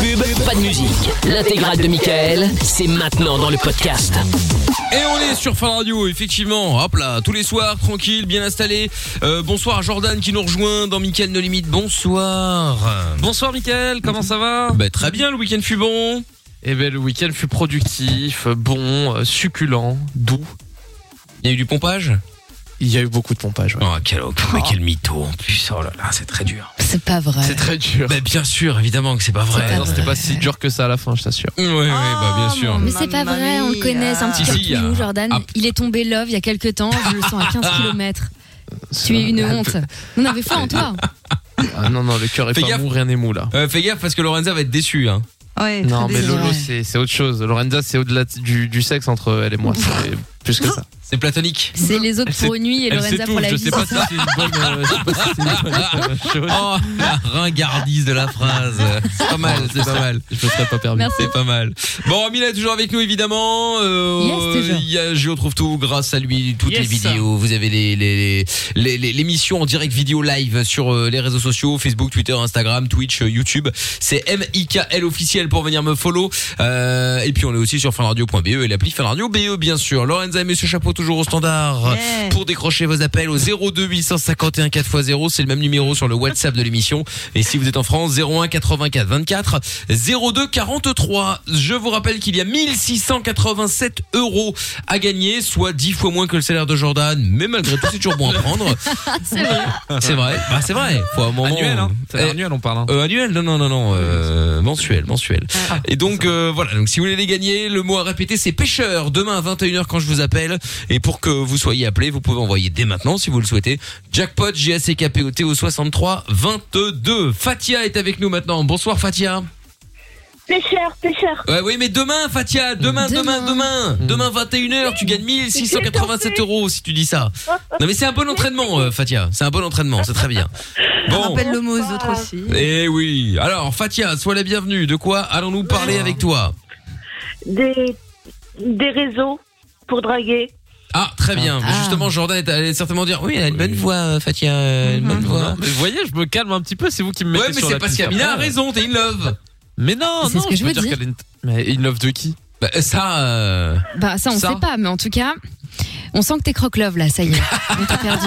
pub, pas de musique. L'intégrale de Michael, c'est maintenant dans le podcast. Et on est sur Fin Radio, effectivement. Hop là, tous les soirs, tranquille, bien installé. Euh, bonsoir à Jordan qui nous rejoint dans Mickaël No Limite. Bonsoir. Bonsoir Mickaël, comment ça va Bah, très bien, le week-end fut bon. Eh ben le week-end fut productif, bon, euh, succulent, doux. Il y a eu du pompage Il y a eu beaucoup de pompage. ouais. Oh, quel, oh, mais quel mytho en plus. Oh là là, c'est très dur. C'est pas vrai. C'est très dur. Bah, bien sûr, évidemment que c'est pas vrai. Ouais, non, c'était pas si dur que ça à la fin, je t'assure. Ouais, ouais, bah, bien sûr. Mais c'est pas Mamma vrai, on le mia. connaît, c'est un petit Si, si, cartoon, ah, Jordan. ah. Il est tombé love il y a quelques temps, je le sens à Ah. 15 km. Tu es une honte. On avait foi en toi. Ah, non, non, le cœur est Fais pas gaffe. mou, rien n'est mou là. Euh, fais gaffe parce que Lorenza va être déçue. Hein. Ouais, Non, très mais désolé. Lolo, c'est c'est autre chose. Lorenza, c'est au-delà du, du sexe entre elle et moi. C'est plus Hein que ça. C'est platonique. C'est les autres pour une nuit et Elle Lorenza pour s'étouffe, la je vie. sais pas si c'est une bonne euh, je sais pas si c'est une bonne chose. Oh, la ringardise de la phrase. C'est pas mal, c'est pas mal. Je me serais pas permis. Merci. C'est pas mal. Bon, Amina est toujours avec nous, évidemment. Euh, Yes, toujours. Il y a Géo Trouve Tout, grâce à lui, toutes Yes. les vidéos. Vous avez les, les, les, les- l'émission en direct vidéo live sur euh, les réseaux sociaux, Facebook, Twitter, Instagram, Twitch, euh, YouTube. C'est M-I-K-L officiel pour venir me follow. Euh, et puis, on est aussi sur fanradio.be E et l'appli fanradio BE, bien sûr. Lorenza et Monsieur Chapeau, toujours au standard. Yeah. Pour décrocher vos appels au 02 851 4x0, c'est le même numéro sur le WhatsApp de l'émission. Et si vous êtes en France, 01 84 24 02 43. Je vous rappelle qu'il y a 1687 euros à gagner, soit 10 fois moins que le salaire de Jordan. Mais malgré tout, c'est toujours bon à prendre. C'est vrai. C'est vrai. Bah, c'est vrai. Faut un moment. Annuel, hein Eh, Annuel, on parle. hein. euh, annuel Non, non, non, non. euh, mensuel, mensuel. Et donc, euh, voilà. Donc, si vous voulez les gagner, le mot à répéter, c'est pêcheur. Demain à 21h quand je vous appelle. Et pour que vous soyez appelé, vous pouvez envoyer dès maintenant, si vous le souhaitez, jackpot JACKPOT au 63 22. Fatia est avec nous maintenant. Bonsoir, Fatia. Pêcheur, pêcheur. Ouais, oui, mais demain, Fatia. Demain, demain, demain. Demain, 21h, tu gagnes 1687 euros si tu dis ça. Non, mais c'est un bon entraînement, euh, Fatia. C'est un bon entraînement. C'est très bien. On Bon. rappelle le mot aux autres aussi. Eh oui. Alors, Fatia, sois la bienvenue. De quoi allons-nous parler avec toi Des, des réseaux pour draguer. Ah, très bien. Mais Justement, Jordan est allé certainement dire Oui, elle a une bonne voix, euh, Fatia. euh, Une bonne voix. Non, mais vous voyez, je me calme un petit peu, c'est vous qui me mettez Ouais, mais sur c'est la parce piste qu'Amina a après. raison, t'es in love. Mais non, C'est non, ce que je peux veux dire. qu'elle est une- Mais une love de qui Bah, ça. euh, Bah, ça, on Ça. sait pas, mais en tout cas, on sent que t'es croque-love là, ça y est. On t'a perdu.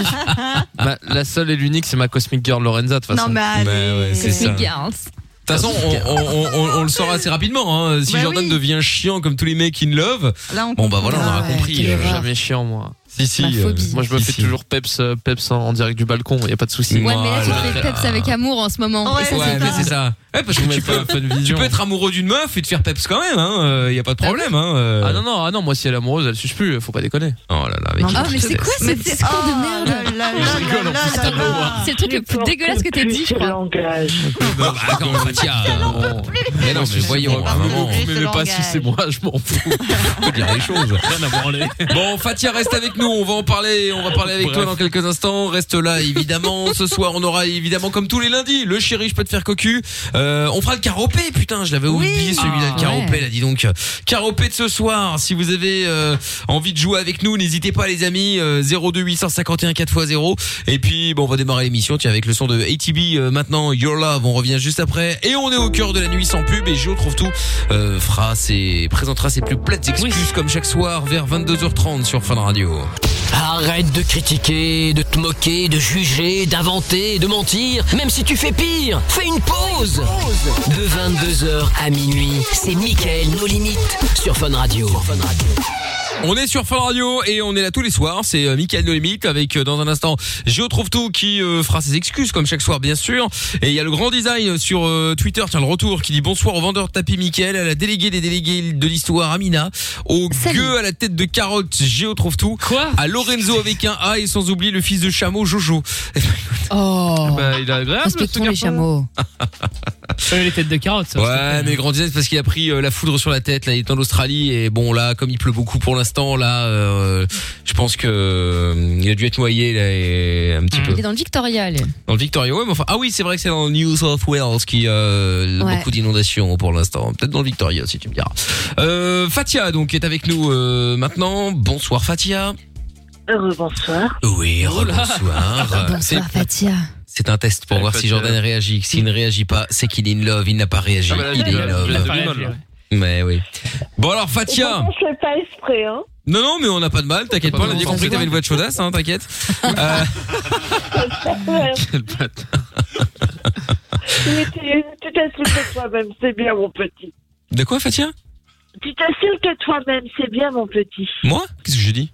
Bah, La seule et l'unique, c'est ma Cosmic Girl Lorenza, de toute Non, façon. mais allez. Bah ouais, c'est ça. Sweet girls. De toute façon, on, on- on- on- on le saura assez rapidement. hein. Si Bah Jordan oui. devient chiant comme tous les mecs in love, Là, on bon bah voilà, on comprend. aura Ah ouais, compris. quelle euh, erreur. Jamais chiant, moi. si si. Ma euh, phobie. Moi, je me si, fais si. toujours peps, euh, peps en, en direct du balcon, y a pas de souci. Ouais, Ouais, mais là, tu Voilà. fais peps avec amour en ce moment. Ouais, Et ça, Ouais, Eh ben, c'est mais pas- c'est ça. Ouais, parce que tu peux, tu peux être amoureux d'une meuf et te faire peps quand même. Hein. euh, y a pas de problème. Hein. euh. Ah non, non, ah non, moi, si elle est amoureuse, elle suce plus, faut pas déconner. Oh là là, mais Non, quelle Ah, mais c'est tristesse. oh, quoi ce Mais discours oh de merde Ah, là, là, là, rigole, là, en plus, là, t'as là, beau, là. C'est le truc le plus dégueulasse que t'aies dit, je crois. langage. Bah, bah, attends, Fatia, euh, Mais non, mais voyons, à un moment, Et mais ce pas langage. sucer moi, je m'en fous. on peut dire les choses. Bon, Fatia, reste avec nous, on va en parler, on va parler avec toi dans quelques instants. Reste là, évidemment. Ce soir, on aura évidemment, comme tous les lundis, le chéri, je peux te faire cocu. Euh, on fera le caropé, putain, je l'avais oublié celui-là, le Ah, caropé, ouais. là, dis donc. Caropé de ce soir, si vous avez euh, envie de jouer avec nous, n'hésitez pas, les amis, euh, 02 851 4x0. Et puis, bon, on va démarrer l'émission, tiens, avec le son de ATB euh, maintenant, Your Love, on revient juste après. Et on est au cœur de la nuit sans pub, et Géo trouve tout euh, fera ses, présentera ses plus plates excuses comme chaque soir vers 22h30 sur Fun Radio. Arrête de critiquer, de te moquer, de juger, d'inventer, de mentir. Même si tu fais pire, fais une pause. De 22h à minuit, c'est Michael nos limites sur Fun Radio. On est sur Fun Radio et on est là tous les soirs. C'est euh, Mickaël Nolimit avec euh, dans un instant Géo trouve tout qui euh, fera ses excuses comme chaque soir bien sûr. Et il y a le grand design sur euh, Twitter, tiens le retour qui dit bonsoir au vendeur de tapis Mickaël, à la déléguée des délégués de l'histoire Amina, au Salut. gueux à la tête de carotte Géo trouve tout, Quoi à Lorenzo avec un A et sans oublier le fils de chameau Jojo. Oh, Bah, il est agréable. ce respectons les garçon. chameaux. les têtes de carottes, ça. Ouais, mais grand design, c'est parce qu'il a pris euh, la foudre sur la tête. Là, il est en Australie et bon, là, comme il pleut beaucoup pour l'instant, là, euh, je pense que euh, il a dû être noyé là, et un petit peu Il est dans le Victoria, lui. dans le Victoria. Ouais, mais enfin, ah oui, c'est vrai que c'est dans le New South Wales qui euh, Ouais. beaucoup d'inondations pour l'instant. Peut-être dans le Victoria aussi, tu me diras. Euh, Fatia donc est avec nous euh, maintenant. Bonsoir Fatia. Heureux bonsoir. Oh Oui, bonsoir. Ah, Bonsoir, Ah, Fatia. C'est un test pour Avec voir pas si de- Jordan réagit. S'il ne réagit pas, c'est qu'il est in love. Il n'a pas réagi. Ah bah là, il est je- in je- love. je- Mais oui. Bon alors Fatia. Pourtant, Je fais pas esprit, hein. Non non mais on n'a pas de mal. T'inquiète Pas pas. On a de bien mal. compris que t'avais une voix de chaudasse. Hein, t'inquiète. Euh, Quel bâtard. Mais tu tu t'insultes toi-même, c'est bien, mon petit. de quoi Fatia Tu t'insultes toi-même, c'est bien, mon petit. Moi Qu'est-ce que j'ai dit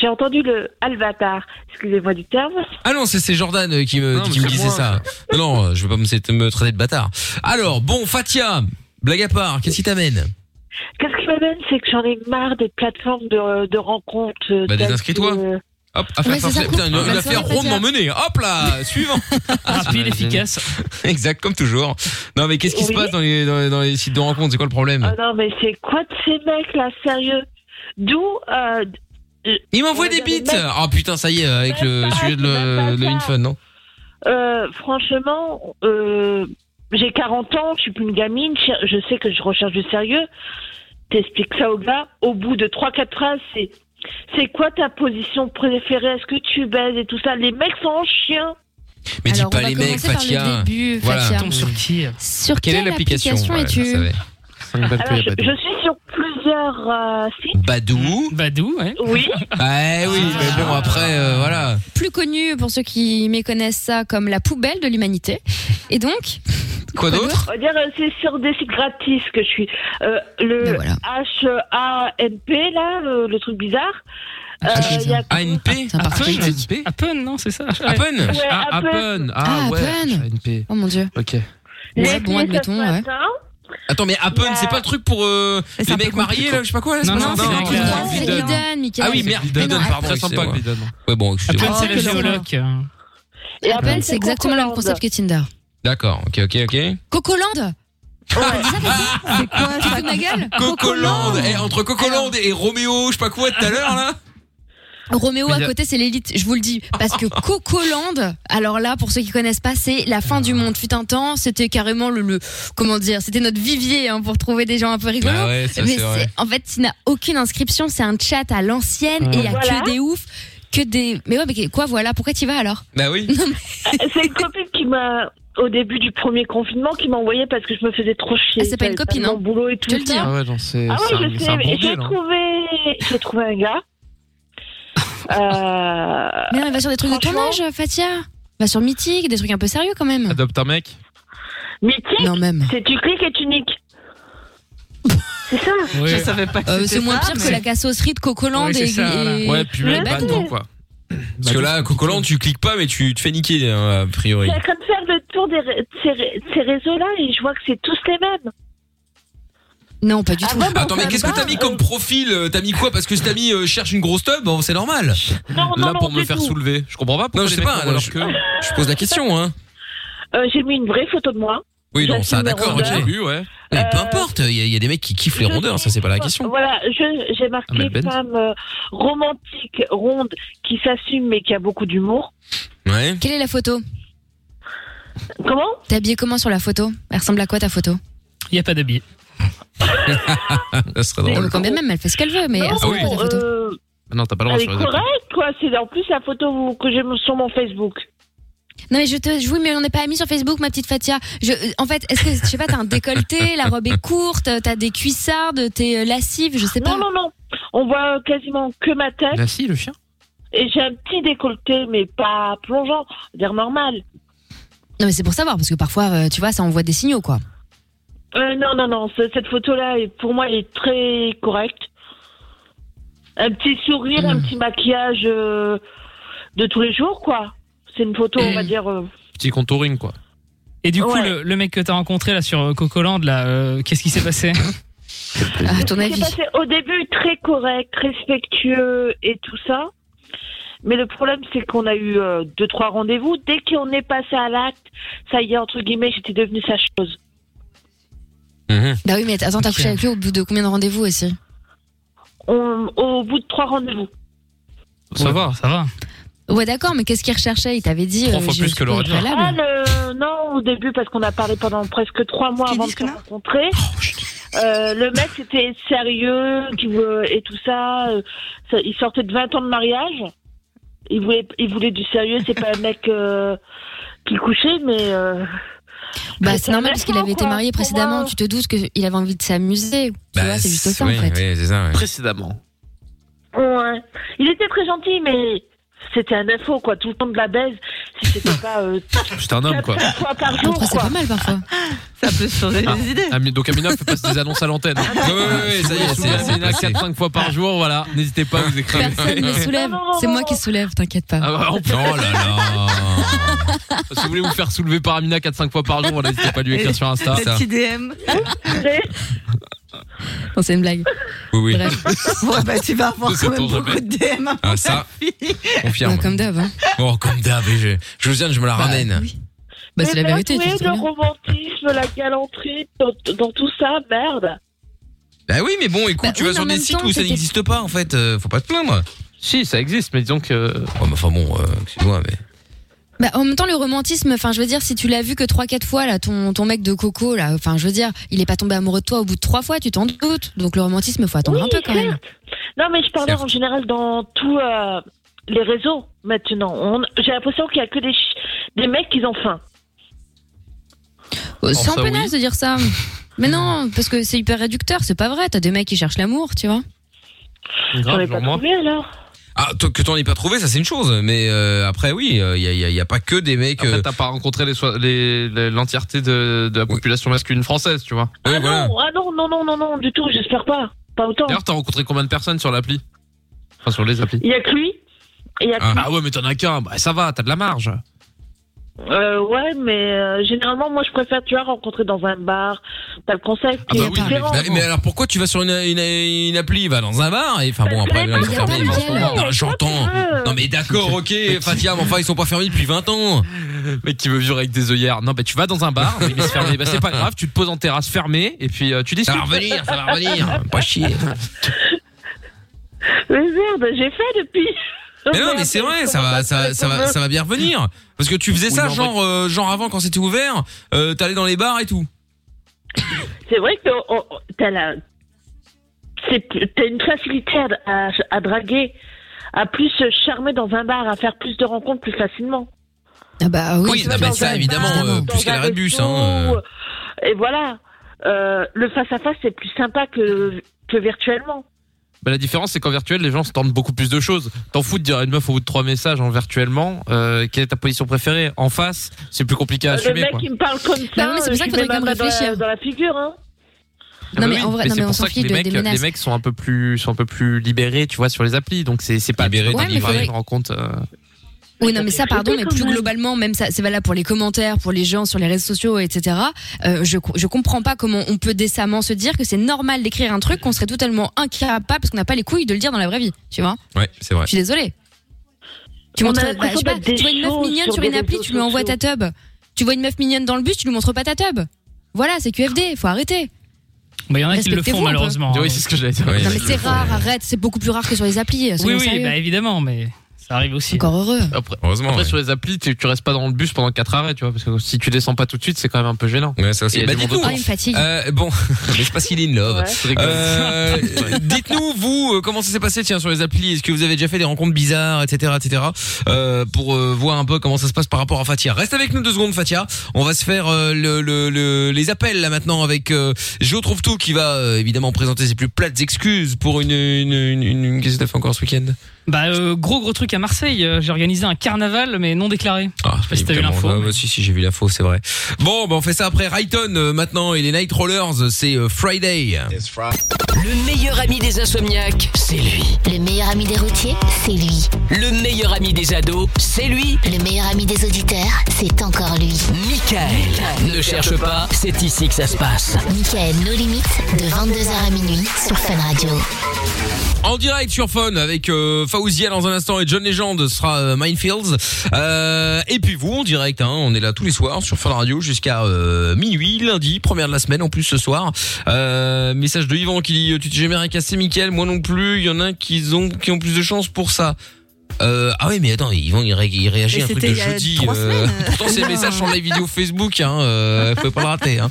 J'ai entendu le Alvatar. Excusez-moi du terme. Ah non, c'est c'est Jordan euh, qui me, Non, mais qui me c'est disait moi, ça. Non, non, euh, je veux pas me, me traiter de bâtard. Alors, bon, Fatia, blague à part, qu'est-ce qui t'amène Qu'est-ce qui m'amène, c'est que j'en ai marre des plateformes de, de rencontres. euh, Bah, telles désinscris-toi. que- Hop, affaire, c'est ça, parfaite. putain, une, coupe. une Bonne affaire soirée, rondement Fatia. menée. Hop là, suivant. Rapide, efficace. exact, comme toujours. Non, mais qu'est-ce qui se Oui. passe dans les, dans, les- dans les sites de rencontres C'est quoi le problème Ah non, mais c'est quoi de ces mecs, là, sérieux D'où. euh, Il m'envoie on des va dire beats. des mecs- Ah putain, ça y est, avec le Même pas, sujet de même le- pas de ça. l'Infun, non euh, franchement, euh, j'ai 40 ans, je suis plus une gamine, je je sais que je recherche du sérieux. T'expliques ça au gars, au bout de 3-4 phrases, c'est. C'est quoi ta position préférée Est-ce que tu baises et tout ça Les mecs sont en chien. Mais Alors, dis on pas va les mecs, commencer par Fatia. le début, Voilà. Fatia. Tombe sur qui Sur Quelle est l'application Voilà, es-tu ça savait. Cinq balles Alors, payées, je, bâtard. je suis sur plusieurs euh, sites, Badou. Badou, ouais. oui. Ah oui, mais bon, après, euh, voilà. Plus connu pour ceux qui méconnaissent ça comme la poubelle de l'humanité. Et donc, Quoi d'autre On va dire, euh, c'est sur des sites gratis que je suis. Euh, le Ben voilà. H-A-N-P, là, le, le truc bizarre. Euh, Ah, il y a- Ah, ANP c'est un parti Apple, politique. Appen, non, c'est ça ouais. Appen Ouais, Ah, Apple. Appen. Ah, Ah, ouais. Appen. ANP. Oh mon dieu. Ok. Ouais, les bon, filles, ça admettons, se ouais. matin. Attends, mais Appen, Ouais. c'est pas le truc pour euh, C'est les un peu mecs mariés, compliqué, là, je sais pas quoi, là, c'est Non, pas non, ça c'est Non, la non, classe. non, c'est Biden. Lidon, Michael. Ah oui, merde, Bidon, Bidon, pardon, Très excusez-moi. sympa, Bidon. Ouais, bon, excusez-moi. Appen, c'est Oh, la que géologue. hein. Et Apple, c'est exactement le même Coco-Land. concept que Tinder. D'accord, ok, ok, ok. Cocoland Ah, Ah. C'est quoi ça ma gueule Cocolande Eh, entre Cocolande et Roméo, je sais pas quoi, tout à l'heure, là Roméo Mais il y à a- côté, c'est l'élite, je vous le dis. Parce que Cocoland, alors là, pour ceux qui connaissent pas, c'est la fin du monde. Fut un temps, c'était carrément le, le- comment dire, c'était notre vivier hein, pour trouver des gens un peu rigolos. Ah ouais, ça, Mais c'est vrai. c'est- en fait, il n'a aucune inscription, c'est un chat à l'ancienne et il y a Voilà. que des oufs, que des. Mais ouais, mais quoi, voilà, pourquoi tu vas alors Bah oui. Euh, C'est une copine qui m'a, au début du premier confinement, qui m'a envoyé parce que je me faisais trop chier. Ah, c'est pas une J'avais copine, mon hein. boulot et tout te le dis, ça. hein. Ah ouais, j'en sais. Ah c'est oui, un- je c'est un sais, mais j'ai bordel. hein. trouvé, j'ai trouvé un gars. Euh, Mais non, mais va sur des trucs de Franchement. tournage, Fatia. Va sur Mythique, des trucs un peu sérieux quand même. Adopte un mec. mythique, Non, même. c'est tu cliques et tu niques. c'est ça. Ouais. savais pas Euh, c'est moins pire mais- que la cassoserie de Cocoland Ouais, c'est et, ça, voilà. et- Ouais, puis même Le bah, mec, non, il- quoi. Parce que là, Cocolande, tu cliques pas, mais tu te fais niquer, hein, a priori. Je suis en train de faire le tour des ré- de ces, ré- de ces réseaux-là et je vois que c'est tous les mêmes. Ah Non, pas du tout. Avant, dans Attends, mais un qu'est-ce que bar, t'as mis comme euh, profil euh, T'as mis quoi Parce que si t'as mis euh, cherche une grosse tub, bon, c'est normal. non, non, Là, non, pour me du faire tout. soulever. Je comprends pas pourquoi Non, je les sais mecs pas, envoient alors leur je- queue. Je pose la question, hein. Euh, J'ai mis une vraie photo de moi. Oui, non, ça, J'assume mes d'accord, Au ok. rondeurs. début, ouais. Mais peu Euh, importe, il y, a- il y a des mecs qui kiffent les Je rondeurs, ça, c'est pas la question. Voilà, je- j'ai Ah, mais marqué Ben. femme euh, romantique, ronde, qui s'assume mais qui a beaucoup d'humour. Ouais. Quelle est la photo Comment T'es habillée comment sur la photo Elle ressemble à quoi ta photo Il n'y a pas d'habillé. Ça serait Elle drôle. veut quand même, elle fait ce qu'elle veut, mais elle Non, ressemble à quoi ta photo euh, Ah Non, t'as pas le droit elle est sur les applis. correcte, quoi. C'est en plus la photo que j'ai sur mon Facebook. Non mais je te je- oui mais on n'est pas amis sur Facebook ma petite Fatia. Je euh, en fait est-ce que je sais pas t'as un décolleté, la robe est courte, t'as des cuissardes, t'es euh, lascive, je sais pas. Non, non, non. On voit quasiment que ma tête. Là, si, le chien. Et j'ai un petit décolleté, mais pas plongeant, on va dire normal. Non, mais c'est pour savoir parce que parfois euh, tu vois ça envoie des signaux quoi. Euh, non, non, non, ce- cette photo-là, est- pour moi, elle est très correcte. Un petit sourire, un petit maquillage euh, de tous les jours, quoi. C'est une photo, on va dire. euh, Petit contouring, quoi. Et du coup, Ouais. le, le mec que t'as rencontré là sur euh, Cocoland, là, euh, qu'est-ce qui s'est passé À ton C'est avis. passé au début très correct, respectueux et tout ça. Mais le problème, c'est qu'on a eu euh, deux, trois rendez-vous. Dès qu'on est passé à l'acte, ça y est, entre guillemets, j'étais devenue sa chose. Mhm. Bah oui mais attends t'as Ok. couché avec lui au bout de combien de rendez-vous aussi On- au bout de trois rendez-vous. Ça Ouais, va. ça va. Ouais d'accord mais qu'est-ce qu'il recherchait Il t'avait dit euh, Trois fois je plus que suppose, l'ordinaire. au préalable. Ah, le- non, au début, parce qu'on a parlé pendant presque trois mois Qui avant de disent se que non rencontrer. Oh, Euh, le mec, c'était euh, sérieux qui veut- et tout ça. Euh, ça- Il sortait de 20 ans de mariage. Il voulait, il voulait du sérieux, c'est pas un mec euh, qui couchait, mais. euh, Bah, mais c'est normal un parce qu'il avait été enfant, marié quoi. Pour précédemment. moi, Tu te doutes qu'il avait envie de s'amuser. Tu vois, c'est juste ça Bah, oui, en fait. oui, c'est ça. ouais. Précédemment. Ouais. Il était très gentil, mais c'était un info, quoi. Tout le temps de la baise. Si c'était pas euh, J'étais un homme, quoi. quatre fois par jour, Après, c'est quoi. pas mal parfois. Ça peut changer les idées. Ah, mais donc Amina fait passer des annonces à l'antenne. Ouais, ouais, ouais, ouais, ça y est, c'est- c'est Amina passé. 4-5 fois par jour, voilà. N'hésitez pas à vous écrire. Personne ne soulève. Non, non, non, C'est moi non. qui soulève, t'inquiète pas. Ah, bah, en plus, Oh là là. si vous voulez vous faire soulever par Amina 4-5 fois par jour, voilà, n'hésitez pas à lui écrire sur Insta. Le petit DM. Non, c'est une blague. Oui, oui. Bref, Ouais, bah, tu vas avoir Sait-on quand même jamais. beaucoup de DM. à Ah, ça, mon avis. confirme. bah, comme d'hab. Hein. Bon, Oh, comme d'hab, je, Josiane, je me la ramène. Bah, c'est la Mais vérité. Eh ben, oui, tu sais le bien. romantisme, la galanterie, dans, dans tout ça, merde. Bah oui, mais bon, écoute, Bah tu vas oui, mais sur en des même sites temps, où ça c'était- n'existe pas, en fait. euh, faut pas te plaindre. Si, ça existe, mais disons que. Ouais, mais enfin bon, euh, excuse-moi, mais. Bah, en même temps, le romantisme, enfin, je veux dire, si tu l'as vu que 3-4 fois, là, ton, ton mec de coco, là, enfin, je veux dire, il est pas tombé amoureux de toi au bout de 3 fois, tu t'en doutes. Donc, le romantisme, faut attendre Oui, un peu quand même. Non, mais je parlais Certes. en général dans tous euh, les réseaux maintenant. On- J'ai l'impression qu'il n'y a que des, chi- des mecs qui ont faim. Euh, C'est Enfin, un peu oui. naze de dire ça. Mais non, parce que c'est hyper réducteur, c'est pas vrai. T'as des mecs qui cherchent l'amour, tu vois. J'en Grave, ai pas genre moi. trouvé alors. Ah, toi, que t'en aies pas trouvé, ça c'est une chose. Mais euh, après, oui, il y, a, y a- y a pas que des mecs. Après, euh, t'as pas rencontré les soi- les- les- l'entièreté de, de la Oui. population masculine française, tu vois. ouais, ah, voilà. non, ah non, non, non, non, non, du tout, j'espère pas. Pas autant. D'ailleurs, t'as rencontré combien de personnes sur l'appli Enfin, sur les applis. Il n'y a que lui. Il y a que Ah. lui. Ah ouais, mais t'en as qu'un. Bah, ça va, t'as de la marge. Euh, ouais, mais euh, généralement, moi, je préfère, tu vois, rencontrer dans un bar. T'as le concept Ah qui bah est oui, mais- différent. Bah, mais alors pourquoi tu vas sur une, une, une appli, va dans un bar et enfin bon après Parce que ils les sont bars fermés. sont fermés. Non, j'entends. Ah. Euh, Non mais d'accord, ok, Fatia, mais enfin ils sont pas fermés depuis 20 ans. Mec qui veut vivre avec des œillères. Non, bah, tu vas dans un bar, mais c'est fermé. Bah, c'est pas grave, tu te poses en terrasse fermée et puis euh, tu Ça discutes. va revenir, ça va revenir. Pas chier. Mais merde, j'ai fait depuis. Mais non, mais c'est vrai, ça va, ça, ça va, ça va bien revenir. Parce que tu faisais Oui, ça mais en genre, euh, genre avant quand c'était ouvert, euh, t'allais dans les bars et tout. C'est vrai que on- on- t'as la, c'est- t'as une facilité à, à- à draguer, à plus charmer dans un bar, à faire plus de rencontres plus facilement. Ah bah oui, Oui, c'est ah bah, vrai, ça c'est évidemment, vrai. euh, Dans plus qu'à un l'arrêt de bus, resto, hein, euh. Et voilà, Euh, le face à face c'est plus sympa que que virtuellement. Bah, la différence, c'est qu'en virtuel, les gens se tentent beaucoup plus de choses. T'en fous de dire à une meuf au bout de trois messages en virtuellement, euh, quelle est ta position préférée En face, c'est plus compliqué à Euh, le assumer. mec quoi. qui me parle comme ça, Bah euh, oui, mais c'est pour ça qu'il je lui faudrait quand même mets ma main dans la- réfléchir. dans la figure. Hein. Ah Non, mais en vrai- non, bah c'est mais on pour s'en ça que fiche les de- mecs, des menaces. les mecs sont un peu plus, sont un peu plus libérés, tu vois, sur les applis. Donc c'est, c'est pas Libérés, c'est pas Ouais, mais pareil, faudrait- je me rends compte. euh, Oui, non, mais ça, pardon, mais Quand plus même. globalement, même ça, c'est valable pour les commentaires, pour les gens sur les réseaux sociaux, etc. Euh, je, co- je comprends pas comment on peut décemment se dire que c'est normal d'écrire un truc qu'on serait totalement incapable parce qu'on n'a pas les couilles de le dire dans la vraie vie, tu vois. Ouais, c'est vrai. Je suis désolée. Tu On montres, a bah, je l'impression sais pas, d'être des tu vois une meuf choses mignonne sur sur des une appli, réseaux tu lui envoies ta sociaux. tub. Tu vois une meuf mignonne dans le bus, tu lui montres pas ta tub. Voilà, c'est QFD, faut arrêter. Bah, il y en a qui le Respectez-vous un font peu. malheureusement. hein. Oui, c'est ce que j'allais dire. Ouais. Non, mais c'est rare, arrête, c'est beaucoup plus rare que sur les applis. oui, soyons oui, sérieux. bah, évidemment, mais ça arrive aussi. Encore heureux. Après, Heureusement. après, ouais. sur les applis, tu, tu restes pas dans le bus pendant quatre arrêts, tu vois, parce que si tu descends pas tout de suite, c'est quand même un peu gênant. Ouais, ça aussi. Et Bah, du monde dites-nous. Ah, il me fatigue. Euh, bon, mais c'est parce qu'il est in love. Ouais. Ah, Je rigole. Euh, dites-nous vous euh, comment ça s'est passé tiens sur les applis est-ce que vous avez déjà fait des rencontres bizarres etc etc euh, pour euh, voir un peu comment ça se passe par rapport à Fatia reste avec nous deux secondes Fatia on va se faire euh, le, le- le- les appels là maintenant avec euh, Jo trouve tout qui va euh, évidemment présenter ses plus plates excuses pour une une une, une, une- qu'est-ce que t'as fait encore ce week-end Bah, euh, gros gros truc à Marseille, euh, j'ai organisé un carnaval mais non déclaré. ah pas si t'as vu évidemment. l'info, Ouais, mais- ouais, si si j'ai vu l'info c'est vrai bon bah on fait ça après Rayton euh, maintenant et les Night Rollers c'est euh, Friday Le meilleur ami des insomniaques, c'est lui. Le meilleur ami des routiers, c'est lui. Le meilleur ami des ados, c'est lui. Le meilleur ami des auditeurs, c'est encore lui. Michael. Ne cherche pas, c'est ici que ça se passe. Michael, nos limites, de 22h à minuit sur Fun Radio. En direct sur Fun avec euh, Faouzia dans un instant et John Legend sera euh, Minefields. Euh, et puis vous en direct, hein, on est là tous les soirs sur Fun Radio jusqu'à euh, minuit, lundi, première de la semaine en plus ce soir. Euh, message de Yvan qui dit tu t'es jamais rien cassé Mickaël, moi non plus, il y en a qui ont, qui ont plus de chance pour ça. Euh, ah oui mais attends, Yvan il, ré- il réagit Et à un truc c'était il de y a jeudi. euh, trois semaines. pourtant c'est un message sur la vidéo Facebook, hein, euh, faut pas le rater. Hein.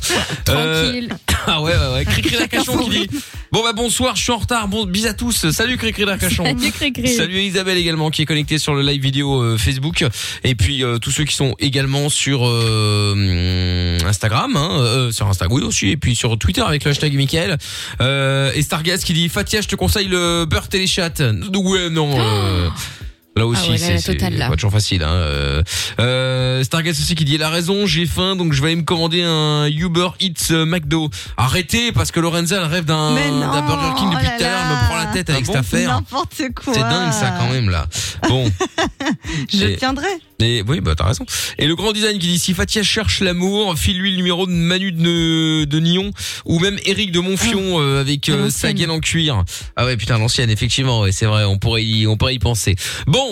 Euh, Tranquille. ah ouais, ouais, ouais. Cri, cri, la Chacun cachon son qui dit Bon bah bonsoir, je suis en retard. Bon bis à tous. Salut Cricri d'Arcachon. Salut, Cricri. Salut Isabelle également qui est connectée sur le live vidéo euh, Facebook et puis euh, tous ceux qui sont également sur euh, hum, Instagram, hein, euh, sur Instagram oui, aussi et puis sur Twitter avec le hashtag Michael euh, et Stargaz qui dit Fatia, je te conseille le beurre téléchat. Ouais non. euh, Là aussi, Ah. ouais, là, c'est la c'est totale, là. pas toujours facile. Hein. euh. Euh, Stargaz aussi qui dit la raison, j'ai faim, donc je vais aller me commander un Uber Eats euh, McDo. Arrêtez, parce que Lorenza elle rêve d'un Mais non, d'un Burger King depuis oh là tout à l'heure, elle là. me prend la tête avec Ah cette bon affaire. N'importe quoi. C'est dingue ça quand même là. Bon. Je Et- tiendrai. et oui, bah t'as raison. Et le grand design qui dit si Fatia cherche l'amour, file-lui le numéro de Manu de, de Nyon ou même Eric de Monfion euh, avec Ah. De euh, sa l'ancienne. gaine en cuir. Ah ouais, putain l'ancienne, effectivement, ouais, c'est vrai, on pourrait y, on pourrait y penser. Bon,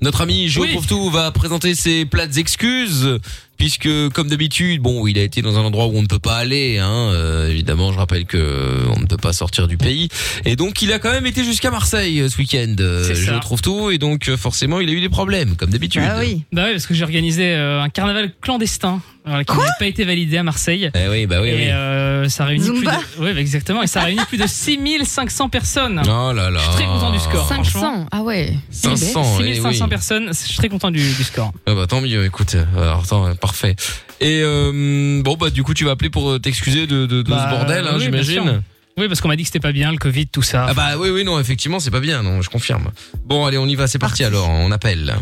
notre ami Joe Oui. Prouvetou va présenter ses plates excuses puisque comme d'habitude, bon, il a été dans un endroit où on ne peut pas aller. Hein, euh, évidemment, je rappelle que euh, on ne peut pas sortir du pays. Et donc, il a quand même été jusqu'à Marseille euh, ce week-end. euh, C'est je ça. trouve tout. Et donc, euh, forcément, il a eu des problèmes, comme d'habitude. Ah oui. Bah oui, parce que j'ai organisé euh, un carnaval clandestin euh, qui n'a pas été validé à Marseille. Eh oui, bah oui, et oui. euh, ça réunit Zumba. plus de... ouais, bah exactement. Et ça réunit plus de 6500 personnes. Oh là là. Je suis très content du score. franchement. 500. Ah ouais. 500, eh oui. 6500 personnes, je suis très content du, du score. Ah bah, tant mieux, écoute. Alors, attends, euh, parfait. Et euh, bon, bah, du coup, tu vas appeler pour euh, t'excuser de, de, de Bah, ce bordel, hein, oui, bien sûr. j'imagine. Oui, parce qu'on m'a dit que c'était pas bien, le Covid, tout ça. Ah bah oui, oui, non, effectivement, c'est pas bien, non, je confirme. Bon, allez, on y va, c'est parti alors, on appelle.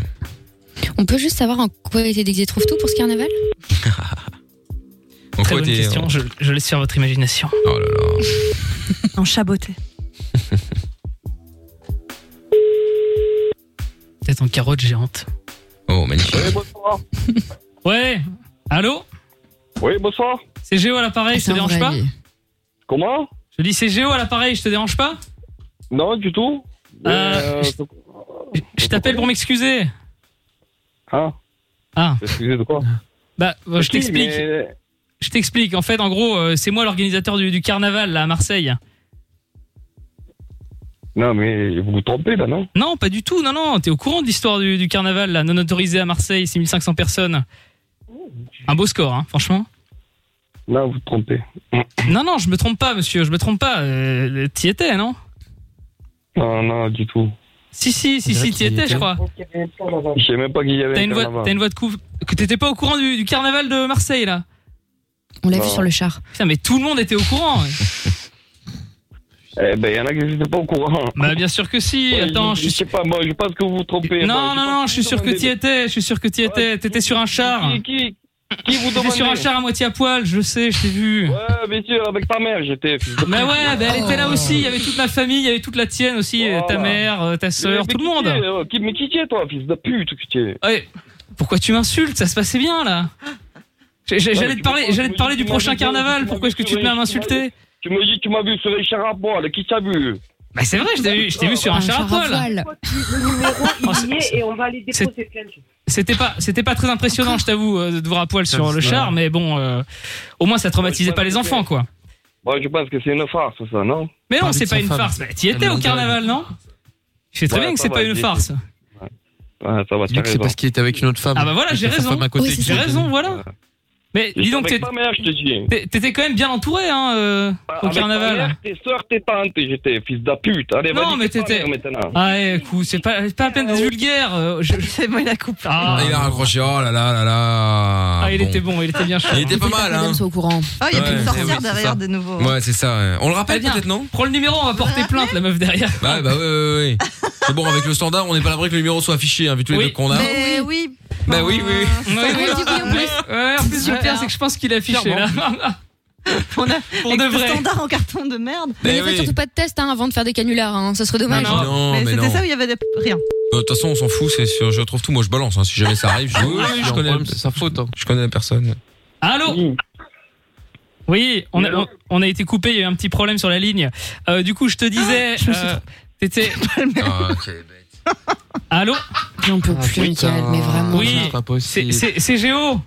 On peut juste savoir en quoi était déguisé trouve tout pour ce carnaval En Très quoi bonne t'es- question, je, je laisse sur votre imagination. Oh là là. En chaboté. Peut-être en carotte géante. Oh, magnifique. Eh bonsoir. Ouais, allô Oui, bonsoir. C'est Géo à l'appareil, je te C'est un dérange vrai. pas Comment Je dis c'est Géo à l'appareil, je te dérange pas Non, du tout. Euh, Euh, Je- Je t'appelle pour m'excuser. hein, Ah, excusez de quoi bah, euh, je Oui, t'explique. mais- Je t'explique. En fait, en gros, euh, c'est moi l'organisateur du, du carnaval là à Marseille. Non, mais vous vous trompez là, non Non, pas du tout. Non, non. T'es au courant de l'histoire du, du carnaval là, non autorisé à Marseille, 6500 personnes. Un beau score, hein, franchement. Là, vous vous trompez. Non, non, je me trompe pas, monsieur. Je me trompe pas. Euh, t'y étais, non Non, non, du tout. Si, si, si, dirait si, qu'il t'y y étais, était. je crois. Je sais même pas qu'il y avait T'as un une voix, carnaval. t'as une voix de couve. Que t'étais pas au courant du, du carnaval de Marseille là. On l'a vu Non. sur le char. Putain, mais tout le monde était au courant. Eh ben, il y en a qui n'étaient pas au courant. bah, bien sûr que si. Ouais, Attends, je, je je suis. sais pas, moi, bah, je pense que vous vous trompez. Non, Moi, non, non, je suis sûr que t'y demandez- étais, je suis sûr que t'y étais. T'étais sur un char. Qui, qui, qui vous T'étais demandez sur un char à moitié à poil, je sais, je t'ai vu. Ouais, bien sûr, avec ta mère, j'étais. fils de- Mais ouais, bah elle était là aussi, il y avait toute ma famille, il y avait toute la tienne aussi, euh, ta Oh, Voilà. mère, euh, ta Mais- sœur, mais tout le qui t'es, monde. euh, qui- Mais qui t'es, toi, fils de pute que t'es Ouais. Pourquoi tu m'insultes Ça se passait bien là. J'ai- j'ai- Ouais, J'allais tu te parler, comprends, j'allais te tu parler du m'as prochain dit- tu m'as carnaval, dit- pourquoi est-ce que tu te mets à tu m'as dit- m'insulter Tu me dis, tu m'as vu sur les chars à poil, qui t'a vu Bah c'est vrai, je t'ai vu, je t'ai vu sur un char à poil. Oh, c'est- et on va aller c'est- déposer plainte. C'était pas, c'était pas très impressionnant, je t'avoue, euh, de te voir à poil sur le c'est char, mais bon, euh, au moins ça traumatisait Ouais, pas les c'est- enfants quoi. Bon, je pense que c'est une farce, ça, non Mais non, Parler c'est de pas sa une femme. farce. Bah, T'y étais Elle au m'a carnaval, non Je sais très Ouais, bien que ça c'est va, pas une j'y étais. farce. Ah, ça va, Dis t'as que c'est raison. parce qu'il était avec une autre femme. Ah bah voilà, Et j'ai que sa raison. femme à côté Oui, c'est qui J'ai lui a raison, donné. voilà. Mais Eh, dis J'étais donc, t'es- Avec ta mère, je te dis. t'es- t'étais quand même bien entouré hein, euh, Bah, au avec ta carnaval. mère, Tes soeurs, tes tantes, j'étais fils de pute. Allez, Non, vas-y, mais c'est ta t'étais- mère maintenant. Ah ouais, écoute, c'est pas, c'est pas à peine des vulgaires. euh, je- je- C'est moi la coupe. Ah, Ah, il a raccroché, oh là là là là. ah, il Bon. était bon, il était bien chaud. Il était pas mal, hein. Madame soit au courant. Oh, il y a Ouais, plus de eh oui, sorcière c'est ça. derrière de nouveau. Ouais, c'est ça. ouais. On le rappelle Très bien. peut-être, non Prends le numéro, on va Ah, porter plainte, la meuf derrière. Bah, bah, ouais, ouais, ouais. C'est bon, avec le standard, on n'est pas à l'abri que le numéro soit affiché, hein, vu tous les Oui. trucs qu'on a. Mais oui. Bah oui, oui, Ouais, ouais, oui, oui, en plus. ouais, en plus, le Super. pire, c'est que je pense qu'il est affiché là. On a Pour de avec ce vrai. standard en carton de merde. Eh Mais ne faites oui. surtout pas de test hein, avant de faire des canulars, hein. ça serait Non, dommage. Non, mais non. mais mais c'était non. ça où il y avait des- rien. Euh, De toute façon, on s'en fout, c'est sur je trouve tout. Moi, je balance. hein. Si jamais ça arrive, je Ah dis, oui, oui, Oui, je connais, C'est sa faute. hein. je connais la personne. Allô Oui. Oui, on a, on, on a été coupé, il y a eu un petit problème sur la ligne. Euh, du coup, je te disais. Ah, Je me suis euh, T'étais. Ah, quelle bête. Allô J'en peux Ah, plus, putain. Mickaël, mais vraiment. Oui. genre. C'est pas C'est- possible. C'est c'est Géo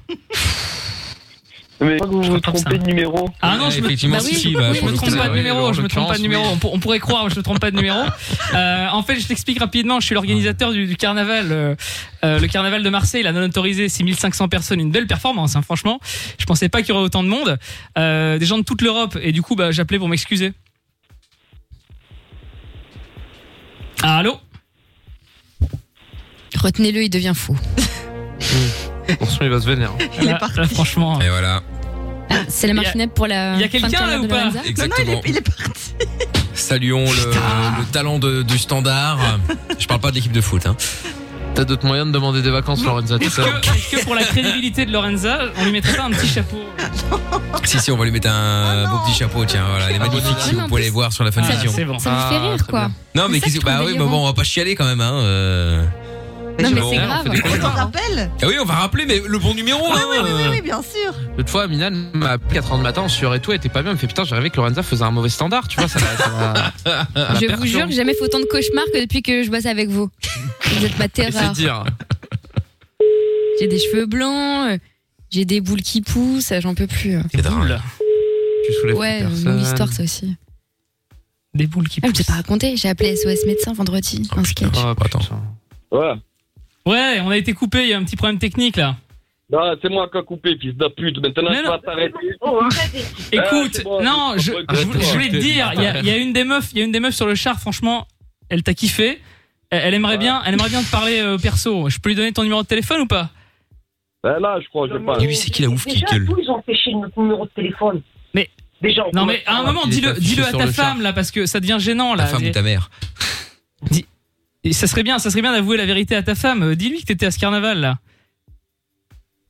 Mais pas que vous Je vous comprends trompez de numéro. Ah non, je me effectivement, Bah si, oui, si, bah, oui, Je me trompe pas de numéro, je me trompe pas de numéro. On, pour- on pourrait croire, je me trompe pas de numéro. Euh, en fait, je t'explique rapidement. Je suis l'organisateur du, du carnaval, euh, euh, le carnaval de Marseille, la non autorisé, 6500 personnes, une belle performance, hein, franchement. Je pensais pas qu'il y aurait autant de monde, Euh, des gens de toute l'Europe, et du coup, bah, j'appelais pour m'excuser. Ah, Allô Retenez-le, il devient fou. Attention, il va se vénérer. Il est Là, parti. là, franchement. Et voilà. C'est Ah, Il y la a- marche funèbre pour la. il y a fin de quelqu'un, carrière là, de ou pas Non, Lorenza non, il Exactement. est, il est parti. Saluons le, le talent de- du standard. Je parle pas de l'équipe de foot. Hein. T'as d'autres moyens de demander des vacances, Lorenza t'es Est-ce ça que, est-ce que pour la crédibilité de Lorenza, on lui mettrait pas un petit chapeau Si, si, on va lui mettre un beau petit chapeau. Tiens, voilà, elle est magnifique. Si non, vous en pouvez plus- les voir sur la fin de Ah, l'émission. C'est bon. Ça me fait Ah, rire, très quoi. bien. Non, mais C'est ça qu'est-ce que- que je bah trouve oui, mais bon, délirant. on va pas chialer quand même. Hein. euh. Non, mais bon, c'est on grave. fait des On conneries. te rappelle Ah oui, on va rappeler mais le bon numéro. Ah Oui, hein, oui, oui, oui, euh. oui, bien sûr. L'autre fois, Amina m'a appelé 4 h du matin, on sueur et tout, elle était pas bien. Elle me fait putain, j'ai rêvé que Lorenza faisait un mauvais standard, tu vois. Ça, m'a- ça m'a- ça m'a Je vous perturbé. jure que j'ai jamais fait autant de cauchemars que depuis que je bosse avec vous. Vous êtes ma Et c'est terreur. dire. J'ai des cheveux blancs, euh, j'ai des boules qui poussent, euh, j'en peux plus. euh. C'est drôle. Boules. Tu soulèves Ouais, plus euh, personne. longue histoire ça aussi. Des boules qui Ah, je poussent. t'ai pas raconté, j'ai appelé SOS médecin vendredi, Oh, un putain. sketch. Ah, putain. Ouais. Bah, Ouais, on a été coupé, il y a un petit problème technique là. Non, Bah, c'est moi qui a coupé, fils de pute. Maintenant, Mais je non. Eh, Euh, vais t'arrêter. Eh, Bon, arrêtez. Écoute, c'est bon, non, je, c'est bon, je, voulais- je voulais te c'est dire, bon. il y a, il y a une des meufs, il y a une des meufs sur le char, franchement, elle t'a kiffé. Elle, elle aimerait bien, elle aimerait bien te parler euh, perso. Je peux lui donner ton numéro de téléphone ou pas Ben là, je crois, je parle. Et lui, c'est qui la ouf qui Déjà, gueule tous, ils ont empêché notre numéro de téléphone. Mais- Déjà, on Non commence mais à un par- moment, qu'il est dis-le, affiché dis-le à sur ta le char. femme là parce que ça devient gênant Ta là. femme Et- ou ta mère. et ça serait bien, ça serait bien d'avouer la vérité à ta femme. Euh, Dis-lui que t'étais à ce carnaval là.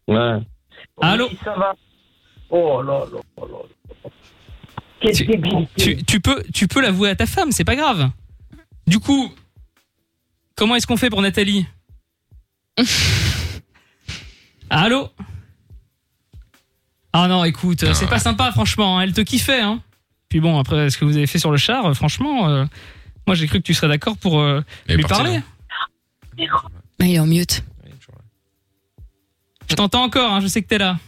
Ouais. Oui, Allô ça va. Oh là là là là. Quelle Tu- débilité. Tu, tu peux, tu peux l'avouer à ta femme, c'est pas grave. Du coup, comment est-ce qu'on fait pour Nathalie Allô Ah non, écoute, euh, c'est pas sympa, franchement. hein, Elle te kiffait, hein. Puis bon, après ce que vous avez fait sur le char, euh, franchement, euh, moi j'ai cru que tu serais d'accord pour euh, Elle est lui partie, hein. parler. non Bah, il est en mute. Je t'entends encore, hein, je sais que t'es là.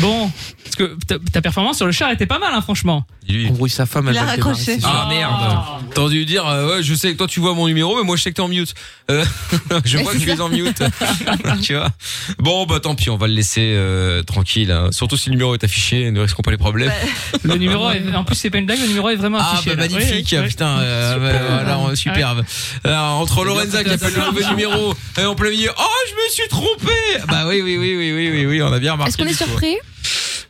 Bon, parce que ta, ta performance sur le char était pas mal, hein, franchement. Dis-lui. Embrouille sa femme, elle Il a va le raccroché. démarrer, c'est sûr. bah. Ah merde. T'as entendu dire, euh, ouais, je sais que toi tu vois mon numéro, mais moi je sais que t'es en mute. Euh, je vois que tu es en mute. tu vois. Bon, bah tant pis, on va le laisser euh, tranquille. hein. Surtout si le numéro est affiché, ne risquons pas les problèmes. Le numéro, est- en plus c'est pas une blague, le numéro est vraiment Ah affiché. bah là. Oui, magnifique, oui, Ah oui. putain, euh, bah, voilà, on- superbe. Alors, entre Lorenza qui appelle le mauvais numéro et en plein milieu, oh je me suis trompé. Bah oui oui oui oui oui oui oui, on a bien remarqué. Est-ce qu'on du est coup. surpris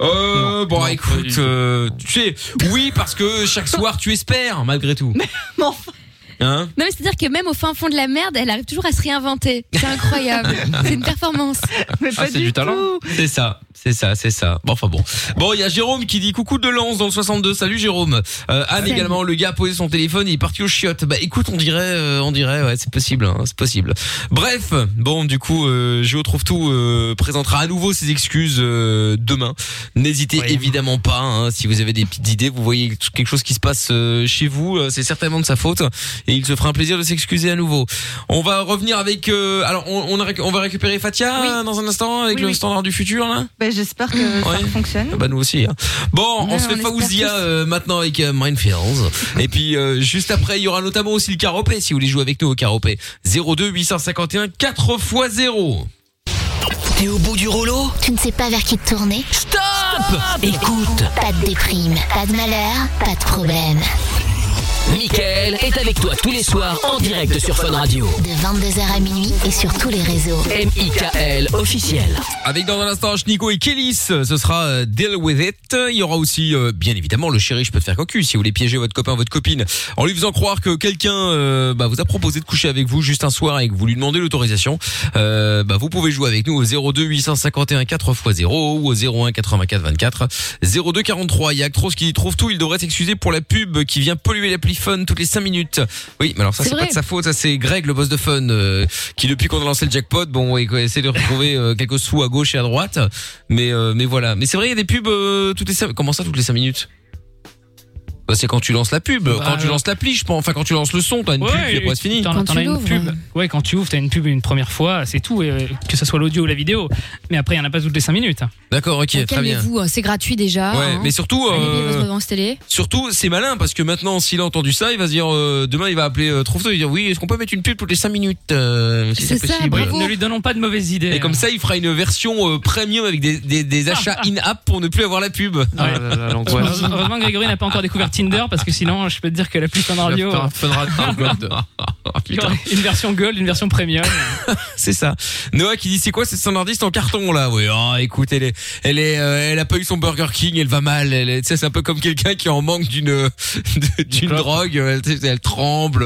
Euh, bon Non, pas du écoute, tout. euh, tu sais, oui parce que chaque soir tu espères malgré tout. Mais enfin. Hein Non, mais c'est-à-dire que même au fin fond de la merde, elle arrive toujours à se réinventer. C'est incroyable. c'est une performance. Mais Ah, pas c'est du talent. tout. C'est ça, c'est ça, c'est ça. Bon, enfin bon. Bon, il y a Jérôme qui dit coucou de Lance dans le 62. Salut Jérôme. Euh, Anne Salut. également, le gars a posé son téléphone, il est parti au chiottes. Bah écoute, on dirait, euh, on dirait, ouais, c'est possible, hein, c'est possible. Bref, bon, du coup, euh, Géo trouve tout euh, présentera à nouveau ses excuses euh, demain. N'hésitez Ouais. évidemment pas. hein, si vous avez des petites idées, vous voyez quelque chose qui se passe euh, chez vous, euh, c'est certainement de sa faute et il se fera un plaisir de s'excuser à nouveau. On va revenir avec. euh, alors, on, on, a récu- on va récupérer Fatia Oui. euh, dans un instant avec Oui, le oui. standard du futur là. Ben, J'espère que Ouais. ça fonctionne. Ah Bah nous aussi. hein. Bon, on Ouais, se fait on espère Faouzia tous. euh, maintenant avec euh, Minefields. Et puis euh, juste après, il y aura notamment aussi le caropé si vous voulez jouer avec nous au caropé. 02 851 4 x 0. T'es au bout du rouleau Tu ne sais pas vers qui te tourner Stop Écoute, Pas de déprime, pas de malheur, pas de problème. Mickaël est avec toi tous les soirs en direct sur Fun Radio. De 22h à minuit et sur tous les réseaux. M.I.K.L. officiel. Avec dans un instant Nico et Kélis, ce sera euh, Deal With It. Il y aura aussi, euh, bien évidemment, le chéri, je peux te faire cocu, si vous voulez piéger votre copain, votre copine, en lui faisant croire que quelqu'un euh, bah, vous a proposé de coucher avec vous juste un soir et que vous lui demandez l'autorisation, euh, bah, vous pouvez jouer avec nous au 02 851 4x0 ou au 01 84 24 02 43. Il y a Actros qui trouve tout, il devrait s'excuser pour la pub qui vient polluer l'appli Fun toutes les 5 minutes. Oui, mais alors ça, C'est c'est pas vrai. de sa faute, ça c'est Greg, le boss de Fun, euh, qui depuis qu'on a lancé le jackpot, bon, ouais, quoi, essaie de retrouver euh, quelques sous à gauche et à droite, mais euh, mais voilà. Mais c'est vrai, il y a des pubs euh, toutes les cinq- comment ça toutes les 5 minutes Bah, c'est quand tu lances la pub, Bah, quand tu euh. lances l'appli, je pense. Enfin, quand tu lances le son, t'as une pub, puis et après c'est fini. t'en- Quand t'en tu as une l'ouvres, pub. ouais. Ouais, quand tu ouvres, t'as une pub une première fois, c'est tout, et, euh, que ça soit l'audio ou la vidéo. Mais après, il y en a pas toutes les 5 minutes. D'accord, ok, très bien. Calmez-vous, hein, c'est gratuit déjà. Ouais, hein. mais surtout, Allez payer euh, votre redevance télé. surtout, c'est malin parce que maintenant, s'il a entendu ça, il va se dire euh, demain, il va appeler euh, Trouve-toi, il va dire oui, est-ce qu'on peut mettre une pub toutes les 5 minutes euh, si C'est ça, possible bravo. Ne lui donnons pas de mauvaises idées. Et comme ça, il fera une version euh, premium avec des, des, des achats in-app pour ne plus avoir la pub. Ah là là, l'angoisse. Heureusement, heureusement que Grégory n'a pas encore découvert Tinder parce que sinon, je peux te dire que la plus fun radio. hein. Fun- Fun Radio Gold. Il y aurait une version gold, une version premium. c'est ça. Noah qui dit c'est quoi cette standardiste en carton là Oui, oh, écoute, elle est, elle est, euh, elle a pas eu son Burger King, elle va mal. Elle est- tu sais, c'est un peu comme quelqu'un qui est en manque d'une de- d'une drogue, elle, tu sais, elle tremble.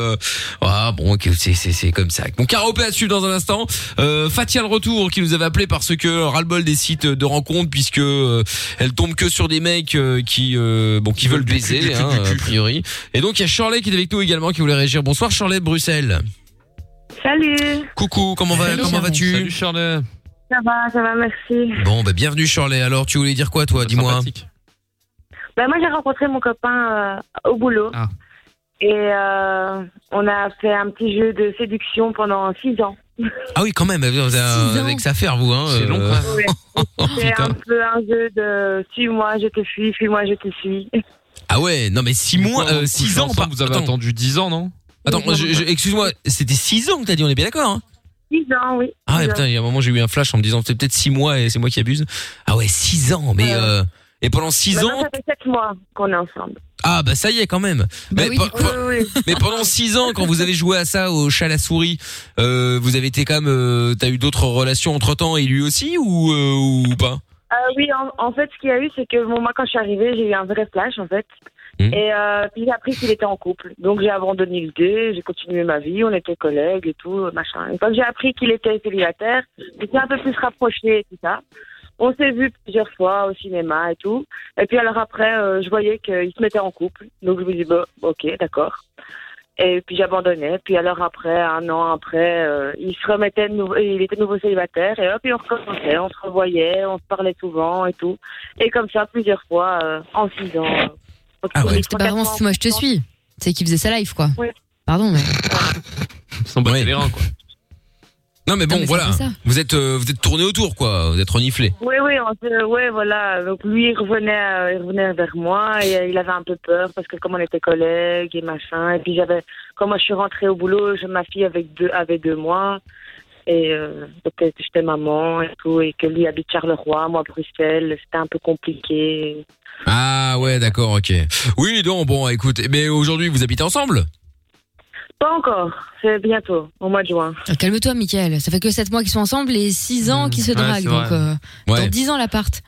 Ah bon, ok, c'est c'est c'est comme ça. Bon, caropé à suivre dans un instant. Euh, Fatia le retour qui nous avait appelé parce que ras-le-bol des sites de rencontres puisque euh, elle tombe que sur des mecs euh, qui euh, bon qui veulent baiser hein, a priori. Et donc il y a Shirley qui est avec nous également qui voulait réagir. Bonsoir Shirley de Bruxelles. Salut. Coucou, comment va Salut, comment Shirley. vas-tu Salut, Shirley. Ça va, ça va, merci. Bon, bah bienvenue Shirley. Alors, tu voulais dire quoi toi Dis-moi. Bah, moi, j'ai rencontré mon copain euh, au boulot. Ah. Et euh, on a fait un petit jeu de séduction pendant six ans. Ah oui, quand même. Vous avez, ans. avec ça à faire, vous. Hein, C'est long. Ouais. C'était un peu un jeu de suis-moi, je te suis, suis-moi, je te suis. Ah ouais. Non, mais 6 mois, 6 ans. Pas... Vous avez attendu 10 ans, non Attends, moi, je- je- excuse-moi. C'était 6 ans que t'as dit. On est bien d'accord. Hein Six ans, oui. ah ouais, Six ans. putain, il y a un moment j'ai eu un flash en me disant c'est peut-être 6 mois et c'est moi qui abuse. Ah ouais, 6 ans. Mais euh, et pendant 6 Maintenant, ans. Ça fait sept mois qu'on est ensemble. Ah bah ça y est quand même. mais, pe- pe- mais pendant 6 ans, quand vous avez joué à ça au chat à la souris, euh, vous avez été quand même. euh, T'as eu d'autres relations entre temps et lui aussi ou euh, ou pas Euh, oui, en, en fait, ce qu'il y a eu, c'est que bon, moi, quand je suis arrivée, j'ai eu un vrai flash, en fait. Et euh, puis j'ai appris qu'il était en couple. Donc j'ai abandonné l'idée, j'ai continué ma vie, on était collègues et tout, machin. Et quand j'ai appris qu'il était célibataire, j'étais un peu plus rapprochée et tout ça. On s'est vu plusieurs fois au cinéma et tout. Et puis alors après, euh, je voyais qu'il se mettait en couple. Donc je me dis, bah, ok, d'accord. Et puis j'abandonnais. Puis alors après, un an après, euh, il se remettait, de nouveau, il était de nouveau célibataire. Et hop, et on recommençait, on se revoyait, on se parlait souvent et tout. Et comme ça, plusieurs fois, euh, en six ans. euh, C'était pas vraiment moi je te suis. C'est qu'il faisait ça live quoi. Pardon mais. Sans battre les reins, quoi. Non, mais bon, mais c'est voilà. pour ça. Vous êtes, euh, vous êtes tourné autour, quoi. Vous êtes reniflé. Oui, oui, on se- ouais, voilà. Donc lui, il revenait, euh, il revenait vers moi et euh, il avait un peu peur parce que comme on était collègues et machin, et puis j'avais, quand moi je suis rentrée au boulot, je, ma fille avec deux, avait deux mois et euh, peut-être que j'étais maman et tout et que lui habite Charleroi, moi Bruxelles, c'était un peu compliqué. Ah ouais, d'accord, ok. Oui, donc bon, écoute, mais aujourd'hui vous habitez ensemble Pas encore, c'est bientôt, au mois de juin. Alors, Euh, Calme-toi Mickaël, ça fait que 7 mois qu'ils sont ensemble et 6 Mmh. ans qu'ils se ouais, draguent c'est donc vrai. euh, Ouais. dans 10 ans l'appart.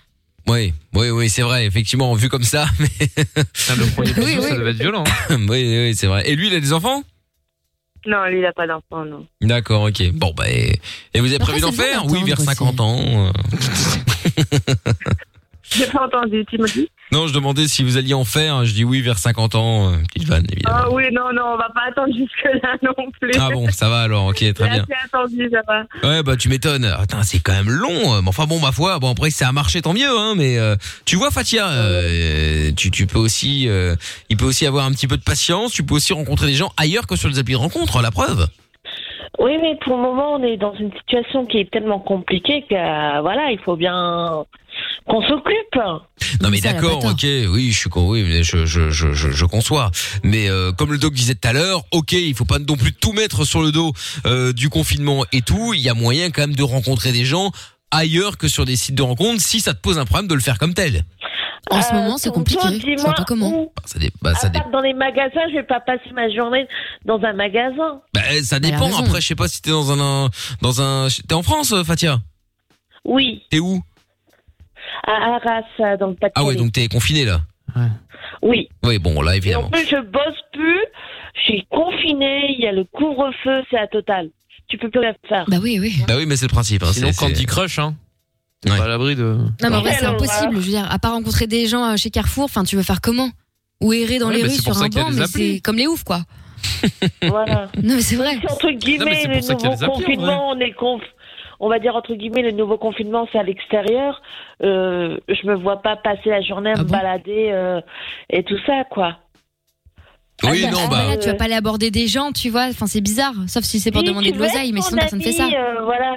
Oui, oui, oui, c'est vrai. Effectivement, vu comme ça, mais Ah, le premier bisou, Oui, oui. ça devait être violent. hein. oui, oui, c'est vrai. Et lui, il a des enfants Non, lui il a pas d'enfant, non. D'accord, ok. Bon, bah, et, et vous avez Après, prévu d'en ça devrait faire Oui, attendre vers aussi. 50 ans. euh. J'ai pas entendu, tu me dis non, je demandais si vous alliez en faire. Je dis oui, vers 50 ans. euh, Petite vanne, évidemment. Ah oui, non, non, on va pas attendre jusque là non plus. Ah bon, ça va alors, ok, très J'ai bien. assez attendu, ça va. Ouais, bah tu m'étonnes. Attends, c'est quand même long. euh, Mais enfin bon, ma foi. Bon après, ça a marché, tant mieux. Hein, mais euh, tu vois, Fatia, euh, tu, tu peux aussi, euh, il peut aussi avoir un petit peu de patience. Tu peux aussi rencontrer des gens ailleurs que sur les applis de rencontre. hein, La preuve. Oui, mais pour le moment, on est dans une situation qui est tellement compliquée que euh, voilà, il faut bien qu'on s'occupe. Non mais d'accord, ok, oui, je suis con, oui, mais je, je, je, je, je conçois. Mais euh, comme le doc disait tout à l'heure, ok, il faut pas non plus tout mettre sur le dos euh, du confinement et tout. Il y a moyen quand même de rencontrer des gens ailleurs que sur des sites de rencontres si ça te pose un problème de le faire comme tel. En ce moment, c'est compliqué. Euh, Dis-moi, Je vois pas comment. où, Bah, ça, dé- bah, ça Ah. à dé- part dans les magasins, je vais pas passer ma journée dans un magasin. Bah, ça dépend. raison. Après, je sais pas si t'es dans un, un- dans un. T'es en France, euh, Fatia Oui, T'es où à Arras, euh, dans le Pas-de-Calais. Ah ouais, donc t'es confiné là. Oui. Oui, bon, là évidemment. En plus, je bosse plus, je suis confinée, il y a le couvre-feu, c'est à total. Tu peux plus rien faire. Bah oui, oui. Bah oui, mais c'est le principe. Hein, Sinon, Candy Crush, hein. pas à l'abri de. Non mais en vrai c'est impossible, je veux dire, à part rencontrer des gens euh, chez Carrefour, enfin tu veux faire comment Ou errer dans Ouais, les mais rues c'est pour sur ça un qu'il y a banc, des mais applis. c'est comme les oufs quoi. Voilà. Non mais c'est vrai. C'est entre Non, mais guillemets c'est le pour ça qu'il y a nouveau des applis, en confinement, on est conf... on va dire entre guillemets le nouveau confinement, c'est à l'extérieur. Euh, je me vois pas passer la Ah journée à me balader euh, et tout ça quoi. Ah, Oui, non, bah. Là tu vas pas aller aborder des gens, tu vois, enfin c'est bizarre, sauf si c'est pour Oui, demander tu de veux être l'oseille, mais mon sinon personne fait ça. ami, euh, voilà.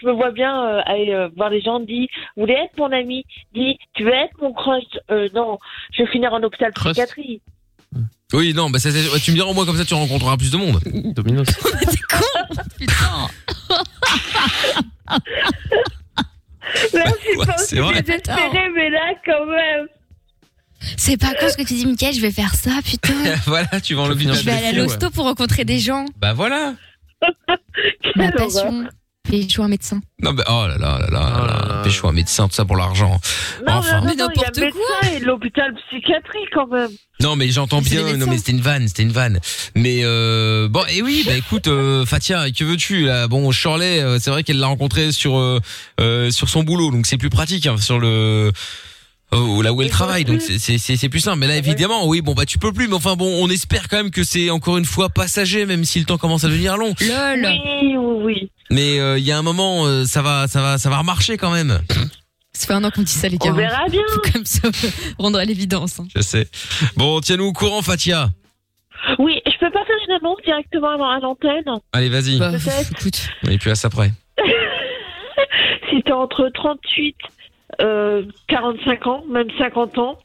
Je me vois bien euh, aller euh, voir les gens, dit Vous voulez être mon ami Dis Tu veux être mon crush Euh, Non, je vais finir en hôpital psychiatrie. Oui, non, bah ça, c'est- tu me diras au moins comme ça tu rencontreras plus de monde. Dominos. Là, je suis Ouais, pas aussi c'est vrai. désespérée, mais là, quand même. C'est pas con ce que tu dis, Mickaël, je vais faire ça, putain. voilà, tu vas en l'opinion. Je vais aller à l'hosto pour rencontrer des gens. Bah voilà. Ma passion. Et je suis un médecin. Non mais oh là là là là, là, là. pécho un médecin tout ça pour l'argent. Non, Enfin. mais, n'importe quoi. Et l'hôpital psychiatrique quand même. Non mais j'entends bien, non mais c'était une vanne, c'était une vanne. Mais euh, bon et oui, bah écoute euh, Fatia, que veux-tu là Bon Shirley, euh, c'est vrai qu'elle l'a rencontré sur euh, euh, sur son boulot, donc c'est plus pratique hein, sur le euh, là où elle travaille, donc c'est- c'est c'est- c'est plus simple. Mais là évidemment, oui, bon bah tu peux plus, mais enfin bon, on espère quand même que c'est encore une fois passager, même si le temps commence à devenir long. Lol. Oui, oui, oui. Mais euh, il y a un moment, euh, ça va, ça va, ça va remarcher quand même. Ça fait un an qu'on dit ça, les gars. On verra bien. Faut comme ça rendre à l'évidence. hein. Je sais. Bon, tiens-nous au courant, Fatia. Oui, je peux pas faire une annonce directement avant- à l'antenne. Allez, vas-y. Et puis à ça après. si t'es entre 38, euh, 45 ans, même 50 ans.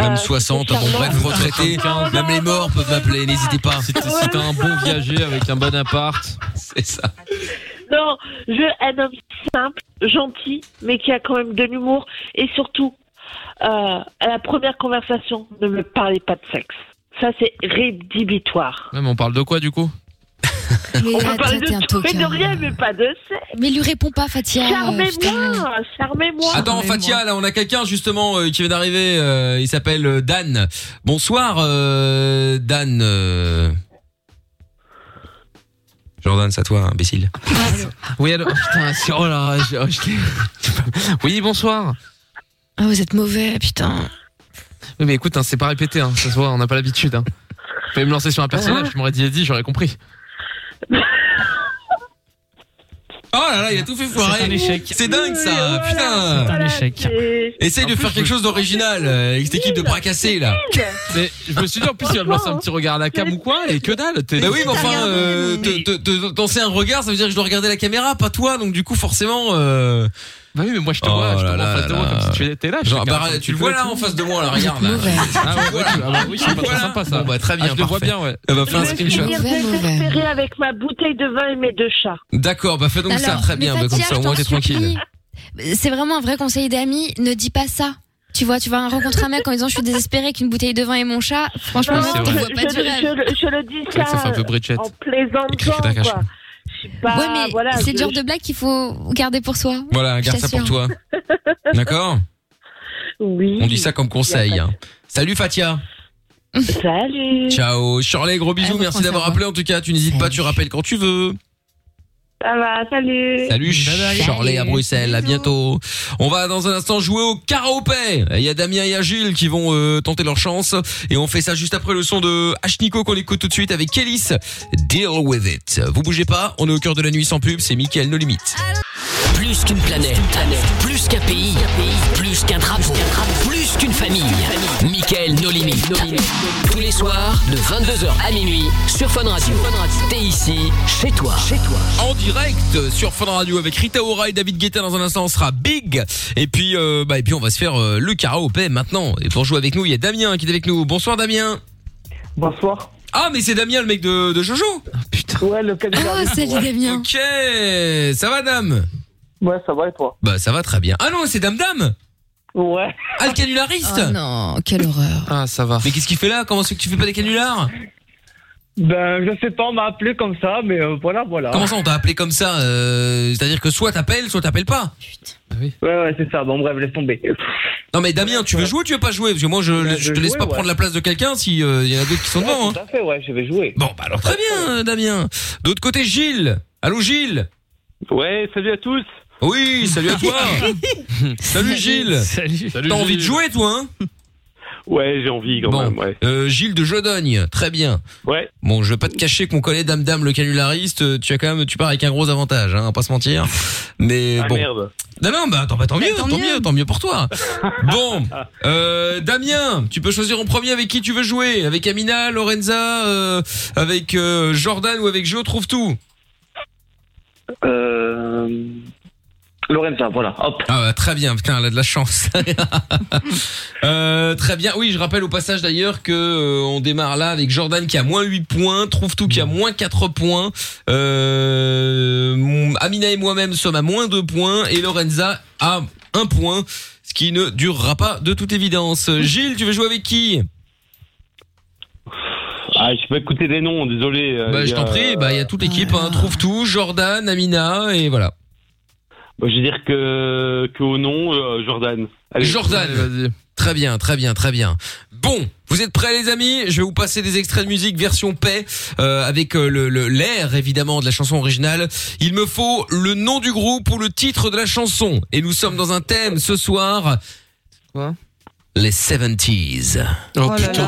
Même euh, 60, bon bref, retraité, même les morts peuvent m'appeler, n'hésitez pas. Si si t'as un bon viager avec un bon appart. C'est ça. Non, je veux un homme simple, gentil, mais qui a quand même de l'humour. Et surtout, euh, à la première conversation, ne me parlez pas de sexe. Ça, c'est rédhibitoire. Ouais, mais on parle de quoi du coup On peut là, parler toi, t'es un de tout et de tocard. rien, mais pas de sexe. Mais lui réponds pas, Fatia. Charmez-moi, charmez-moi. Attends, Fatia, là, on a quelqu'un justement euh, qui vient d'arriver, euh, il s'appelle euh, Dan. Bonsoir, euh, Dan. euh. Jordan, c'est à toi, imbécile. Oui, alors, putain, c'est- oh là, je- oh, je l'ai- Oui, bonsoir. Ah, vous êtes mauvais, putain. Oui, mais écoute, hein, c'est pas répété, hein, ça se voit, on n'a pas l'habitude. Hein. Je vais me lancer sur un personnage, tu m'aurais dit Eddie, j'aurais compris. Oh là là, il a tout fait foirer. C'est un échec. C'est dingue ça, putain. C'est un échec. Essaye de faire quelque chose d'original euh, avec cette équipe de bras cassés là. Mais je me suis dit, en plus, il va me lancer un petit regard à la cam ou quoi, et que dalle. t'es- Bah oui, mais enfin, euh, te- te- te danser un regard, ça veut dire que je dois regarder la caméra, pas toi, donc du coup, forcément. Euh... Oh Bah oui, mais moi je te vois, je te vois en face de moi, comme si tu étais là. je te Genre, regarde bah, un petit tu le peu, vois là tu- en face de moi, là, regarde là. Ah ouais, ouais, tu- ah bah oui, c'est pas très Voilà. sympa ça. Bon, bah, très bien, Ah, je le vois parfait. bien, ouais. Ah, bah, fais un screenshot. Désespéré avec ma bouteille de vin et mes deux chats. D'accord, bah fais donc ça, Alors, très bien, mais bah, comme Fatia, ça au moins je t'es t'en tranquille. supplie, C'est vraiment un vrai conseil d'ami, ne dis pas ça. Tu vois, tu vas rencontrer un mec en disant je suis désespérée avec une bouteille de vin et mon chat. Franchement, Non, tu je, vois pas je- du rêve. je le- je le dis C'est ça, vrai que ça fait un peu Bridget. en plaisantant, Écrit à Cache. quoi. Je suis pas- ouais, mais voilà, c'est je- le genre de blague qu'il faut garder pour soi. Voilà, garde Je ça pour t'assure. toi. D'accord Oui. On dit ça comme conseil. hein. Salut Fatia. Salut. Ciao. Shirley, gros bisous, merci d'avoir appelé en tout cas. Tu n'hésites pas, tu rappelles quand tu veux. Ça va, salut. Salut Charlet à Bruxelles, à bientôt. On va dans un instant jouer au karaopé. Il y a Damien et à Jules qui vont euh, tenter leur chance et on fait ça juste après le son de Hnico qu'on écoute tout de suite avec Kélis. Deal with it. Vous bougez pas, on est au cœur de la nuit sans pub, c'est Mickaël No Limite. Plus qu'une planète, plus qu'un pays, plus qu'un drapeau, plus qu'une famille. Michael No Limit. Tous les soirs, de 22h à minuit, sur Fun Radio. T'es ici, chez toi. Chez toi. En direct sur Fun Radio avec Rita Ora et David Guetta dans un instant on sera big et puis euh, bah et puis on va se faire euh, le karaopé maintenant et pour jouer avec nous il y a Damien qui est avec nous bonsoir Damien bonsoir ah mais c'est Damien le mec de, de Jojo putain ouais le Ah, salut, ouais. Damien. ok ça va Dame ouais ça va et toi bah ça va très bien ah non c'est Dame Dame ouais ah le canulariste Oh non, quelle horreur. Ah, ça va. mais qu'est-ce qu'il fait là comment c'est que tu fais pas des canulars Ben, je sais pas, on m'a appelé comme ça, mais euh, voilà, voilà. comment ça on t'a appelé comme ça euh, c'est à dire que soit t'appelles soit t'appelles pas Bah Ouais, ouais, c'est ça. Bon, bref, laisse tomber. non mais Damien tu veux jouer ou tu veux pas jouer parce que moi je, je te veux laisse jouer, pas ouais. prendre la place de quelqu'un si euh, il y en a d'autres qui sont Ouais, devant hein. Tout à fait, ouais, je vais jouer. Bon, bah alors très bien, Damien. D'autre côté, Gilles. Allô, Gilles. Ouais, salut à tous. Oui, salut à toi. salut, Gilles. Salut. T'as envie de jouer, toi, hein Ouais, j'ai envie quand même, ouais. Euh, Gilles de Jodogne, très bien. Ouais. Bon, je vais pas te cacher qu'on connaît Dame Dame le canulariste. euh, Tu as quand même, tu pars avec un gros avantage, hein, on va pas se mentir. Mais Ah, bon. merde. Non, non, bah, attends, bah, tant mieux, tant, tant mieux. tant mieux pour toi. bon, euh, Damien, tu peux choisir en premier avec qui tu veux jouer, avec Amina, Lorenza, euh, avec euh, Jordan ou avec Joe, trouve tout. Euh... Lorenza, voilà, hop. Ah bah, très bien, putain, elle a de la chance. Euh, très bien, oui, je rappelle au passage d'ailleurs que euh, on démarre là avec Jordan qui a moins 8 points, trouve tout qui a moins 4 points, euh, mon- Amina et moi-même sommes à moins 2 points et Lorenza a 1 point. ce qui ne durera pas de toute évidence. Gilles, tu veux jouer avec qui Ah, je peux écouter des noms, désolé. euh, Bah, il y je a- t'en prie, bah, il y a toute l'équipe, hein, trouve tout, Jordan, Amina, et voilà. Bah, je vais dire que, que au nom, euh, Jordan. Allez. Jordan, Très bien, très bien, très bien. Bon, vous êtes prêts les amis Je vais vous passer des extraits de musique version paix euh, avec euh, le le- l'air évidemment de la chanson originale. Il me faut le nom du groupe ou le titre de la chanson. Et nous sommes dans un thème ce soir. Quoi Les 70s. Oh putain.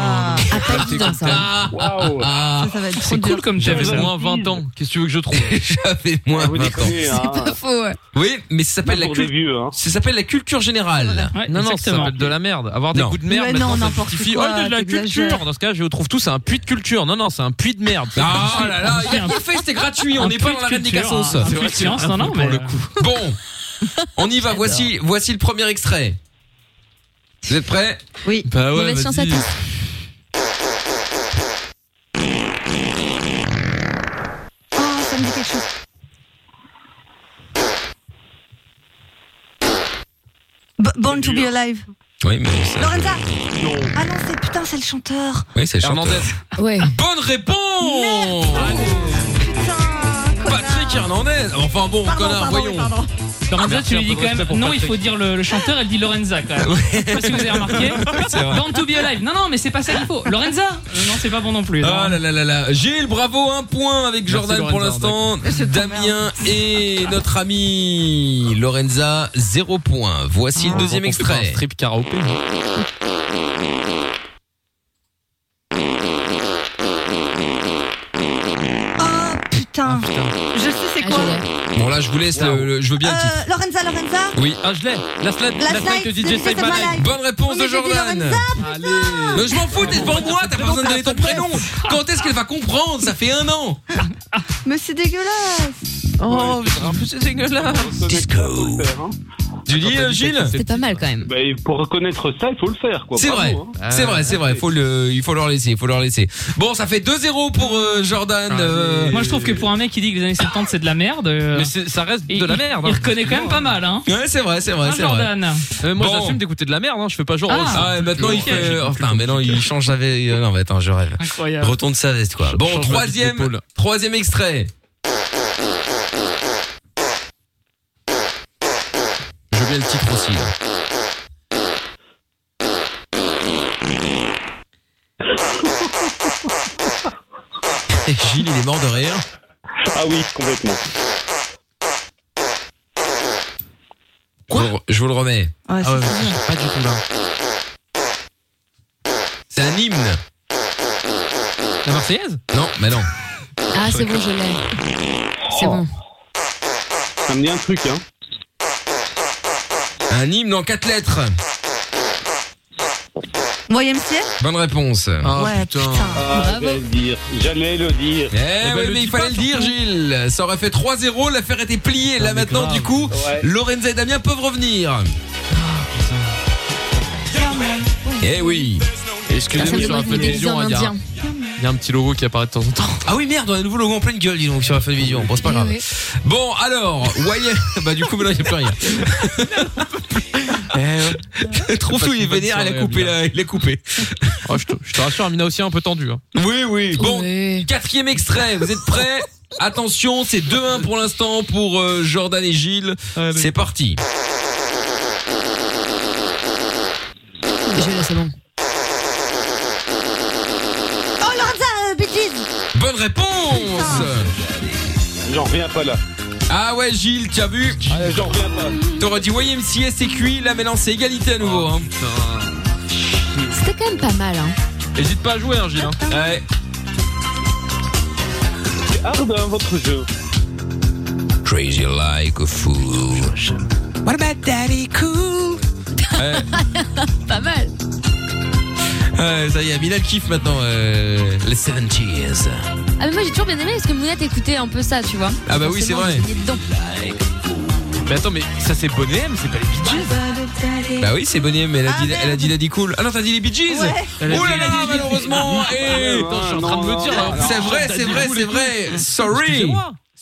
Ah, ah, ça va être C'est cool comme j'avais moins 20 ans. Qu'est-ce que tu veux que je trouve J'avais moins 20 ans. Ah. Faux, ouais. Oui, mais ça s'appelle la, pour cul- ça s'appelle la culture générale. non, non, ça s'appelle de la merde. Avoir des Non. goûts de merde, Mais maintenant, non, ça n'importe justifie. quoi, oh, il y a de la t'exagères. culture. Dans ce cas, je trouve tout, c'est un puits de culture. Non, non, c'est un puits de merde. Ah là là, il a rien fait, c'était gratuit, on Un n'est pas puits dans de la reine des culture, cassos. un- un puits de science, non, non, pour mais- le coup. Bon, on y va, voici, voici le premier extrait. Vous êtes prêts Oui. Bah ouais, Mauvaise science à vas-y. tous. Oh, ça me dit quelque chose. B- Born to be alive. Oui, mais Lorenza Ah non, c'est putain, c'est le chanteur. Ah Oui, c'est Hernandez. Ouais. Bonne réponse Oh, Patrick Hernandez Enfin bon, connard, voyons. Lorenza, Merci tu lui un dis peu quand de respect même. pour Non, il Patrick. faut dire le, le chanteur, elle dit Lorenza quand même. Je sais pas si vous avez remarqué. C'est vrai. Born to be alive. Non, non, mais c'est pas ça qu'il faut. Lorenza Euh, Non, c'est pas bon non plus. Ah là là là là. Gilles, bravo, un point avec Merci, Jordan pour Lorenza, l'instant. Damien et notre ami Lorenza, zéro point. Voici le deuxième on fait pas un extrait. strip karaoké. Oh putain. Ah, Je sais Ah, c'est quoi. Bon là, je vous laisse. le- le- je veux bien le titre. Euh, Lorenza, Lorenza Oui, ah je l'ai. La slide, La la slide slide de de DJ Save My Life. Life. Bonne réponse Mais de j'ai dit Jordan. Lorenza, Allez. Mais je m'en fous, t'es devant moi, t'as pas besoin de donner ton prénom. Quand est-ce qu'elle va comprendre Ça fait un an. Mais c'est dégueulasse. Oh, c'est dégueulasse. Disco. hein. Tu dis euh, Gilles C'est pas mal quand même. Bah, et pour reconnaître ça, il faut le faire, quoi. C'est Bravo, vrai, Ah. hein. c'est vrai, c'est Ah, vrai. Faut le, il faut leur laisser, il faut leur laisser. Bon, ça fait 2-0 pour euh, Ah, Jordan. euh, Moi, je trouve que pour un mec qui dit que les années 70 c'est de la merde. Mais ça reste de la merde, Il hein. reconnaît quand même pas mal, hein. Ouais, c'est vrai, c'est vrai, Hein, c'est vrai. Jordan Euh, moi, Bon. j'assume d'écouter de la merde. Hein. Je fais pas genre. Ah. oh, c'est- Ah, et maintenant il Ok, fait. j'ai compris. Enfin, maintenant il change sa veste. euh, Non, mais attends, je rêve. Incroyable. Retourne sa veste, quoi. Bon, Change la petite troisième, épaule. troisième extrait. Je veux bien le titre aussi. Et Gilles, il est mort de rire. Ah oui, complètement. je, vous, je vous le remets. Ouais, Ah ouais, pas du tout là. C'est un hymne. La Marseillaise Non, mais non. Ah, c'est bon, je l'ai. C'est bon. Ça me dit un truc, hein. Un hymne en quatre lettres. Moyen ciel Bonne réponse. Ah, Ouais, putain. putain. Ah, j'allais le dire. J'allais le dire. Eh oui, mais il fallait le dire, Gilles. Ça aurait fait 3-0, l'affaire était pliée. Ah, Là maintenant, du coup, Lorenza et Damien peuvent revenir. Eh oui. Excusez-moi sur la télévision, il y, a- il y a un petit logo qui apparaît de temps en temps. Eh Ah oui, merde, on a un nouveau logo en pleine gueule, dis donc, sur la fin de vision. Bon, c'est pas grave. Eh Bon, alors, Wyatt. bah, du coup, maintenant, il n'y a plus rien. Eh, ouais. Trouve tout, il est vénère, elle a coupé là, il a coupé. Oh, je, te, je te rassure, Amina aussi est un peu tendue. Hein. Oui, oui. Bon, quatrième extrait, vous êtes prêts Attention, c'est 2-1 pour l'instant pour euh, Jordan et Gilles. C'est parti. bah. Je l'ai, c'est bon. Oh, Lorenza, euh, Bee Gees. Bonne réponse Ah. J'en reviens pas là. Ah ouais Gilles, tu as vu J'en reviens pas. T'aurais dit YMCA c'est cuit, là maintenant c'est égalité à nouveau. Oh, hein. C'était quand même pas mal, hein. Hésite pas à jouer, hein, Gilles. hein. Ah Ouais. C'est hard, hein, votre jeu. Crazy like a fool. What about daddy cool? Ouais, pas mal. ouais, ça y est, Amina le kiffe maintenant euh, les 70s. Ah, mais moi j'ai toujours bien aimé parce que Mounette écoutait un peu ça, tu vois. Ah bah oui, c'est Forcément, vrai. j'ai baigné dedans. Mais attends, mais ça c'est Bonnet M, c'est pas les Bee Gees. Bah oui, c'est Bonnie, mais elle a, dit, elle a dit Daddy Cool. Ah non, t'as dit les Bee Gees Elle a Oh là dit là, les Bee Gees. malheureusement Ah, eh, hein. Attends, je suis en train de me dire. C'est vrai, c'est vrai, c'est vrai. Sorry.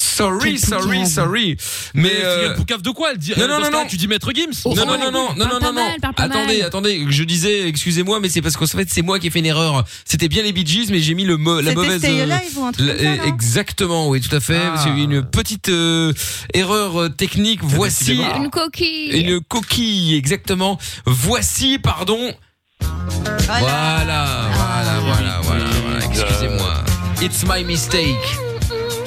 Sorry, Quel sorry, poucave. sorry. Mais Mais euh, le poucave de quoi elle dit Non, non, dans ce non, cas-là, non. Tu dis maître Gims non, non, non, non, non, non, non, Attendez, attendez. Je disais, excusez-moi, mais c'est parce qu'en fait, c'est moi qui ai fait une erreur. C'était bien les Bee Gees, mais j'ai mis le mo- la C'était mauvaise. euh, Stay Alive ou un truc la- eh, comme ça, non exactement, oui, tout à fait. Ah. Parce qu'il y a eu une petite euh, erreur euh, technique. Voici Une coquille. une coquille, exactement. Voici, pardon. Voilà, voilà, voilà, voilà, voilà. Excusez-moi. It's my mistake.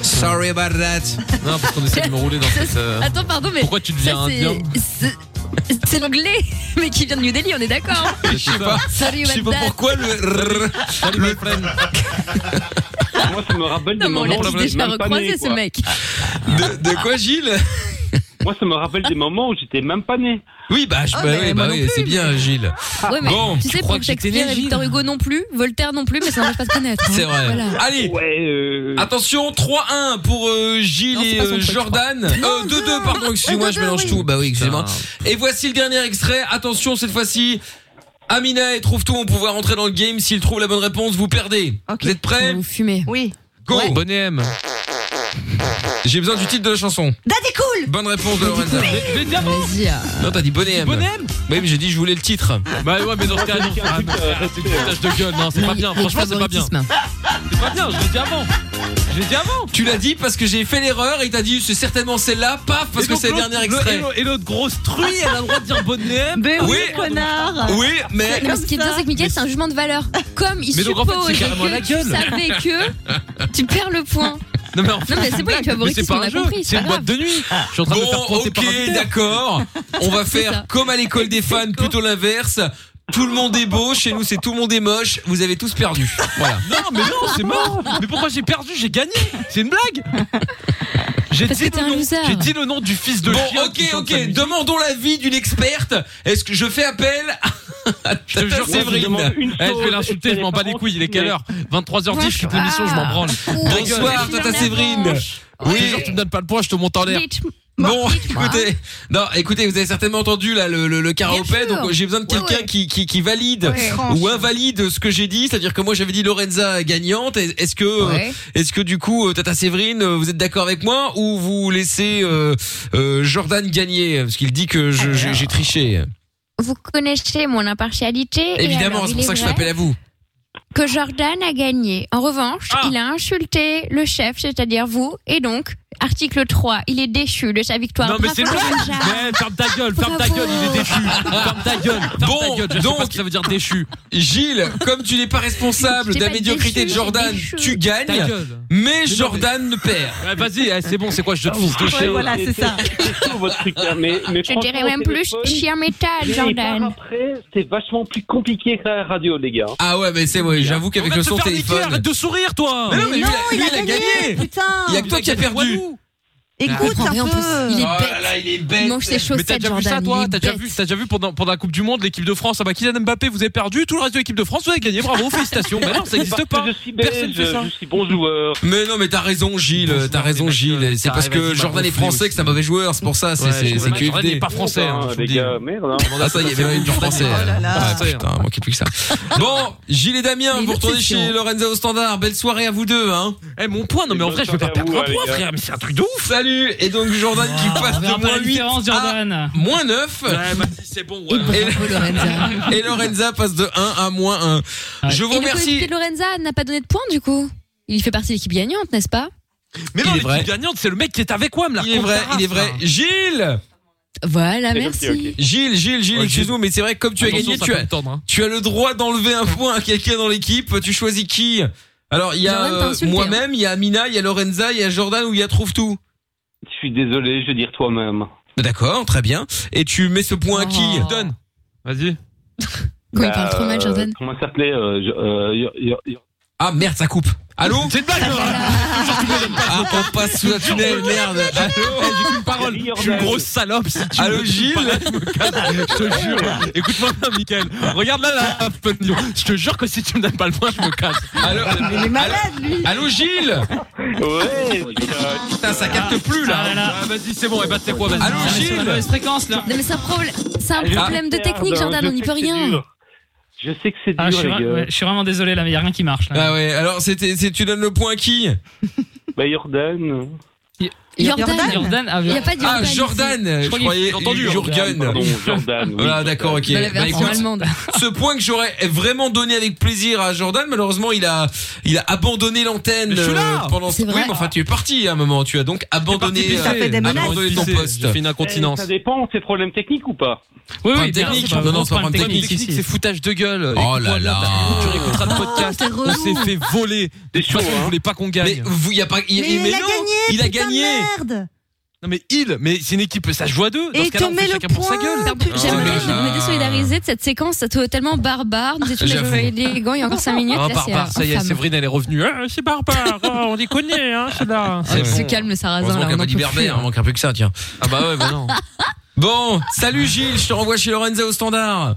Sorry about that. Non, parce qu'on essaie de me rouler dans cette. euh, Attends, pardon, mais. Pourquoi tu deviens ça, c'est- indien c'est- C'est l'anglais, mais qui vient de New Delhi, on est d'accord. Je sais pas. Sorry, Je sais what pas that. pourquoi le. le- Moi, ça me rappelle Non, des mais on moments. l'a tous déjà recroisé, ce mec. De, de quoi, Gilles Moi, ça me rappelle des moments où j'étais même pas né. Oui, bah, je- Ah, bah mais oui, moi bah non oui, plus, Ah. c'est bien, Gilles. Ouais, mais Bon, tu tu sais, crois pour que Shakespeare et Victor Hugo non plus, Voltaire non plus, mais ça n'empêche pas de connaître. hein. C'est vrai. Voilà. Allez. Attention, 3-1 pour euh, Gilles et euh, Jordan. Euh, 2-2, pardon, excusez-moi, je mélange tout. Bah oui, excusez-moi. Et voici le dernier extrait. Attention, cette fois-ci. Amina et trouve tout, on pourra rentrer dans le game. S'il trouve la bonne réponse, vous perdez. Vous êtes prêts Vous fumez. Oui. Go Bonnet M. J'ai besoin du titre de la chanson. Daddy Cool Bonne réponse de Lorenza. Vas-y. euh, Non, t'as dit Bonnet M. Bonnet M Oui, mais j'ai dit je voulais le titre. Bah ouais, mais dans ce cas-là, non. Ah, mais C'est une tâche de gueule, non, c'est pas bien. Franchement, c'est pas bien. C'est pas bien, je l'ai dit avant. Je l'ai dit avant. Tu l'as dit parce que j'ai fait l'erreur et t'as dit c'est certainement celle-là, paf, parce Et que donc, c'est le l'autre- dernier extrait. et l'autre- Et l'autre grosse truie, elle a le droit de dire bonnet M. Mais oui, Oui. connard Oui, mais. Non, mais ce qui est bien, c'est que Mickaël, c'est un jugement de valeur. Comme il Mais suppose donc, en fait, c'est carrément que la tu gueule. savais que tu perds le point. Non, mais en fait, Non, mais c'est bon, blague. il favorise, Mais on un a jeu, compris. C'est une boîte de nuit. Je suis en train de me faire Bon, planter par un ok, d'accord. On va faire comme à l'école des fans, plutôt l'inverse. Tout le monde est beau, chez nous c'est tout le monde est moche, vous avez tous perdu. Voilà. Non, mais non, c'est mort. Mais pourquoi j'ai perdu J'ai gagné. C'est une blague. J'ai Parce dit, que t'es un le nom- loser. j'ai dit le nom du fils de Bon, chien ok, qui chante sa ok, musique. demandons l'avis d'une experte. Est-ce que je fais appel à Je te jure, Séverine. Eh, je vais l'insulter, je m'en bats les couilles. Il est quelle heure 23h10, je quitte l'émission, je m'en branle. Bonsoir, Dégueule. Tata Séverine. Oui. Je te jure, tu me donnes pas le poids, je te monte hein. en l'air. Bon, écoutez, non, écoutez, vous avez certainement entendu là le, le, le karaopé, sûr. donc j'ai besoin de quelqu'un qui, qui, qui valide Ouais. Tranche. ou invalide ce que j'ai dit, c'est-à-dire que moi j'avais dit Lorenza gagnante. Est- Est-ce que, euh, Ouais. est-ce que du coup, euh, Tata Séverine, euh, vous êtes d'accord avec moi ou vous laissez euh, euh, Jordan gagner parce qu'il dit que je- je- j'ai triché. Vous connaissez mon impartialité. et Évidemment, alors, il c'est pour est ça que je vrai m'appelle à vous. Que Jordan a gagné. En revanche, Ah. il a insulté le chef, c'est-à-dire vous, et donc, article 3, il est déchu de sa victoire. Non, mais c'est Bravo, vrai. Jean-Jacques. Mais ferme ta gueule, ferme ta gueule, il est déchu. Ferme ta gueule, ferme ta Bon, gueule. Je sais pas donc- ce que ça veut dire déchu. Gilles, comme tu n'es pas responsable Je t'ai de la pas médiocrité déchu, de j'ai Jordan, déchu. tu Ta gagnes, gueule. mais Jordan ne perd. Ouais, Vas-y, eh, c'est bon, c'est quoi ce jeu de fils de Ouais, chien voilà, c'est ça. votre truc là, mais, mais Je dirais franchement, même au plus téléphone, chien métal, mais par Jordan. Après, c'est vachement plus compliqué que la radio, les gars. Ah ouais, mais c'est ouais, j'avoue On qu'avec va le te son faire niquer, téléphone. arrête de sourire, toi Mais non, mais lui, Non, il a- lui, il a gagné Putain Il y a que toi qui as perdu. Écoute Ah, mais en un plus, il peu est- Oh bête. là là, il est Il bête. mange ses Mais t'as chaussettes, déjà vu ça, Jordan. toi il est T'as déjà bête. vu, t'as déjà vu pendant, pendant la Coupe du Monde, l'équipe de France, ah bah Kylian Mbappé, vous avez perdu, tout le reste de l'équipe de France, vous avez gagné, bravo, félicitations. Mais non, ça n'existe Parce pas. que Je suis Personne belge, fait ça. je suis bon joueur. Mais non, mais t'as raison, Gilles. T'as raison, Gilles. C'est parce que Vas-y, Jordan Margot est français Fleury que c'est un mauvais joueur. C'est pour ça. C'est Ouais, c'est- c'est Jordan- Jordan QFD. n'est pas français, hein, Putain, je vous le les dis. gars, merde. hein. Ah, ça y est, il y avait une du français. Oh là là. Ouais, putain, manquait plus que ça. Bon, Gilles et Damien, Mais vous retournez l'obsession. chez Lorenzo au standard. Belle soirée à vous deux, hein. Eh, mon point, non, mais en vrai, je vais pas Bonne soirée perdre à un vous, les point, gars. frère, mais c'est un truc de ouf. Ah, Salut. Et donc, Jordan qui passe On verra de pas moins la 8 différence, à Jordan. moins 9. Ouais, vas-y, c'est bon, Et ouais. bravo, Lorenza. Et Lorenza passe de 1 à moins 1. Je vous Et le coéquipier remercie. de Lorenza n'a pas donné de points, du coup. Il fait partie de l'équipe gagnante, n'est-ce pas Mais Il est non, vrai. l'équipe gagnante, c'est le mec qui est avec moi, me la Il est vrai, raconte, il est vrai. Raph, là. Gilles! Voilà, Ah, C'est merci. gentil, ok. Gilles, Gilles, Gilles, Ouais, Gilles. excuse-nous, mais c'est vrai que comme tu as Attention, gagné, ça tu peut as, me tendre, hein. Tu as le droit d'enlever un point à quelqu'un dans l'équipe. Tu choisis qui Alors, il y a Jordan t'a euh, insulté, moi-même, il y a Amina, il y a Lorenza, il y a Jordan ou il y a Trouve Tout. Je suis désolé, je vais dire toi-même. D'accord, très bien. Et tu mets ce point à qui Oh. Donne. Vas-y. Quand il Bah, parle trop mal, euh, Jordan. Comment ça s'appelait euh, je- euh, yo- yo- yo- Ah merde, ça coupe. Allô C'est une blague, Ah, on passe sous la tunnel, merde. Eh, Allô J'ai qu'une parole. Je suis une grosse salope, si tu Allô veux. Gilles Je te jure. Écoute-moi bien, Michael. Regarde là, là, je te jure que si tu me donnes pas le point, je me casse. Allô, Il est malade, lui Allô, Gilles Ouais, putain. Putain, ça capte plus Ah là. là là. Ah, vas-y, c'est bon, et bah, tu sais quoi, vas-y. Allô, On est sur la Gilles mauvaise fréquence, là. Non, mais c'est un, problème- c'est un Je problème de sais que technique, c'est hard, Jordan, je on n'y sais peut que c'est rien. dur. Je sais que c'est dur, Ah, je, suis les vra- ouais, gars. je suis vraiment désolé, Ah là, mais y a rien qui marche. Là. Ah ouais, alors c'était, c'est- tu donnes le point à qui Bah, Jordan. Jordan. Jordan. ah, Il y a pas Ah, Jordan ici. Jordan Je Je croyais- croyais j'ai entendu, Jürgen. Jordan, pardon, Jordan, oui. Voilà, d'accord, ok. Bah, Bah, Dans la version allemande. ce point que j'aurais vraiment donné avec plaisir à Jordan, malheureusement, il a, il a abandonné l'antenne Mais je suis là. euh, pendant ce C'est vrai. Oui, mais enfin, tu es parti à un moment. Tu as donc abandonné, parti euh, pisser. Ça fait des menaces. abandonné ton Pisser. poste. J'ai fait une incontinence. Eh, Ça dépend, c'est problème technique ou pas oui, Problème bien, technique. c'est pas Non, non, vraiment c'est pas problème problème technique. technique, C'est c'est foutage de gueule. Oh là là. Tu réécouteras le podcast. On s'est fait voler. Des choses hein vous voulez pas qu'on Mais gagne. vous, y a pas, y- Mais il mais a non, gagné, il a putain de gagné. Merde. Non mais il, mais c'est une équipe, ça joue à deux. Dans ce Et il cas-là, te on met fait le chacun pour sa point. gueule. Ah, T'as- J'aimerais me désolidariser de cette séquence totalement barbare. Nous étions J'avoue. déjà élégants il y a encore 5 minutes. Ah, là, c'est barbare, ça y est, infâme. Séverine, elle est revenue. Ah, c'est barbare, oh, on les connaît, hein, c'est là. C'est Se bon. Ah, calme le sarrasin, Heureusement là. qu'elle on en m'a dit peut Berbet, plus, hein, on manquera plus que ça, tiens. Ah bah ouais, bah non. Bon, salut Gilles, je te renvoie chez Lorenzo au standard.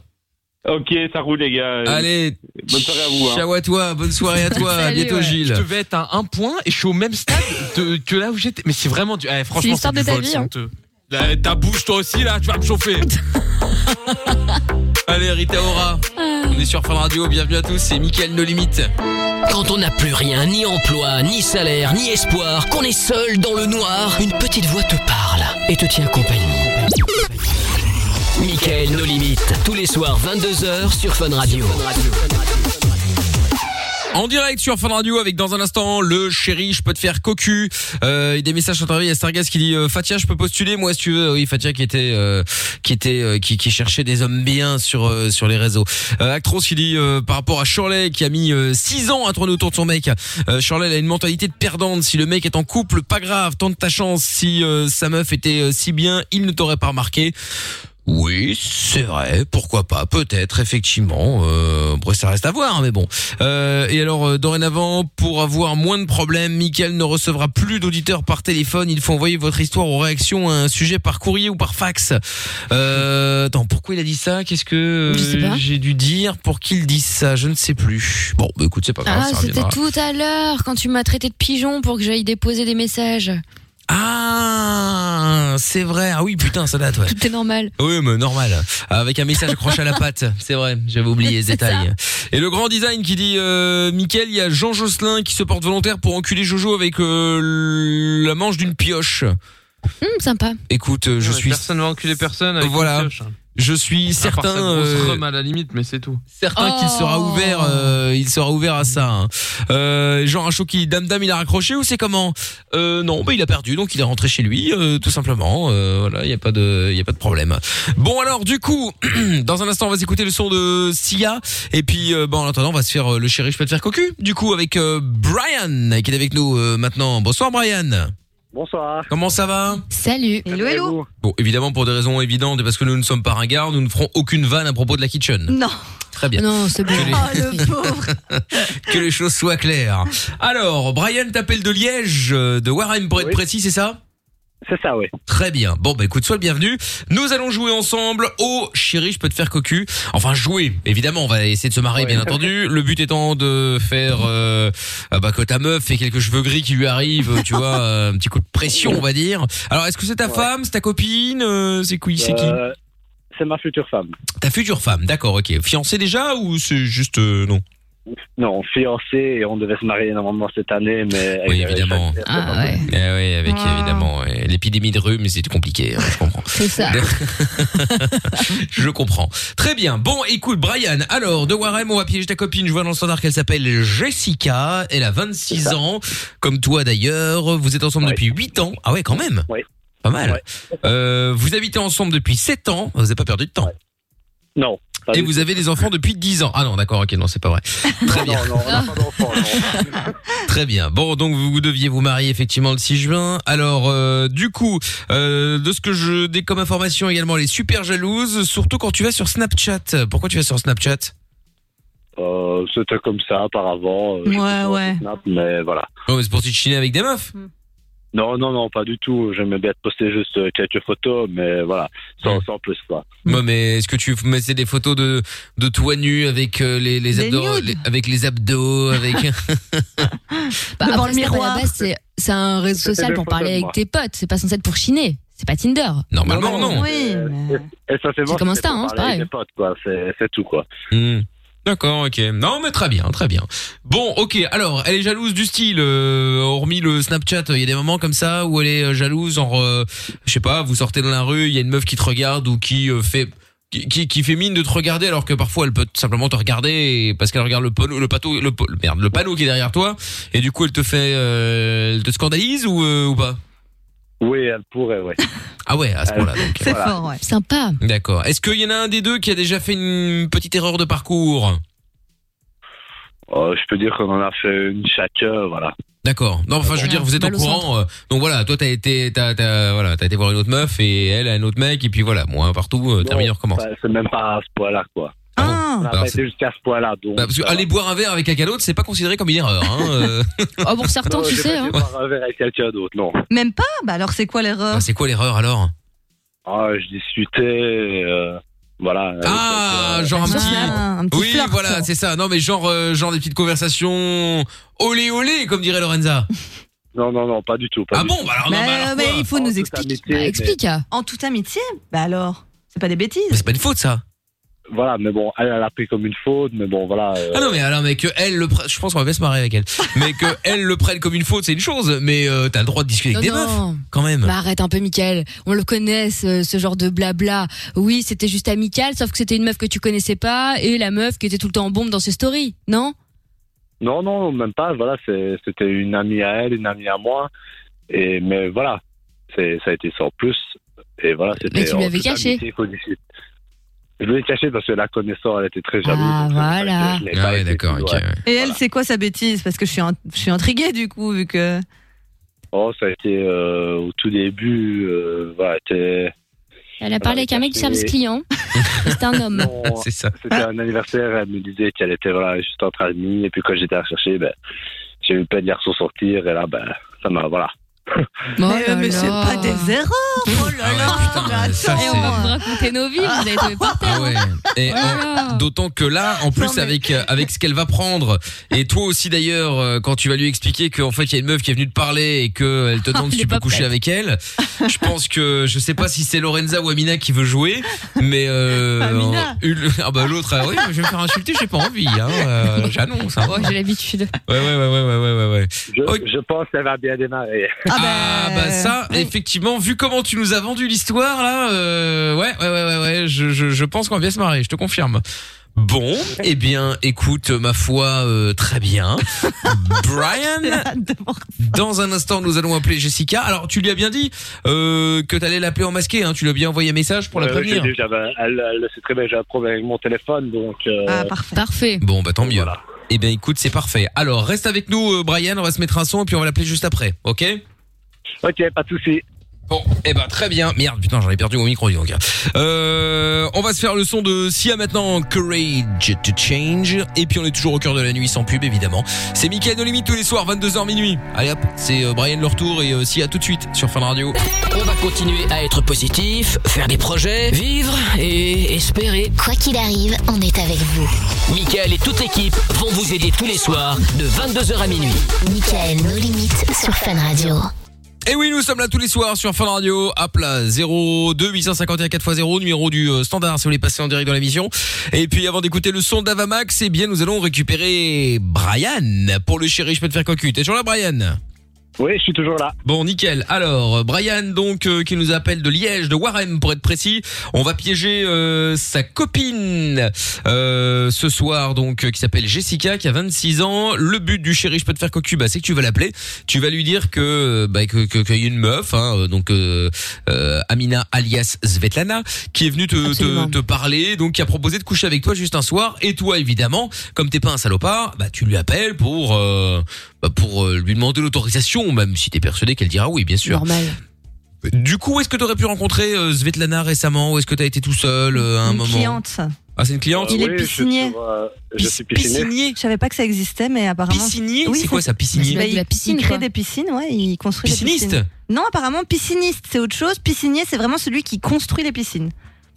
Ok, ça roule les gars. Allez, bonne soirée à vous. hein. Ciao à toi, bonne soirée à toi, à bientôt Gilles. Je devais être à un point et je suis au même stade de- que là où j'étais. Mais c'est vraiment du. eh, franchement, l'histoire c'est de du ta vol, vie, c'est hein. honteux. Eh, Ta bouche, toi aussi, là, tu vas me chauffer. Allez, Rita Ora. On est sur Fun Radio, bienvenue à tous, c'est Mickaël No Limite. Quand on n'a plus rien, ni emploi, ni salaire, ni espoir, qu'on est seul dans le noir, une petite voix te parle et te tient compagnie. Michael nos limites, tous les soirs 22h sur Fun Radio. En direct sur Fun Radio avec dans un instant le chéri, je peux te faire cocu. Euh, et des messages sur interview, il y a Stargaz qui dit euh, Fatia, je peux postuler moi si tu veux. Oui, Fatia qui était euh, qui était euh, qui, qui cherchait des hommes bien sur euh, sur les réseaux. Euh, Actros qui dit euh, par rapport à Shirley qui a mis 6 ans à tourner autour de son mec. Euh, Shirley elle a une mentalité de perdante. Si le mec est en couple, pas grave, tente ta chance. Si euh, sa meuf était euh, si bien, il ne t'aurait pas remarqué. Oui, c'est vrai, pourquoi pas, peut-être, effectivement. Euh, après, ça reste à voir, mais bon. Euh, et alors, euh, dorénavant, pour avoir moins de problèmes, Michael ne recevra plus d'auditeurs par téléphone. Il faut envoyer votre histoire aux réactions à un sujet par courrier ou par fax. Euh, attends, pourquoi il a dit ça Qu'est-ce que Je sais euh, pas. j'ai dû dire pour qu'il dise ça Je ne sais plus. Bon, bah, écoute, c'est pas grave, Ah, ça c'était reviendra. tout à l'heure quand tu m'as traité de pigeon pour que j'aille déposer des messages. Ah, c'est vrai. Ah oui, putain, ça date, ouais. Tout est normal. Oui, mais normal. Avec un message accroché à la patte. C'est vrai, j'avais oublié ce C'est détail. Et le grand design qui dit, euh, Mickaël, il y a Jean Josselin qui se porte volontaire pour enculer Jojo avec euh, la manche d'une pioche. Hum, sympa. Écoute, euh, je suis... Personne ne va enculer personne. Avec Voilà. une pioche, hein. Je suis À part certain... sa grosse euh, rhum à la limite, mais c'est tout. certain qu'il sera ouvert, euh, il sera ouvert à ça. hein. Euh, genre un choc qui dame dame il a raccroché ou c'est comment euh, Non, bah il a perdu donc il est rentré chez lui euh, tout simplement. Euh, voilà, il y a pas de, il y a pas de problème. Bon alors du coup, dans un instant on va s'écouter le son de Sia et puis euh, bah, en attendant on va se faire euh, le chéri je peux te faire cocu. Du coup avec euh, Brian qui est avec nous euh, maintenant. Bonsoir Brian. Bonsoir. Comment ça va Salut. Hello, hello. Bon évidemment pour des raisons évidentes et parce que nous ne sommes pas ringards, nous ne ferons aucune vanne à propos de la kitchen. Non. Très bien. Non, c'est bon. Ah, Que les- Oh, que les choses soient claires. Alors, Brian t'appelle de Liège, euh, de Warren pour être précis, c'est ça C'est ça, oui. Très bien. Bon, bah écoute, sois le bienvenu. Nous allons jouer ensemble au Chéri, je peux te faire cocu. Enfin, jouer, évidemment, on va essayer de se marrer, bien entendu. Le but étant de faire euh, ah bah, que ta meuf fait quelques cheveux gris qui lui arrivent, tu vois, euh, un petit coup de pression, on va dire. Alors, est-ce que c'est ta femme, c'est ta copine, euh, c'est qui, c'est qui Euh, C'est ma future femme. Ta future femme, d'accord, ok. Fiancée déjà ou c'est juste euh, non Non, fiancée, et on devait se marier normalement cette année, mais. Oui, évidemment. Ah ouais. Eh oui, avec évidemment ouais, l'épidémie de rhume, c'est compliqué, hein, je comprends. C'est ça. je comprends. Très bien. Bon, écoute, Brian, alors, de Warem, on va piéger ta copine. Je vois dans le standard qu'elle s'appelle Jessica. Elle a 26 ans, comme toi d'ailleurs. Vous êtes ensemble depuis 8 ans. Ah ouais, quand même. Pas mal. Euh, vous habitez ensemble depuis 7 ans. Vous n'avez pas perdu de temps. Non. Et vous avez des enfants depuis 10 ans. Ah non, d'accord, ok, non, c'est pas vrai. Très bien. Très bien. Bon, donc vous, vous deviez vous marier effectivement le 6 juin. Alors, euh, du coup, euh, de ce que je dé comme information également, elle est super jalouse, surtout quand tu vas sur Snapchat. Pourquoi tu vas sur Snapchat Euh, C'était comme ça, auparavant. euh, j'étais Ouais, sur ouais. Snap, mais voilà. Oh, mais c'est pour te chiner avec des meufs Mm. Non, non, non, pas du tout. J'aimais bien poster juste euh, quelques photos, mais voilà, sans, sans plus, quoi. Moi, mais est-ce que tu mets des photos de de toi nu avec euh, les les Des abdos, nudes. les- avec les abdos, avec Bah, Devant après, le c'est pas la miroir. base, c'est- c'est un réseau C'était social des pour photos parler de avec moi. tes potes. C'est pas censé être pour chiner. C'est pas Tinder. Normalement, non. Oui. Et ça, c'est C'est bon. comme c'était Insta, pour hein, parler c'est pareil. avec mes potes, quoi. C'est c'est tout, quoi. Hmm. D'accord, ok. Non, mais très bien, très bien. Bon, ok. Alors, elle est jalouse du style, euh, hormis le Snapchat. Il y a des moments comme ça où elle est euh, jalouse, genre, euh, je sais pas, vous sortez dans la rue, il y a une meuf qui te regarde ou qui euh, fait qui, qui, qui fait mine de te regarder alors que parfois elle peut simplement te regarder et- parce qu'elle regarde le panneau le panneau le, pa- merde, le panneau qui est derrière toi et du coup elle te fait euh, elle te scandalise ou euh, ou pas Oui, elle pourrait, ouais. Ah ouais, à ce point-là donc. C'est voilà. fort, ouais. Sympa. D'accord. Est-ce qu'il y en a un des deux qui a déjà fait une petite erreur de parcours Euh, je peux dire qu'on en a fait une chacun, voilà. D'accord. Non, enfin, je veux dire, vous êtes au Balle au courant. euh, donc voilà, toi, t'as été, t'as, t'as- voilà, t'as été voir une autre meuf et elle, un autre mec, et puis voilà, moi, partout, euh, terminé, on recommence. Bah, C'est même pas à ce point-là, quoi. Ah, on a Alors, pas c'est- été jusqu'à ce point-là, donc. euh, Bah, parce que aller boire un verre avec quelqu'un d'autre, c'est pas considéré comme une erreur. Hein, euh. Oh, pour certains, Non, tu j'ai sais. pas Hein. été boire un verre avec quelqu'un d'autre, non. Même pas Bah alors c'est quoi l'erreur Bah, c'est quoi l'erreur alors Ah, je discutais, euh, voilà. Euh, Ah, genre un petit. oui, voilà, c'est ça. Non, mais genre, euh, genre des petites conversations. Olé, olé, comme dirait Lorenza. Non, non, non, pas du tout. ah bon, bah alors, non, Mais, bah alors mais quoi il faut nous expliquer. amitié, Bah, mais- explique. hein. En toute amitié Bah alors, c'est pas des Mais bêtises. c'est pas une faute, ça. Voilà, mais bon, elle, elle a pris comme une faute, mais bon, voilà. euh, Ah non mais alors mais que elle le pre- je pense qu'on va bien se marrer avec elle mais que elle le prenne comme une faute c'est une chose mais euh, t'as le droit de discuter avec des Non, non. meufs quand même Bah arrête un peu, Michael. On le connaît, ce, ce genre de blabla. Oui, c'était juste amical, sauf que c'était une meuf que tu connaissais pas et la meuf qui était tout le temps en bombe dans ses stories, non Non, non, même pas. Voilà, c'est- c'était une amie à elle, une amie à moi. Et, mais voilà, c'est- ça a été sans plus. Et voilà, c'était. Mais tu lui en avais toute caché. amitié qu'on discute. Je l'ai caché parce que la connaissance, elle était très jalouse. Ah voilà. Je l'ai pas ouais, été, d'accord, ouais. Et elle, c'est quoi sa bêtise Parce que je suis, in- je suis intriguée du coup, vu que. Oh, ça a été euh, au tout début. euh, voilà, c'était Elle a parlé avec un mec Ah, du service client. C'est un homme. C'est ça. C'était un anniversaire, elle me disait qu'elle était voilà, juste entre amis. Et puis quand j'étais à chercher, ben, j'ai vu plein de garçons sortir. Et là, ben, ça m'a. Voilà. Oh mais euh, mais c'est pas des erreurs Ah Oh là là mais ça, attends. c'est- raconter nos vies, vous avez trouvé par terre. Ah ouais. Et Voilà. en- d'autant que là, en plus Ah. mais- avec euh, avec ce qu'elle va prendre, et toi aussi d'ailleurs, euh, quand tu vas lui expliquer qu'en fait il y a une meuf qui est venue te parler et que elle te demande Ah, Il si est tu peux pas coucher prêt. avec elle, je pense que je sais pas si c'est Lorenza ou Amina qui veut jouer, mais euh, Amina. une- ah bah l'autre, ah oui, je vais me faire insulter, j'ai pas envie, hein, euh, j'annonce. hein. Oh, j'ai l'habitude. Ouais ouais ouais ouais ouais ouais ouais. Je, je pense qu'elle va bien démarrer. Ah bah ça, effectivement, vu comment tu nous as vendu l'histoire là, euh, ouais, ouais, ouais, ouais, ouais, je, je, je pense qu'on va bien se marrer, je te confirme. Bon, eh bien, écoute, ma foi, euh, très bien. Brian, dans un instant, nous allons appeler Jessica. Alors, tu lui as bien dit euh, que t'allais l'appeler en masqué, hein, tu lui as bien envoyé un message pour la Ouais, ouais, prévenir. je l'ai dit, j'avais- elle, elle le sait très bien, j'ai un problème avec mon téléphone, donc. euh, Ah, Parfait. Bon, bah tant mieux. Eh bien, écoute, c'est parfait. Alors, reste avec nous, euh, Brian, on va se mettre un son et puis on va l'appeler juste après, ok Ok, pas de soucis. Bon, eh ben très bien. Merde, putain, j'en ai perdu mon micro, dis donc. Euh, on va se faire le son de Sia maintenant, Courage to Change. Et puis on est toujours au cœur de la nuit, sans pub évidemment. C'est Mickaël de Limite tous les soirs, 22h minuit. Allez hop, c'est euh, Brian le retour et euh, Sia tout de suite sur Fun Radio. On va continuer à être positif, faire des projets, vivre et espérer. Quoi qu'il arrive, on est avec vous. Michael et toute l'équipe vont vous aider tous les soirs de 22h à minuit. Michael, nos limites sur Fun Radio. Et oui, nous sommes là tous les soirs sur Fun Radio. Hop là, 02 851 4x0, numéro du euh, standard si vous voulez passer en direct dans l'émission. Et puis avant d'écouter le son d'Avamax, eh bien nous allons récupérer Brian pour le chéri, je peux te faire cocu. T'es toujours là Brian Oui, je suis toujours là. Bon, nickel. Alors, euh, Brian, donc, euh, qui nous appelle de Liège, de Warem, pour être précis. On va piéger euh, sa copine euh, ce soir, donc, euh, qui s'appelle Jessica, qui a 26 ans. Le but du chéri, je peux te faire cocu, bah, c'est que tu vas l'appeler. Tu vas lui dire que euh, bah, que- que- qu'il y a une meuf, hein, euh, donc euh, euh, Amina alias Svetlana, qui est venue te, te, te parler, donc qui a proposé de coucher avec toi juste un soir. Et toi, évidemment, comme t'es pas un salopard, bah, tu lui appelles pour euh, bah, pour euh, lui demander l'autorisation, même si t'es persuadé qu'elle dira oui, bien sûr. Normal. Du coup, est-ce que t'aurais pu rencontrer euh, Svetlana récemment, ou est-ce que t'as été tout seul euh, à un Une moment cliente. ça. Ah, c'est une cliente. Il est piscinier. je suis piscinier. Je savais pas que ça existait, mais apparemment. Piscinier Oui, C'est quoi ça, piscinier Bah, De la il, piscine, il crée quoi. des piscines, ouais, il construit Pisciniste des piscines. Non, apparemment, pisciniste, c'est autre chose. Piscinier, c'est vraiment celui qui construit les piscines.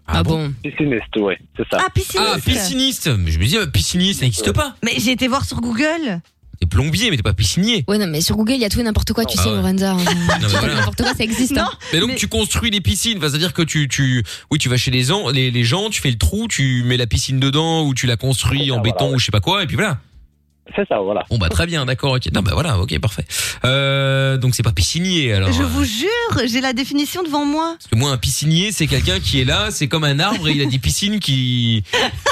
Ah bon Pisciniste, ouais, c'est ça. Ah, pisciniste. Ah, pisciniste Mais Je me dis, pisciniste, euh, ça n'existe pas. Mais j'ai été voir sur Google. T'es plombier, mais t'es pas piscinier. Ouais, non, mais sur Google, il y a tout et n'importe quoi, tu Ah sais, ouais. Lorenza. hein. Non, mais voilà. N'importe quoi, ça existe. hein. Mais donc tu construis les piscines, enfin, c'est-à-dire que tu tu oui tu vas chez les gens, les, les gens, tu fais le trou, tu mets la piscine dedans ou tu la construis en béton ou je sais pas quoi et puis voilà. C'est ça, voilà. Bon bah très bien, d'accord, ok. Non bah voilà, ok, parfait. Euh, donc c'est pas piscinier alors. Je euh, vous jure, j'ai la définition devant moi. Parce que moi un piscinier c'est quelqu'un qui est là, c'est comme un arbre et il a des piscines qui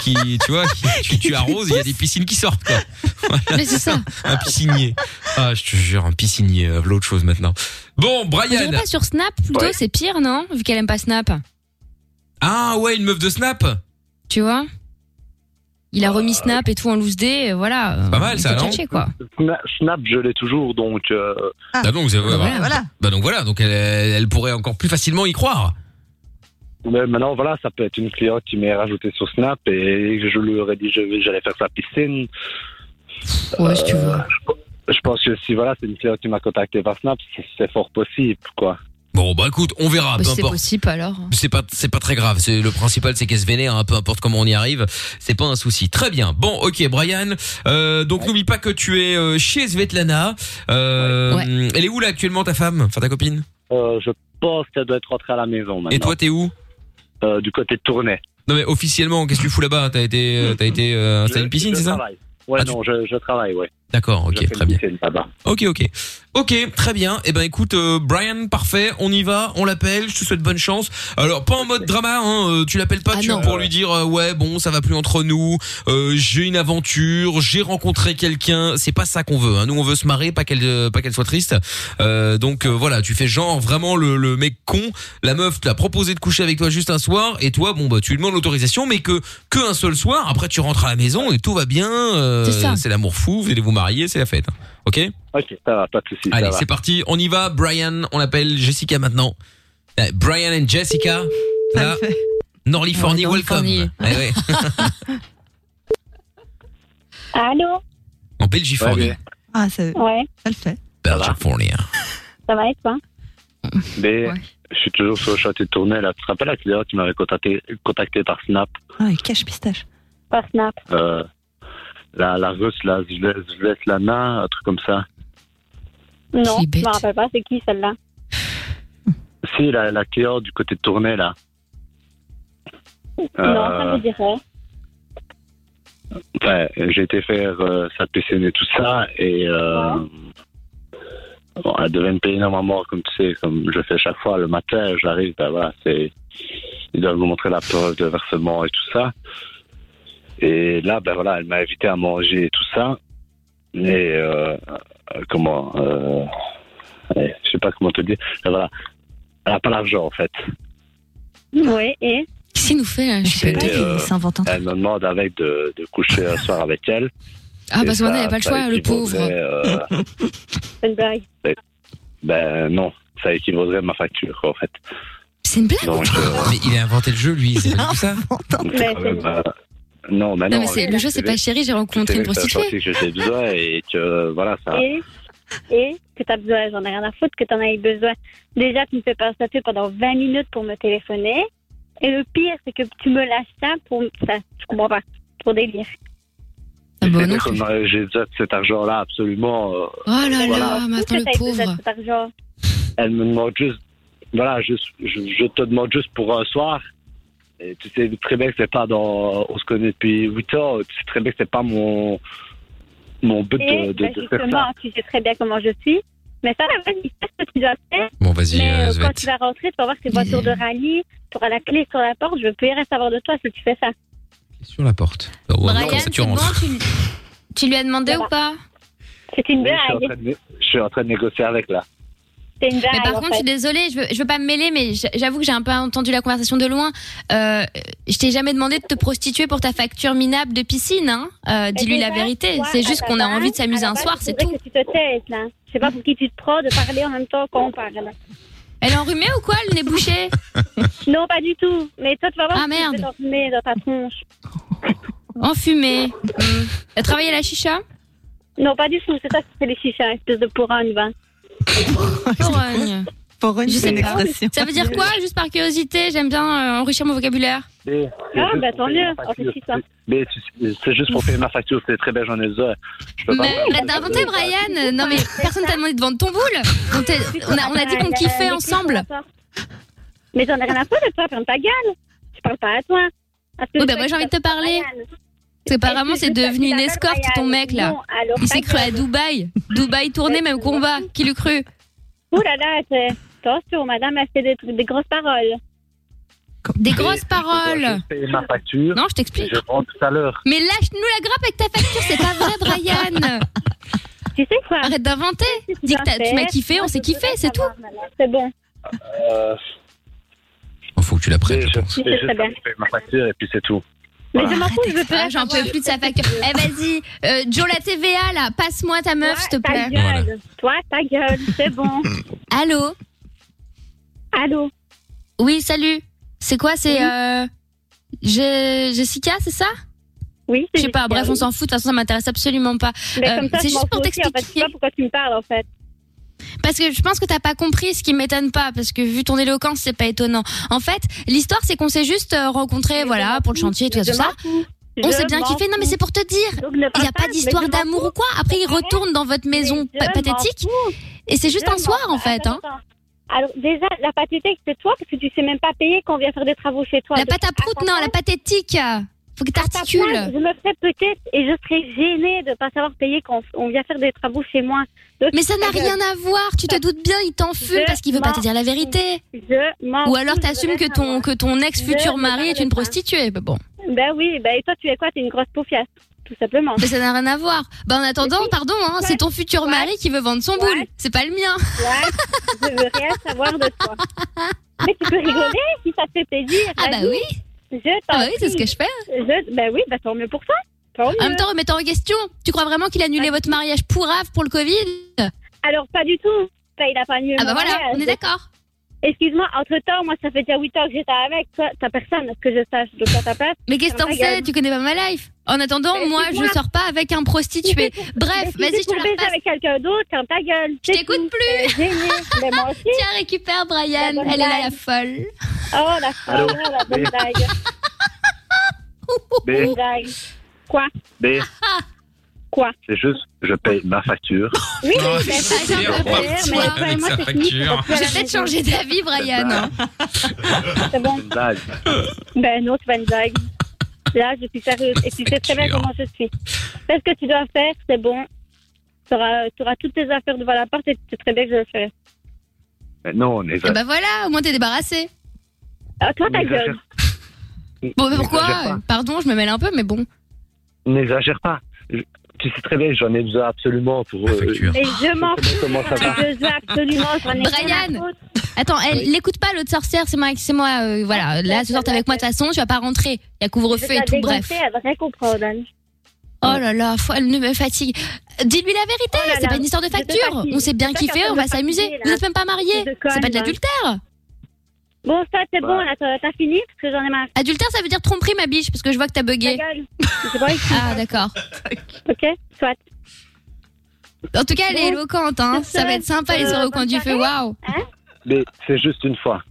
qui tu vois, qui- tu, tu arroses, et il y a des piscines qui sortent quoi. Mais c'est ça. Un piscinier. Ah je te jure, un piscinier, euh, l'autre chose maintenant. Bon On dirait Brian. pas sur Snap plutôt, Ouais. c'est pire, non Vu qu'elle aime pas Snap. Ah ouais une meuf de Snap. Tu vois Il a remis Snap et tout en loose day, euh, voilà. Ah, Pas mal, Il ça, faut non catcher, quoi. Ah. Sna- Snap, je l'ai toujours, donc. euh, Bah donc, vous avez- bah, bah donc voilà, donc elle, elle pourrait encore plus facilement y croire. Mais maintenant, voilà, ça peut être une cliente qui m'est rajoutée sur Snap et je lui aurais dit je vais- j'allais faire sa piscine. Euh, Ouais, si tu veux. Je pense que si voilà, c'est une cliente qui m'a contacté par Snap, c'est- c'est fort possible, quoi. Bon bah écoute, on verra, Bah, peu si c'est importe. possible alors. C'est pas c'est pas très grave. C'est le principal, c'est qu'elle se vénère. hein, peu importe comment on y arrive, c'est pas un souci. Très bien. Bon, ok, Brian. Euh, donc n'oublie pas que tu es euh, chez Svetlana. Euh, Elle est où là actuellement ta femme, enfin ta copine Euh, je pense qu'elle doit être rentrée à la maison maintenant. Et toi t'es où Euh, Du côté de Tournai. Non mais officiellement, qu'est-ce que tu fous là-bas T'as été euh, t'as été euh, installé une piscine, je c'est ça travaille. Ouais, Ah, tu- non, je, je travaille, ouais. D'accord, ok, très bien. Ok, ok. Ok, très bien. Eh ben écoute, euh, Brian, parfait, on y va, on l'appelle, je te souhaite bonne chance. Alors, pas en mode drama, hein, euh, tu l'appelles pas Ah tu, pour lui dire, euh, ouais, bon, ça va plus entre nous, euh, j'ai une aventure, j'ai rencontré quelqu'un, c'est pas ça qu'on veut. Hein. Nous, on veut se marrer, pas qu'elle euh, pas qu'elle soit triste. Euh, donc euh, voilà, tu fais genre vraiment le, le mec con, la meuf te l'a proposé de coucher avec toi juste un soir, et toi, bon, bah tu lui demandes l'autorisation, mais que, que un seul soir, après tu rentres à la maison et tout va bien, euh, C'est ça. c'est l'amour fou, vous allez vous marier, c'est la fête. hein. Ok Ok, ça va, pas de soucis. Allez, ça va. c'est parti, on y va. Brian, on l'appelle Jessica maintenant. Euh, Brian and Jessica. Là. Norlifornie, welcome. Eh ouais. Allô en Belgifornie. Ah, ça, Ouais, ça le fait. Belgifornie. ça va être toi Mais je suis toujours sur le château de Tournai, là. Tu te rappelles la cliente qui m'avait contacté, contacté par Snap Ah, il cache pistache. Par Snap. euh, la, la russe, là, je laisse, je laisse la main, un truc comme ça. Non, je me rappelle pas, c'est qui celle-là Si, la, la cliente du côté de Tournai, là. Non, ça Euh, me dirait. Ouais, Ben, j'ai été faire euh, sa piscine et tout ça, et euh, bon, elle devait me payer normalement, comme tu sais, comme je fais chaque fois le matin, j'arrive, ben voilà, c'est. Ils doivent me montrer la preuve de versement et tout ça. Et là, ben voilà, elle m'a invité à manger et tout ça. Mais euh, euh, comment euh, ouais, Je sais pas comment te dire. Ben voilà, elle n'a pas l'argent en fait. Oui, et Qu'est-ce qu'il nous fait là Je sais pas. Et, euh, elle me demande avec de, de coucher un soir avec elle. Ah, Et parce qu'on ça- n'avait pas le ça choix, le équivaudrait, euh, C'est une blague. ben non, ça équivaudrait à ma facture en fait. C'est une blague Donc, euh, Mais il a inventé le jeu, lui, c'est pas du tout ça. donc, c'est Bah, quand même, euh, non, mais non. Non, mais c'est- le jeu, c'est pas chéri, j'ai rencontré une prostituée. C'est que j'ai besoin et que euh, voilà, ça. Et Et que t'as besoin, j'en ai rien à foutre que t'en aies besoin. Déjà, tu me fais patienter pendant 20 minutes pour me téléphoner. Et le pire, c'est que tu me lâches ça pour ça. Je comprends pas. Pour délire. Ah, bah, C'est comme, euh, j'ai besoin de cet argent-là, absolument. euh, Oh voilà. maintenant le pauvre. Cet argent. Elle me demande juste, voilà, juste, je, je te demande juste pour un soir. Et tu sais très bien que c'est pas dans, on se connaît depuis 8 ans. Tu sais très bien que c'est pas mon, mon but Et euh, de, de, ben, de faire ça. justement, tu sais très bien comment je suis. Mais ça, là, vas-y, fais ce que tu dois faire. Bon, vas-y, Mais, euh, euh, Svet. quand tu vas rentrer, tu vas voir que c'est voiture de rallye. Tu auras la clé sur la porte. Je peux rien savoir de toi si tu fais ça. Sur la porte. Oh, ouais, Brian, comme ça, c'est bon, rentres. tu, tu lui as demandé ou pas C'est une Oui, je, suis en train blague. de, né- je suis en train de négocier avec là. C'est une blague. Mais par en contre, je suis fait. désolée, je veux, je veux pas me mêler, mais j- j'avoue que j'ai un peu entendu la conversation de loin. Euh, je t'ai jamais demandé de te prostituer pour ta facture minable de piscine. Hein. Eh Euh, Dis-lui la Déjà, vérité. toi, C'est à juste la qu'on a base- envie de s'amuser à la un base, soir, il c'est tout. faudrait que tu te taises, là. Je sais pas pour qui tu te prends de parler en même temps qu'on parle. Elle est enrhumée ou quoi Le nez bouché Non, pas du tout. Mais toi, tu vas voir Ah, si tu te fais merde. enfumer dans ta tronche. Enfumée. Hmm. Elle travaille à la chicha Non, pas du tout. C'est ça qui fait les chichas, espèce de poragne, va. Porogne. Pour une, Je c'est sais une pas. expression. Ça veut dire quoi Juste par curiosité, j'aime bien euh, enrichir mon vocabulaire. C'est- c'est Ah, juste bah, pour tant payer mieux. ma facture. On fait ça. Mais tu- c'est juste pour payer ma facture, c'est très belle journée de ça. Je peux pas Mais faire bah, ça. t'as inventé Brian euh, Non mais personne t'a demandé de vendre ton boule on, t'a- on a, on a dit qu'on kiffait ensemble Mais j'en ai rien à foutre de toi, ferme ta gueule. Je parle pas à toi. Oui bah moi j'ai envie de te parler Parce qu'apparemment c'est devenu une escorte ton mec là Non, alors, Ah. Il s'est pas cru à Dubaï Dubaï tourné même combat Qui l'eût cru Ouh là là, c'est- attention, madame, elle fait des, trucs- des grosses paroles. Des grosses Je dois paroles juste payer ma facture. Non, je t'explique. Je rentre tout à l'heure. Mais lâche-nous Ah, la grappe avec ta facture C'est pas vrai Brian Tu sais quoi Arrête d'inventer Dis que t'as- tu m'as kiffé, on s'est kiffé, c'est tout C'est bon Euh, Faut que tu la prennes, je pense. Oui, c'est juste très bien. que je paye ma facture et puis c'est tout. Mais Voilà. je m'en fous, je veux pas. J'en peux plus de sa facture. Eh, vas-y, euh, Joe la TVA, là, passe-moi ta meuf, s'il te plaît. Toi, ta gueule, c'est bon. Allô Allô Oui, salut. C'est quoi, c'est. Euh, Je- Jessica, c'est ça Oui, Je sais pas, bref, on s'en fout, de toute façon, ça m'intéresse absolument pas. Mais Euh, comme ça, c'est je juste m'en pour fous aussi, en fait. t'expliquer. Je sais pas pourquoi tu me parles, en fait. Parce que je pense que t'as pas compris ce qui m'étonne pas, parce que vu ton éloquence, c'est pas étonnant. En fait, l'histoire, c'est qu'on s'est juste euh, rencontrés, voilà, pour le chantier, tout ça, tout ça. On Je s'est bien m'en kiffé. Non, mais c'est pour te dire. Il n'y a pas d'histoire d'amour ou quoi. Après, il retourne dans votre maison je pa- m'en pathétique. fous. Et c'est juste Je un soir, m'en- en fait. Hein. Alors, déjà, la pathétique, c'est toi, parce que tu sais même pas payer quand on vient faire des travaux chez toi. La Donc, pâte à prout, non, la pathétique. Faut que ta place, Je t'articules. me ferais peut-être et je serais gênée de pas savoir payer quand on vient faire des travaux chez moi. Donc, Mais ça n'a je- rien à voir. Tu te doutes bien, il t'enfume Je parce qu'il veut pas m'en te dire la vérité. Je m'en Ou alors fous, je t'assumes veux que rien ton, que ton Je ex-futur ne mari est une prostituée. Bah bon. Ben oui, ben et toi, tu es quoi T'es une grosse poufiasse, tout simplement. Mais ça n'a rien à voir. Bah en attendant, pardon, hein, c'est ton futur mari qui veut vendre son boule. C'est pas le mien. Ouais, je veux rien savoir de toi. Mais tu peux rigoler si ça te fait plaisir. Ah bah vas-y. oui. Je Ah bah oui, c'est ce que je fais. Je... Ben oui, bah tant mieux pour toi. Tant En mieux. même temps, remettant en question, tu crois vraiment qu'il a annulé votre mariage pourrave pour le Covid Alors, pas du tout. Ben, il a pas annulé Ah mon bah voilà, mariage. on est d'accord. Excuse-moi, entre-temps, moi, ça fait déjà 8 ans que j'étais avec. Toi, t'as personne, à ce que je sache. Donc, à ta place. Mais qu'est-ce que t'en ferme ta sais gueule. Tu connais pas ma life. En attendant, Mais moi, je excuse-moi. sors pas avec un prostitué. Bref, Mais vas-y, si t'es je te pour la baiser repasse. avec quelqu'un d'autre, ferme ta gueule. Euh, Je t'écoute plus. Tiens, récupère Brian. bonne Elle est là, la blague. folle. Oh, la Allô folle, la bonne Mais- blague. Mais- Bonne blague. Quoi Mais Ah. Quoi c'est juste, je paye ma facture. Oui, Non, Oh, mais c'est ça, sûr, j'ai un on peu va peur, se mais voir après, avec moi, sa c'est fini, facture. faut pas faire J'ai la peut-être même changé chose. d'avis, Brian. hein. C'est bon. Une blague. Ben non, c'est pas une blague. Là, je suis sérieuse et tu sais très bien comment je suis. Fais ce que tu dois faire, c'est bon. Tu auras, toutes tes affaires devant la porte et tu sais très bien que je le ferai. Mais non, on est Et bah voilà, au moins t'es débarrassé. Ah, Eh ben, toi, ta gueule. Bon, mais N'exagère pourquoi pas. Pardon, je me mêle un peu, mais bon. N'exagère pas. Je- Tu sais très bien, j'en ai besoin absolument pour. euh, Et je m'en sais comment ça va. Je veux absolument, j'en ai rien à Brian Attends, elle l'écoute pas l'autre sorcière, c'est moi, c'est moi. euh, Ah, voilà, là tu sors avec moi de toute façon, tu vas pas rentrer. Il y a couvre-feu et tout, bref. Elle va rien comprendre, Anne. Oh là là, faut- elle ne me fatigue. Dis-lui la vérité, Oh là c'est là, pas une histoire de je te facture. fatigue. On s'est bien Je kiffé, t'accorde on de va s'amuser. fatiguer, là. Vous n'êtes même pas mariés. Je déconne, C'est pas de là. l'adultère. Bon, ça, c'est bon, là, t'as t'as fini parce que j'en ai marre. Adultère, ça veut dire tromperie, ma biche, parce que je vois que t'as bugué. Ah, d'accord. Ok, soit. En tout cas, elle est éloquente, hein. Ça va être sympa, les Euh, soirées au coin bonne du feu. soirée. Waouh. Mais c'est juste une fois.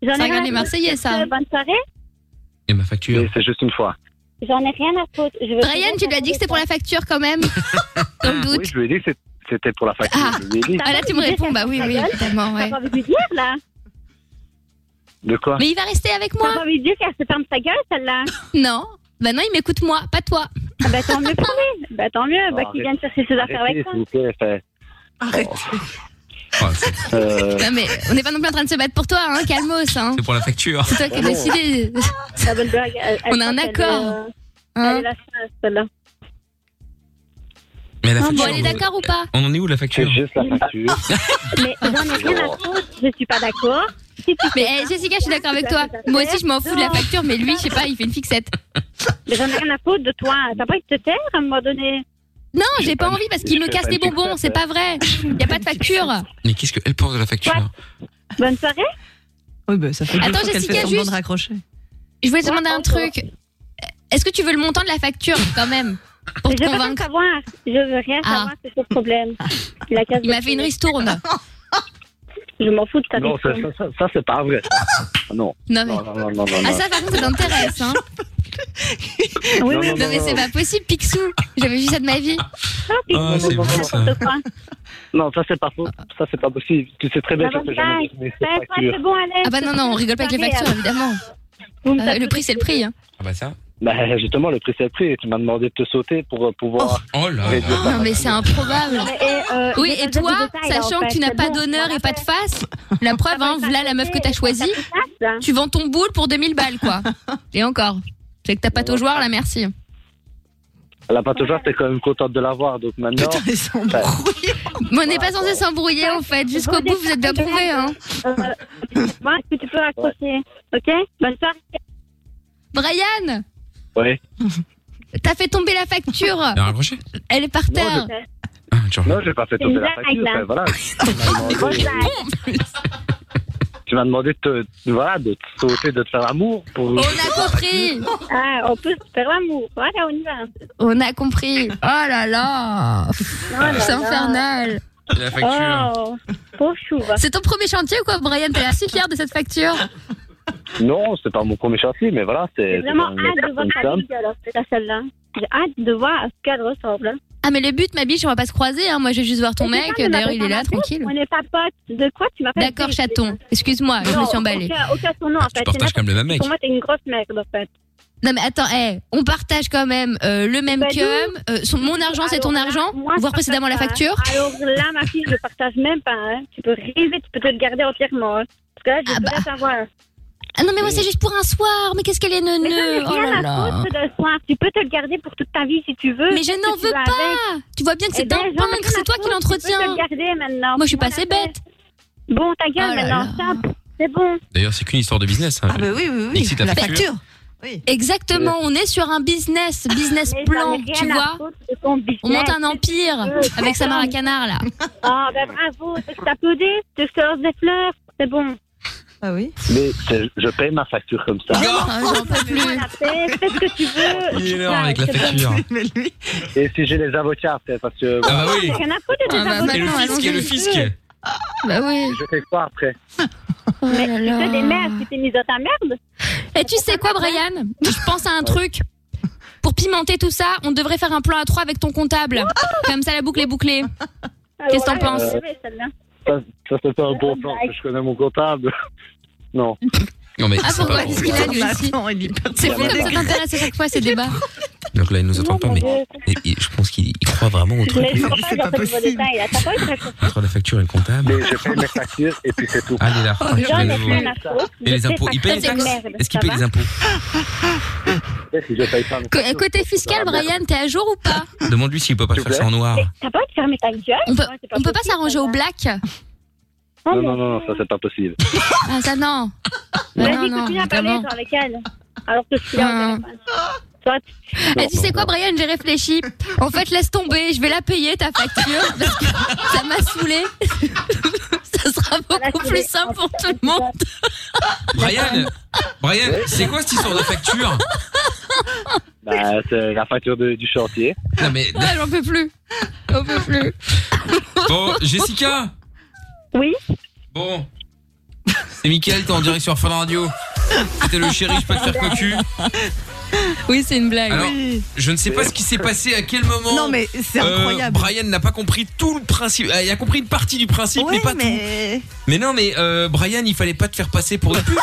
J'en Ça ai regarde rien les à Marseillais, ça. Bonne soirée. Et ma facture. c'est juste une fois. J'en ai rien à foutre. Je veux Brian, tu lui as dit que c'était pour la facture quand même. Dans le Oui, doute. je lui ai dit que c'est- c'était pour la facture. Ah. Je lui ai dit. Ah, là, tu me réponds, bah oui, oui, évidemment, ouais. De quoi Mais il va rester avec moi. T'as pas envie de dire qu'elle se ferme sa gueule, celle-là Non. Bah non, il m'écoute moi, pas toi. Ah bah tant mieux pour lui. Bah tant mieux, bah qu'il vienne chercher ses affaires Ah, Arrêtez, avec toi. s'il vous plaît. fait- Arrêtez. Ah, Euh, Non mais on n'est pas non plus en train de se battre pour toi, hein, calmos. Hein. C'est pour la facture. C'est toi Ah qui as décidé. On a un euh, accord. Hein Celle-là. Mais la Ah, bon, facture. euh, elle est d'accord ou pas on en est où la facture Juste la facture. Mais j'en ai rien à foutre, je suis pas d'accord. Mais eh, Jessica, je suis d'accord avec toi. Moi aussi, je m'en fous de la Non. facture, mais lui, je sais pas, il fait une fixette. Mais j'en ai rien à foutre de toi. T'as pas envie de te taire à un moment donné Non, j'ai pas envie parce qu'il me casse les bonbons, c'est pas vrai. Y a pas de facture. Mais qu'est-ce qu'elle pense de la facture hein. Bonne soirée. Oui, bah, ça fait deux Attends, fois qu'elle fait Jessica, semblant juste- de raccrocher. Je voulais te demander un truc. Est-ce que tu veux le montant de la facture quand même pour te Je veux rien convaincre savoir. Je veux rien Ah. savoir, c'est ton problème. Il Il m'a fait une ristourne. Je m'en fous de ta Non, ça, question. ça, ça, ça, c'est pas vrai. ça. Ah, Non. Non, mais- non, non, non, non, non, Ah non. ça par contre ça t'intéresse hein oui, non, non, non, mais c'est non. pas possible Picsou J'avais vu ça de ma vie Ah, c'est bon, ça. Non, ça, c'est pas faux. Ça, c'est pas possible. Tu sais Ah, très bien que je peux jamais dessiner ces factures. Ah bah non non on rigole pas avec les factures évidemment Euh, Le prix c'est le prix hein. Ah bah ça. Bah, justement, le prix, c'est le prix. Tu m'as demandé de te sauter pour euh, pouvoir. Oh, là réduire ta- Non mais c'est improbable Oui mais et ça, toi, c'est détail, sachant en fait, que tu n'as c'est pas bon, d'honneur et pas de face La preuve hein, voilà la meuf que t'as choisie Tu vends ton boule pour 2000 balles quoi Et encore C'est que t'as pas ton joueur là merci La pataugeoire, t'es quand même contente de l'avoir. Donc maintenant. Bah, Mais on n'est pas censé s'embrouiller en fait Jusqu'au bout vous êtes bien trouvés hein Euh, Moi, est-ce que tu peux raccrocher Ok Bonne soirée. Brian ouais. T'as fait tomber la facture raccroché Elle est par terre Ah, Non, j'ai pas fait C'est tomber la une facture. blague, là. enfin, voilà. Tu m'as demandé- Oh, Tu m'as demandé de te, voilà, de te sauter, de te faire amour. Pour... compris Ah, on peut se faire l'amour. Voilà, on y va. On a compris Oh Ah là là là C'est là. infernal La Oh, pauvre chou. va. C'est ton premier chantier ou quoi Brian T'as l'air si fier de cette facture Non, c'est pas mon premier chantier, mais voilà. Ah, J'ai C'est vraiment c'est quand même hâte de voir une ta somme. vidéo, alors, c'est à celle-là. J'ai hâte de voir à ce qu'elle ressemble. hein. Ah mais le but ma biche on va pas se croiser hein. Moi je vais juste voir ton Mais mec c'est ça, D'ailleurs mais il est là tranquille On n'est pas potes. De quoi tu m'appelles D'accord chaton Excuse-moi je me Non, suis emballée Aucun, aucun son nom, en fait. Ah, C'est partages n'importe- quand même le même mec. Pour moi, t'es une grosse merde, en fait. Non mais attends, eh, on partage quand même euh, le même Bah, cum, nous- euh, son- mon argent c'est ton Alors là, argent, moi, je voir partage précédemment la pas, hein. facture. Alors là, ma fille, je ne partage même pas. hein. Tu peux rêver, tu peux te le garder entièrement. hein. Parce que là, je voudrais savoir. bah. Ah non mais moi c'est juste pour un soir, mais qu'est-ce qu'elle est Mais ça, neuneu c'est Oh rien là à là foutre de soir. Tu peux te le garder pour toute ta vie si tu Eh veux. Mais je n'en veux pas Tu vois bien que c'est dingue, dingue, c'est toi qui l'entretiens Moi je suis pas assez bête Bon, ta gueule Oh là maintenant. stop. C'est bon. D'ailleurs, c'est qu'une histoire de business. Ah bah oui, oui, oui. Nixie, ta La facture. facture. Exactement, on est sur un business, business Mais j'en ai plan, rien tu à vois foutre de ton business. On monte un empire Euh, avec c'est Samara dingue. Canard là Ah, ben bravo. Tu t'applaudis, tu te lances des fleurs. C'est bon. Ah oui Mais c'est- je paye ma facture comme ça. Ah, J'en peux plus. Fais fais ce que tu Il Ah, veux. est énorme avec la C'est bon. facture. Et si j'ai les avocats après, parce que. Ah bah oui. Rien à foutre de tes Ah bah avocats. Et le allons-y. fisc, et le fisc. Bah oui Je fais quoi après Mais Oh là tu là. fais des merdes, tu t'es mise dans ta merde. Et tu sais quoi, Brian Je pense à un truc. Pour pimenter tout ça, on devrait faire un plan à trois avec ton comptable. Comme ça, la boucle est bouclée. Ah Qu'est-ce que t'en Alors là, penses elle est rêvée, celle-là. Ça, ça c'est pas un bon plan, parce que je connais mon comptable. Non. Non mais. Ah, c'est pourquoi pas Qu'est-ce qu'il a, lui aussi C'est fou comme ça t'intéresse à chaque fois, ces débats. Donc là, il nous entend pas, mais et- et je pense qu'il il croit vraiment au truc. Mais je comprends pas, genre, c'est pas T'as pas eu de réponse. Entre la facture et le comptable. Mais je paye mes factures et puis c'est tout. Allez là. J'en ai je vais le voir. rien à foutre. Et les impôts, il paye les C'est taxes merde, Est-ce qu'il paye ça va les impôts Si je paye pas mes Cô- euh, Côté fiscal, Brian, t'es à jour ou pas Demande-lui s'il peut pas le faire ça en noir. T'as pas eu de fermer ta gueule On peut, on peut pas s'arranger au black Non, non, non, non, ça c'est pas possible. Ah, ça non. Ah, Vas-y, non, non, continue à parler vraiment. genre, avec elle. Alors que je suis là. Toi, tu- Eh, Ah. tu sais quoi, Brian, j'ai réfléchi. En fait, laisse tomber, je vais la payer ta facture parce que ça m'a saoulé. ça sera beaucoup plus simple pour tout Ah, le monde. Brian Brian, eh, c'est quoi cette histoire de facture Bah, c'est la facture de- du chantier. Non mais. Ah, j'en peux plus. J'en peux plus. Bon, Oh, Jessica Oui Bon. C'est Mickaël, t'es en direct sur Fun Radio. C'était le chéri, je peux te faire cocu. Oui, c'est une blague. Alors, je ne sais pas ce qui s'est passé, à quel moment. Non, mais c'est euh, incroyable. Brian n'a pas compris tout le principe. Ah, Il a compris une partie du principe, mais pas tout. Mais non, mais euh, Brian, il fallait pas te faire passer pour une pute.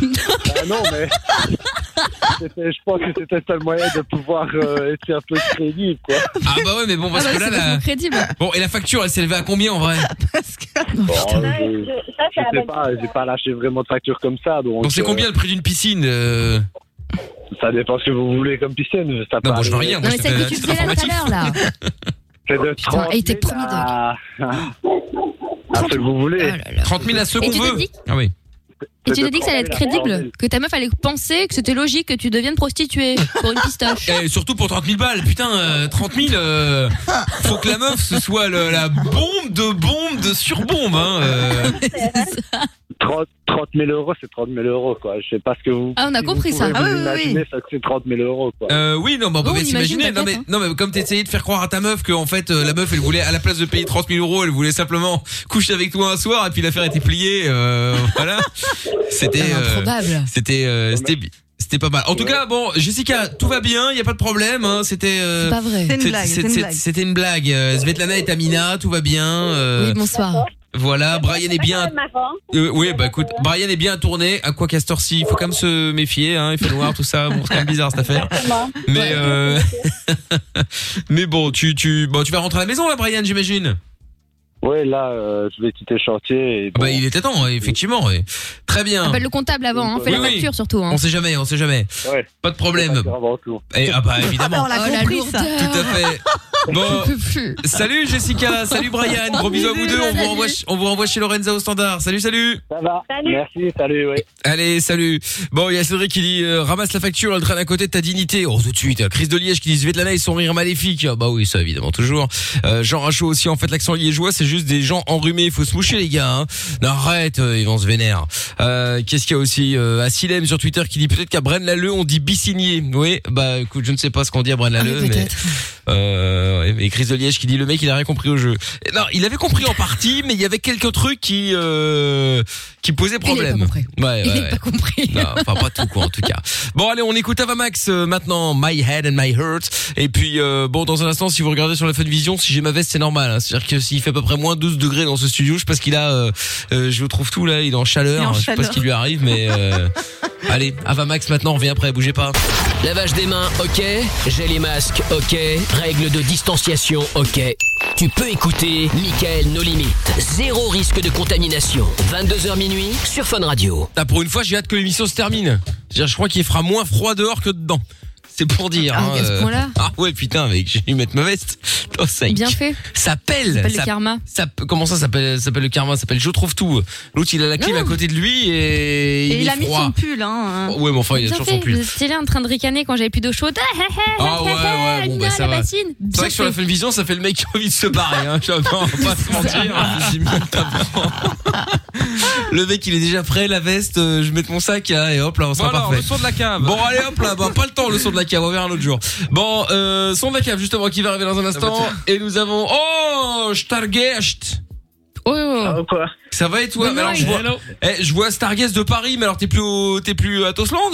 Bah non, mais. C'était- Je pense que c'était le seul moyen de pouvoir euh, être un peu crédible, quoi. Ah bah ouais, mais bon, parce Ah bah, que là, c'est la- vachement crédible. Bon, et la facture, elle s'est élevée à combien en vrai Bon, Oh, je, ça, c'est la je sais bonne pas, j'ai pas lâché vraiment de facture comme ça. Donc, Bon, c'est euh, combien le prix d'une piscine euh Ça dépend ce que vous voulez comme piscine. Ça Non, peut moi, je veux aller- rien. Moi, je te fais un petit informatif. là. C'est de 30 et t'es 000 promis, à... à ce que vous Ah, voulez. 30 000 à ce Et qu'on tu t'es veut. dit- Ah oui. Et tu t'es dit que ça allait être crédible, que ta meuf allait penser que c'était logique que tu deviennes prostituée pour une pistoche. Et surtout pour 30 000 balles, putain, euh, 30 000, euh, faut que la meuf ce soit le- la bombe de bombe de surbombe. Hein, euh. 30, 30 30 000 euros, c'est 30 000 euros, quoi. Je sais pas ce que vous. Ah, on a si vous compris ça. pouvez Ah oui, vous oui, oui. imaginer ça que c'est 30 000 euros, quoi. Euh, oui, non, mais on peut Oh, Oui, bien on imagine, s'imaginer. Non mais, hein. t'inquiète, non, mais comme t'essayais de faire croire à ta meuf que, en fait, euh, la meuf, elle voulait, à la place de payer 30 000 euros, elle voulait simplement coucher avec toi un soir et puis l'affaire était pliée, euh, voilà. C'était, euh, Improbable. c'était, euh, c'était, bi- c'était pas mal. En tout cas, bon, Jessica, tout va bien, il y a pas de problème, hein, c'était, euh, C'est pas vrai. C'est une c'est- blague, c'est- c'est une c'est- blague. C'était une blague. Euh, Svetlana et Tamina, tout va bien, euh, Oui, bonsoir. Voilà, Brian est bien. Euh, oui, bah écoute, Brian est bien tourné. À quoi qu'à cette heure-ci, il faut quand même se méfier. Hein, il fait noir, tout ça. Bon, c'est quand même bizarre cette affaire. Mais euh... mais bon, tu tu bon, tu vas rentrer à la maison là, Brian, j'imagine. Ouais, là, euh, je vais quitter le chantier. Et Ah bah il était temps, ouais, effectivement. ouais. Très bien. Appelle Ah le comptable avant, hein. fais la Oui, oui. facture surtout. Hein. On sait jamais, on sait jamais. Pas de problème. Et, ah bah évidemment. Oh, la Tout à fait. Bon, salut Jessica, salut Brian, gros bisous à vous Bisous, deux. On vous salut. renvoie, on vous renvoie chez Lorenza au standard. Salut, salut. Ça va. Merci, salut, oui. Allez, salut. Bon, il y a Cédric qui dit euh, ramasse la facture, elle traîne à côté de ta dignité. Oh, tout de suite. Chris de Liège qui dit Svetlana et son rire maléfique. Ah, bah oui, ça évidemment toujours. Euh, Jean Rachaud aussi. En fait, l'accent liégeois, c'est juste des gens enrhumés. Il faut se moucher, les gars. Hein. Non, arrête, euh, ils vont se vénère. Euh, Qu'est-ce qu'il y a aussi euh, Asilem sur Twitter qui dit peut-être qu'à Braine Lalleud on dit Bissinier. Oui, bah écoute, je ne sais pas ce qu'on dit à Braine Lalleud, Ah, mais. Euh, et- et Chris de Liège qui dit le mec il a rien compris au jeu. Et Non, il avait compris en partie, mais il y avait quelques trucs qui euh, qui posaient problème. Ouais, ouais, ouais. Non, enfin pas tout quoi en tout cas. Bon allez, on écoute Avamax euh, maintenant My Head and My Heart et puis euh, bon dans un instant si vous regardez sur la fin de vision si j'ai ma veste c'est normal hein. c'est-à-dire que s'il fait à peu près moins 12 degrés dans ce studio, je sais pas ce qu'il a euh, euh, je vous trouve tout là, il est en chaleur, Il est en je sais pas ce chaleur. qui lui arrive mais euh, allez, Avamax maintenant, on revient après, bougez pas. Lavage des mains, ok. Gel et masque, ok. Règles de distanciation, ok. Tu peux écouter Michael No Limites. Zéro risque de contamination. 22h minuit sur Fun Radio. Ah, pour une fois, j'ai hâte que l'émission se termine. C'est-à-dire, je crois qu'il fera moins froid dehors que dedans. C'est pour dire. Ah, hein, à ce euh. point-là Ah ouais, putain, mec, j'ai dû mettre ma veste. Oh, ça y- Bien fait. Ça pèle. Ça s'appelle le ça- karma. ça- comment ça, ça s'appelle, ça s'appelle le karma Ça s'appelle je trouve tout. L'autre, il a la clim à côté de lui et, Et est il a mis froid. son pull, hein. Oh, ouais, mais enfin, il a Bien toujours fait, son pull. Vous étiez là en train de ricaner quand j'avais plus d'eau chaude. Ah, ah, ah, Ah ah, ouais, ah, ouais, bon, Nina, bah, ça va. la bassine. C'est vrai que sur la fin de vision, ça fait le mec qui a envie de se barrer, hein. Je vais pas- on va pas se mentir. J'ai mis un tapant. Le mec, il est déjà prêt, la veste, euh, je mets mon sac, hein, et hop là, on sera Voilà, parfait. le son de la cave. Bon, allez, hop là, bah, pas le temps, le son de la cave, on verra un autre jour. Bon, euh, son de la cave, justement, qui va arriver dans un instant. Et nous avons, oh, Starguest. Oh, Ça va et toi? Bonne alors, je vois, oreille. eh, je vois Starguest de Paris, mais alors t'es plus au- t'es plus à Tosland?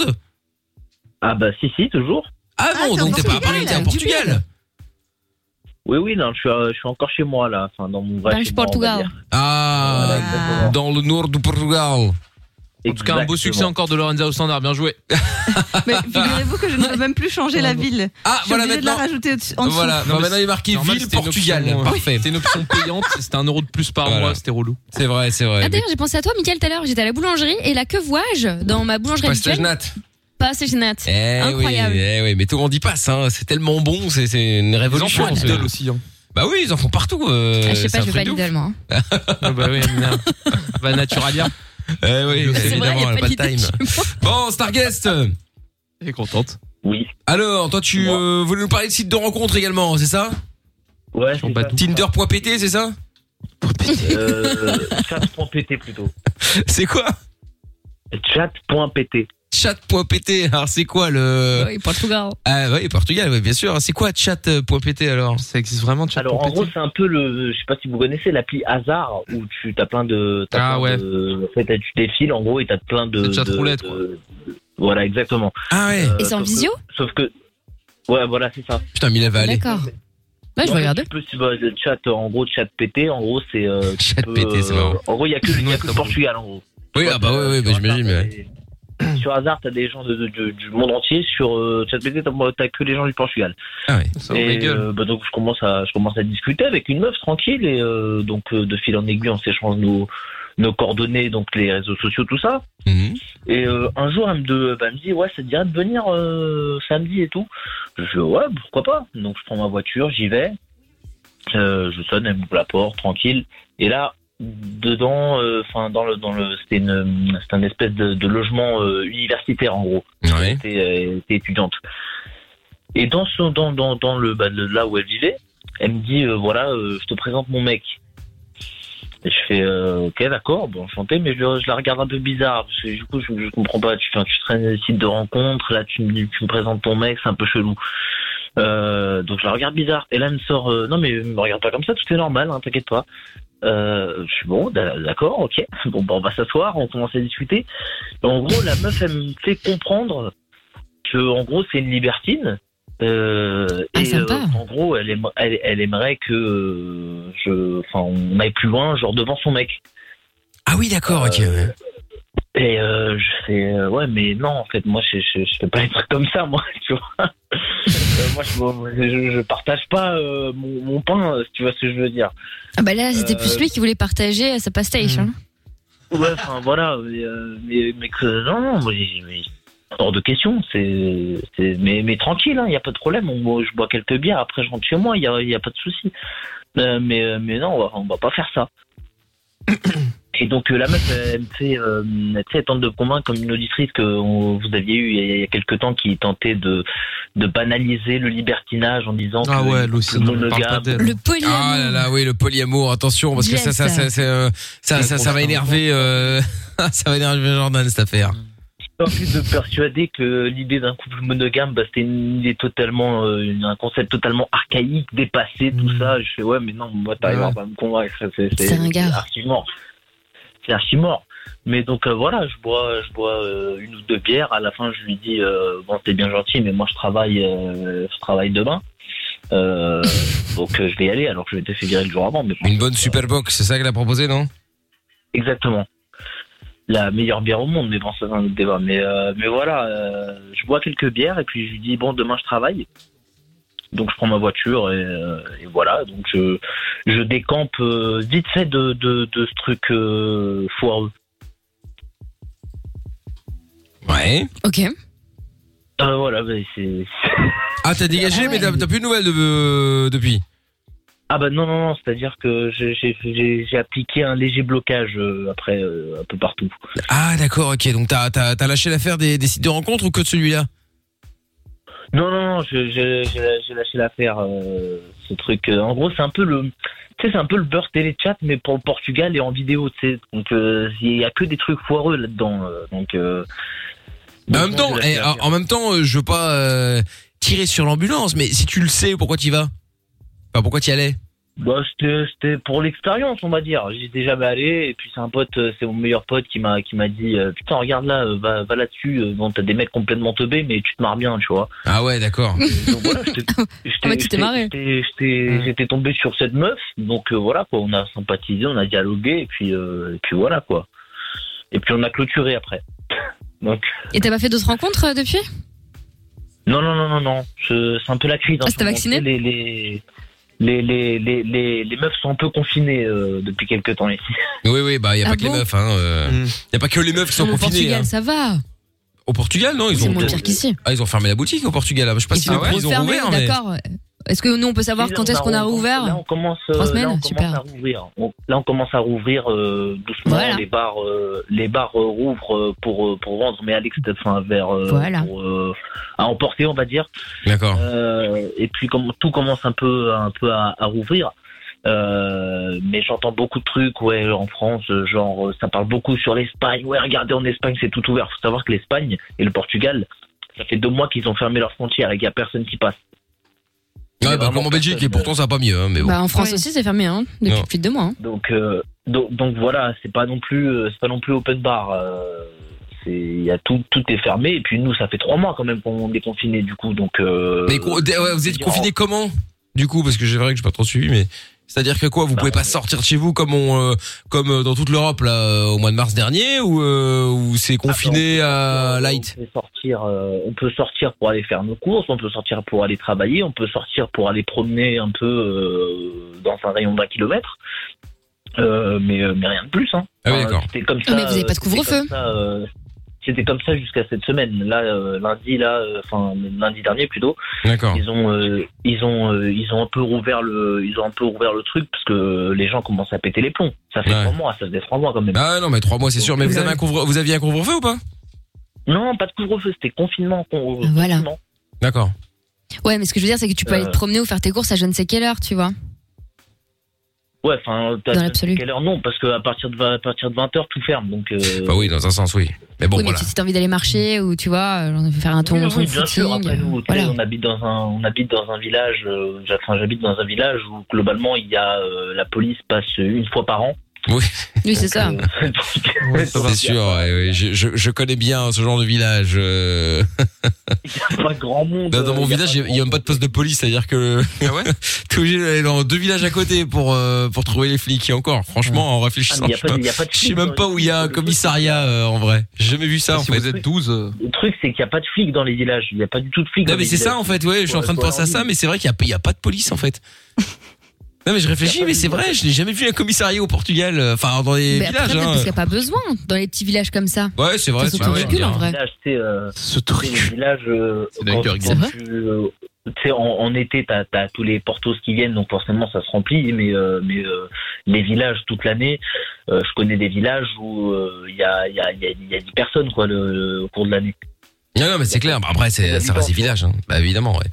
Ah bah si si toujours. Ah bon, donc t'es pas à Paris, t'es en Portugal. Oui oui non je suis, euh, je suis encore chez moi là enfin dans mon vrai Dans le chez moi, on va Portugal. dire. Ah, dans le nord du Portugal. En tout cas, un beau Exactement. succès encore de Lorenza au standard. Bien joué. Mais figurez-vous que je ne peux même plus changer la ville. Ah, je suis voilà obligée de la maintenant. rajouter au-dessus- en dessous. Voilà, bah, maintenant il est marqué normal, ville c'était une Portugal. option, euh, Parfait. C'était une option payante. C'était un euro de plus par mois. C'était relou. C'est vrai, c'est vrai. Ah, d'ailleurs, j'ai pensé à toi, Michael, tout à l'heure. J'étais à la boulangerie et là, que vois-je dans ma boulangerie Pastage habituelle nat. Pas assez natte. Eh oui, Incroyable. eh oui, mais tout le monde y passe, hein. c'est tellement bon, c'est c'est une Ils révolution. en font à ce- Lidl aussi, hein. Bah oui, ils en font partout. euh, Ah, je sais c'est pas, un je vais truc pas de ouf. Bah, Lidl, moi. hein. Ah bah oui, merde. Va Naturalia. Eh oui, C'est vrai, évidemment, y a elle a pas pas le Lidl time. Bon, Starguest Elle est contente. Oui. Alors, toi, tu euh, voulais nous parler de sites de rencontres également, c'est ça Ouais, Tinder.pt, c'est ça Euh, chat.pt plutôt. C'est quoi Chat.pt. Chat.pt, alors c'est quoi le... Oui, Portugal. Ah oui, Portugal, oui, bien sûr. C'est quoi euh, chat.pt alors Ça existe vraiment chat.pt Alors en gros c'est un peu le, je sais pas si vous connaissez l'appli Hazard où tu t'as plein de, t'as Ah, plein ouais. de- en fait, t'as- tu défiles en gros et t'as plein de, C'est chat de- roulette, de- voilà exactement. Ah ouais. Et c'est en visio Sauf que, ouais voilà c'est ça. Putain mais il avait D'accord. Bah, je En fait, vais regarder. tu peux- tu vas- le chat, euh, en gros, chat pété, en gros, c'est. euh, tu peux, pété, c'est euh, marrant. En gros, il n'y a que, il y a que le Portugal, en gros. Oui, ah bah oui, oui, bah, j'imagine. ouais. Sur hasard, t'as des gens de, de- de- du monde entier. Sur euh, chat pété, t'as t'as que les gens du Portugal. Ah Et, euh, bah, donc, je commence, à, je commence à discuter avec une meuf tranquille. Et euh, donc, euh, de fil en aiguille, on s'échange nos, nos coordonnées, donc les réseaux sociaux, tout ça. Et euh, un jour, elle me, de- bah, elle me dit Ouais, ça te dirait de venir euh, samedi et tout. Je fais Ouais, pourquoi pas Donc, je prends ma voiture, j'y vais. Euh, je sonne, elle m'ouvre la porte, tranquille. Et là, dedans, euh, enfin, dans le, dans le, c'était une, c'était un espèce de, de logement euh, universitaire en gros. Elle était, euh, elle était étudiante. Et dans ce, dans, dans, dans le, bah, le- là où elle vivait, elle me dit, euh, voilà, euh, je te présente mon mec. Et je fais, euh, ok, d'accord, bon, enchanté, mais je, je la regarde un peu bizarre, parce que du coup, je, je comprends pas, tu, enfin, tu traînes les sites de rencontres, là, tu, me dis- tu me présentes ton mec, c'est un peu chelou. Euh, donc je la regarde bizarre. Et là, elle me sort, euh, non, mais me regarde pas comme ça, tout est normal, hein, t'inquiète pas. Euh, je suis bon, d'a- d'accord, ok. Bon, bah, on va s'asseoir, on commence à discuter. Et en gros, la meuf, elle me fait comprendre que, en gros, c'est une libertine. Euh, Ah, et euh, en gros, elle, aime- elle, elle aimerait que euh, je, enfin, on aille plus loin, genre devant son mec. Euh, Ah oui, d'accord, ok. ouais. Et euh, je fais euh, ouais mais non en fait moi je je, je fais pas des trucs comme ça moi tu vois Euh, moi je, je, je partage pas euh, mon, mon pain euh, si tu vois ce que je veux dire Ah bah là, c'était Euh, plus lui qui voulait partager sa pastage. hein. ouais enfin voilà mais, euh, mais mais que non non mais, mais hors de question c'est c'est mais mais tranquille hein y a pas de problème on boit- je bois quelques bières après je rentre chez moi y a y a pas de souci Euh, mais euh, mais non on va, on va pas faire ça Et donc euh, la meuf, euh, elle me fait, euh, tu sais, elle tente de me convaincre comme une auditrice que on- vous aviez eu il y a- il y a quelques temps qui tentait de, de banaliser le libertinage en disant Ah que ouais, elle le aussi, non, on parle pas d'elle. Le polyamour. Ah là là, oui, le polyamour. Attention, parce que Yes. ça, ça, ça, c'est, euh, ça, ça, ça va énerver, euh, ça va énerver Jordan cette affaire. En plus de persuader que l'idée d'un couple monogame, bah, c'était une idée totalement, euh, une- un concept totalement archaïque, dépassé, tout ça. Je fais ouais, mais non, moi t'arrives Ouais. pas à me convaincre, c'est c'est- C'est ringard. c'est archi mort, c'est archi mort. Mais donc euh, voilà, je bois, je bois euh, une ou deux bières. À la fin, je lui dis euh, bon, t'es bien gentil, mais moi je travaille, euh, je travaille demain. Euh, donc euh, je vais y aller alors que je m'étais fait virer le jour avant. Mais Une bonne super box, c'est ça qu'elle a proposé, non Exactement. La meilleure bière au monde, mais bon, ça c'est un autre débat. Mais, euh, mais voilà, euh, je bois quelques bières et puis je lui dis, bon, demain je travaille. Donc je prends ma voiture et, euh, et voilà, donc je, je décampe euh, vite fait de, de, de ce truc euh, foireux. Ouais. Ok. Euh, voilà, mais c'est... Ah, t'as dégagé, mais t'as t'as plus de nouvelles de- euh, depuis. Ah bah non, non, non, c'est-à-dire que j'ai- j'ai j'ai- j'ai appliqué un léger blocage euh, après euh, un peu partout. Ah, d'accord, ok. Donc t'as, t'as, t'as lâché l'affaire des, des sites de rencontres ou que de celui-là Non, non, non, je- je- je- j'ai lâché l'affaire, euh, ce truc. Euh, En gros, c'est un peu le, tu sais, c'est un peu le beurre téléchat, mais pour le Portugal et en vidéo, tu sais. Donc, euh, il y a que des trucs foireux là-dedans. euh, donc, euh, Bah, en même temps, eh, en en même temps, euh, je veux pas euh, tirer sur l'ambulance, mais si tu le sais, pourquoi t'y vas Enfin, pourquoi t'y allais bah, c'était c'était pour l'expérience, on va dire. J'y étais jamais allé, et puis c'est un pote, euh, c'est mon meilleur pote qui m'a qui m'a dit, euh, putain, regarde là, euh, va, va là-dessus. euh, Bon, t'as des mecs complètement teubés, mais tu te marres bien, tu vois. Ah ouais, d'accord. Ah, J'étais- j'étais- j'étais- j'étais- J'étais tombé sur cette meuf, donc euh, voilà quoi, on a sympathisé, on a dialogué, et puis, euh, et puis voilà quoi. Et puis on a clôturé après. donc, Et t'as pas fait d'autres rencontres euh, depuis non, non, non, non, non, je- c'est un peu la crise. hein, Ah, c'était tout le monde vacciné sait, les, les, les, les, les, les- les meufs sont un peu confinées euh, depuis quelques temps ici. Oui, oui, bah, y a Ah pas que bon les meufs, hein. euh, Y a pas que les meufs qui sont Au confinées. Portugal, hein. ça va. Au Portugal, non, ils C'est ont. moins pire qu'ici. Ah, ils ont fermé la boutique au Portugal. Je sais pas si Ah ouais ils ont Fermé, rouvert, mais. D'accord. Est-ce que nous, on peut savoir Oui, là, quand on est-ce qu'on a rouvert. Là, rouvert on commence, euh, Trois là, semaines on commence Super. à rouvrir. On- là, on commence à rouvrir euh, doucement. Les bars, euh, les bars euh, rouvrent euh, pour, euh, pour vendre, mais à l'extérieur, enfin, vers, euh, Voilà. pour, euh, à emporter, on va dire. D'accord. Euh, et puis, comme, tout commence un peu, un peu à, à rouvrir. Euh, mais j'entends beaucoup de trucs, ouais, en France, euh, genre, euh, ça parle beaucoup sur l'Espagne. Ouais, regardez, en Espagne, c'est tout ouvert. Faut savoir que l'Espagne et le Portugal, ça fait deux mois qu'ils ont fermé leurs frontières et qu'il n'y a personne qui passe. Ouais, bah, comme en Belgique, et euh, pourtant, ça va pas mieux, hein, mais bon. Bah, en France aussi, c'est fermé, hein, depuis Non. plus de deux mois. hein. Donc, euh, donc, donc voilà, c'est pas non plus, euh, c'est pas non plus open bar. euh, c'est, y a tout, tout est fermé. Et puis nous, ça fait trois mois quand même qu'on est confiné du coup. Donc. euh, Mais con- d- ouais, vous êtes confiné comment Du coup, parce que j'ai vrai que j'ai pas trop suivi, mais c'est-à-dire que quoi Vous pouvez pas sortir de chez vous comme on, euh, comme euh, dans toute l'Europe là euh, au mois de mars dernier, ou euh, ou c'est confiné à light euh, On peut sortir, euh, on peut sortir pour aller faire nos courses, on peut sortir pour aller travailler, on peut sortir pour aller promener un peu euh, dans un rayon d'un kilomètre. Euh, mais, euh, mais rien de plus. Hein. Ah oui, Enfin, d'accord. C'était comme Ah, ça. mais vous avez euh, pas de c'était couvre-feu. comme ça, euh, C'était comme ça jusqu'à cette semaine. Là, euh, lundi, là, euh, enfin lundi dernier plutôt. D'accord. Ils ont, euh, ils ont, euh, ils ont un peu rouvert le, ils ont un peu rouvert le truc parce que les gens commencent à péter les plombs. Ça fait trois mois, ça faisait trois mois quand même. Ah non, mais trois mois c'est sûr. Mais vous avez un couvre, vous aviez un couvre-feu ou pas Non, pas de couvre-feu, c'était confinement. con- Voilà. confinement. D'accord. Ouais, mais ce que je veux dire, c'est que tu peux aller Euh. te promener ou faire tes courses à je ne sais quelle heure, tu vois. Ouais, enfin, t'as- Dans l'absolu. quelle heure non Parce qu'à partir de 20, à partir de 20 h tout ferme. Donc. euh, Bah oui, dans un sens, oui. Mais bon, oui, voilà. mais si t'as envie d'aller marcher ou tu vois, euh, faire un tour, Oui, on oui, fait bien sûr. footing. Après nous, tu sais, on habite dans un, on habite dans un village. euh, j'a- enfin, j'habite dans un village où globalement il y a euh, la police passe une fois par an. Oui. Oui, c'est ça. c'est sûr, ouais, ouais, Je, je- je connais bien ce genre de village. euh. Pas grand monde. Dans, dans mon euh, y a village, il n'y a même pas de poste de police, c'est-à-dire que t'es obligé d'aller dans deux villages à côté pour euh, pour trouver les flics. Et encore, franchement, en réfléchissant, Ah, mais y a je pas de- y a sais pas pas- de je sais flics même dans pas les où il y a un commissariat euh, en vrai. J'ai jamais vu ça. Si en fait. vous êtes 12. Le truc, c'est qu'il n'y a pas de flics dans les villages. Il n'y a pas du tout de flics. euh. Non dans mais les c'est ça villages. en fait. Ouais, je suis en train de Faut aller penser à ça, ville. mais c'est vrai qu'il n'y a, il y a pas de police en fait. Non mais je réfléchis, mais c'est vrai, je n'ai jamais vu un commissariat au Portugal, euh, enfin dans les Mais Bah, après, villages. peut-être hein. parce qu'il n'y a pas besoin dans les petits villages comme ça. Ouais, c'est vrai. Ils sont tous ridicules, en vrai. Ce truc. Les euh, villages. euh, C'est dingue, quand- le quand tu, euh, tu sais, en, en été, t'as as tous les portos qui viennent, donc forcément ça se remplit. Mais euh, mais euh, les villages toute l'année, euh, je connais des villages où euh, il y a il y a il y a- il y a 10 personnes quoi le, le- au cours de l'année. Non, non, mais c'est clair. Bah, Après, c'est, ça reste des villages, hein. bah, évidemment. Ouais.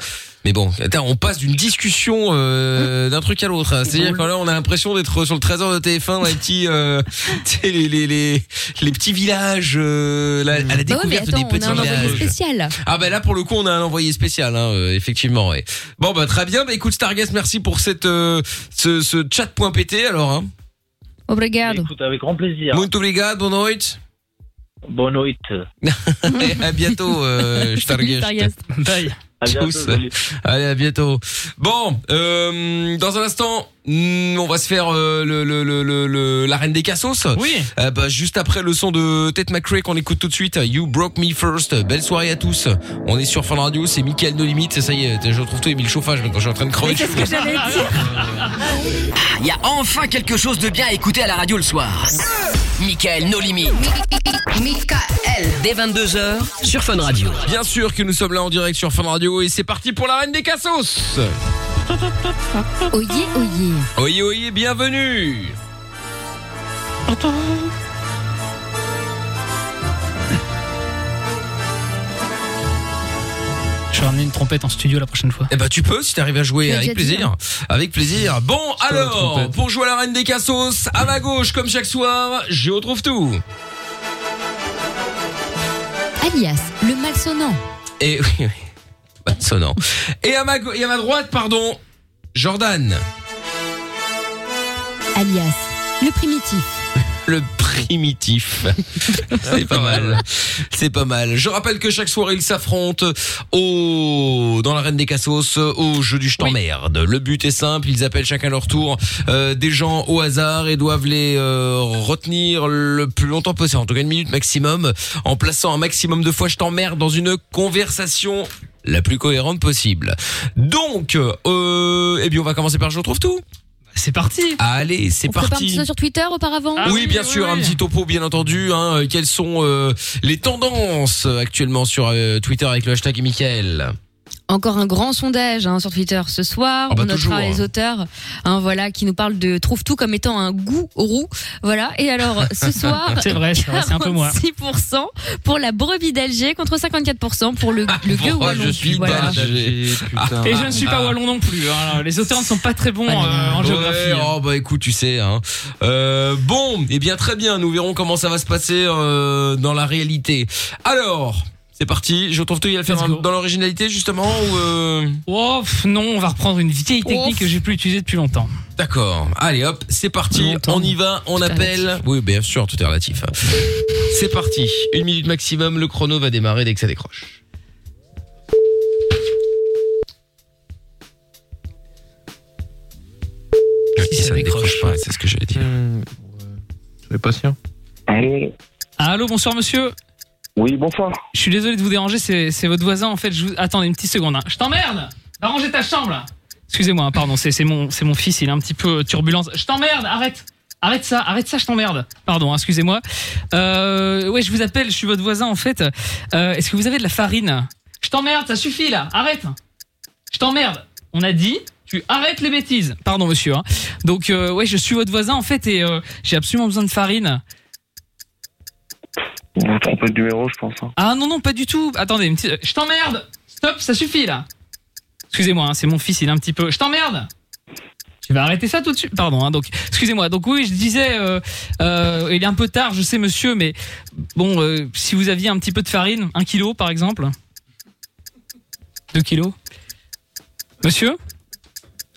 Mais bon, attends, on passe d'une discussion Mmh. euh, d'un truc à l'autre. hein. C'est-à-dire que là, on a l'impression d'être sur le trésor de TF1 dans les petits, euh, tu sais, les, les, les, les petits villages, euh, la- à la Bah ouais, mais découverte attends, des on a petits un envoyé villages. spécial. Ah ben là pour le coup on a un envoyé spécial hein, euh, effectivement ouais. Bon bah très bien bah écoute Stargaz merci pour cette euh, ce, ce chat point PT alors hein. Obrigado. Écoute, avec grand plaisir. Muito obrigado, bonne nuit. Bonne nuit. Et à bientôt euh, Stargaz. Stargaz. Bye. À bientôt, Tchuss. salut. Allez, à bientôt. Bon, euh, dans un instant, mm, on va se faire euh, le, le, le, le- le- la reine des cassos. Oui. Euh, bah, juste après le son de Ted McRae qu'on écoute tout de suite. You broke me first. Belle soirée à tous. On est sur Fan Radio, c'est Mickaël No Limite. Ça y est, je retrouve tout et mis le chauffage maintenant. Je suis en train de crever. de chaud. Il y a enfin quelque chose de bien à écouter à la radio le soir. Michael No Limit. Michael. Dès 22h sur Fun Radio. Bien sûr que nous sommes là en direct sur Fun Radio et c'est parti pour la reine des cassos. Oyez, oyez. Oyez, oyez, bienvenue. Je vais ramener une trompette en studio la prochaine fois. Eh ben tu peux si t'arrives à jouer Tu l'as avec déjà dit, hein. plaisir. Avec plaisir. Bon Je te la alors, trompette. pour jouer à la reine des cassos, à ma gauche comme chaque soir, je retrouve tout. Alias, le malsonnant. Et oui, oui. Bah, sonnant. Et à ma gau- et à ma droite, pardon, Jordan, Alias, le primitif. le primitif. C'est pas mal. C'est pas mal. Je rappelle que chaque soir ils s'affrontent au dans la reine des cassos au jeu du je t'emmerde. Le but est simple, ils appellent chacun leur tour euh, des gens au hasard et doivent les euh, retenir le plus longtemps possible, en tout cas une minute maximum, en plaçant un maximum de fois je t'emmerde dans une conversation la plus cohérente possible. Donc, euh, eh bien, on va commencer par je retrouve tout. C'est parti. Allez, c'est On prépare un petit parti Ah ça sur Twitter auparavant. Ah oui, bien sûr, un petit topo, bien entendu. Hein, Euh, quelles sont euh, les tendances euh, actuellement sur euh, Twitter avec le hashtag Michael Encore un grand sondage hein, sur Twitter ce soir. Ah bah on notera toujours, les hein. auteurs, hein, voilà, qui nous parlent de trouve tout comme étant un goût roux, voilà. Et alors ce soir, C'est vrai, c'est vrai, c'est un peu moi. 46% pour la brebis d'Alger contre 54% pour le, le gueux Oh, wallon. je suis Voilà. D'Alger, putain. Et je ne suis pas wallon non plus. hein. Alors, Les auteurs ne sont pas très Ah, bons euh, en ah. Ouais, géographie. hein. oh bah écoute, tu sais. Hein. Euh, bon, eh bien très bien. Nous verrons comment ça va se passer euh, dans la réalité. Alors, c'est parti. Je trouve tout. Il va le faire dans, dans l'originalité justement ou. euh, Oh, pff, non, on va reprendre une vieille technique que j'ai plus utilisée depuis longtemps. D'accord. Allez hop, c'est parti. On y va. On appelle. Oui, bien sûr, tout est relatif. C'est parti. Une minute maximum. Le chrono va démarrer dès que ça décroche. Si ça décroche Euh, pas, c'est ce que j'allais dire. Je pas patient. Allô, bonsoir monsieur. Oui, bonsoir. Je suis désolé de vous déranger, c'est c'est votre voisin en fait. Je vous... Attendez une petite seconde. hein. Je t'emmerde Va ranger ta chambre là Excusez-moi, hein, pardon, c'est c'est mon, c'est mon fils, il est un petit peu euh, turbulent. Je t'emmerde, arrête Arrête ça, arrête ça, je t'emmerde. Pardon, hein, excusez-moi. Euh, ouais, je vous appelle, je suis votre voisin en fait. Euh, Est-ce que vous avez de la farine Je t'emmerde, ça suffit là, arrête Je t'emmerde On a dit, tu arrêtes les bêtises. Pardon monsieur. hein. Donc euh, ouais, je suis votre voisin en fait et euh, j'ai absolument besoin de farine. Vous vous trompez de numéro, je pense. hein. Ah non, non, pas du tout. Attendez, une petite- je t'emmerde. Stop, ça suffit là. Excusez-moi, hein, c'est mon fils, il est un petit peu. Je t'emmerde. Je vais arrêter ça tout de suite. Pardon, hein, donc, excusez-moi. Donc, oui, je disais, euh, euh, il est un peu tard, je sais, monsieur, mais bon, euh, si vous aviez un petit peu de farine, un kilo par exemple, deux kilos. Monsieur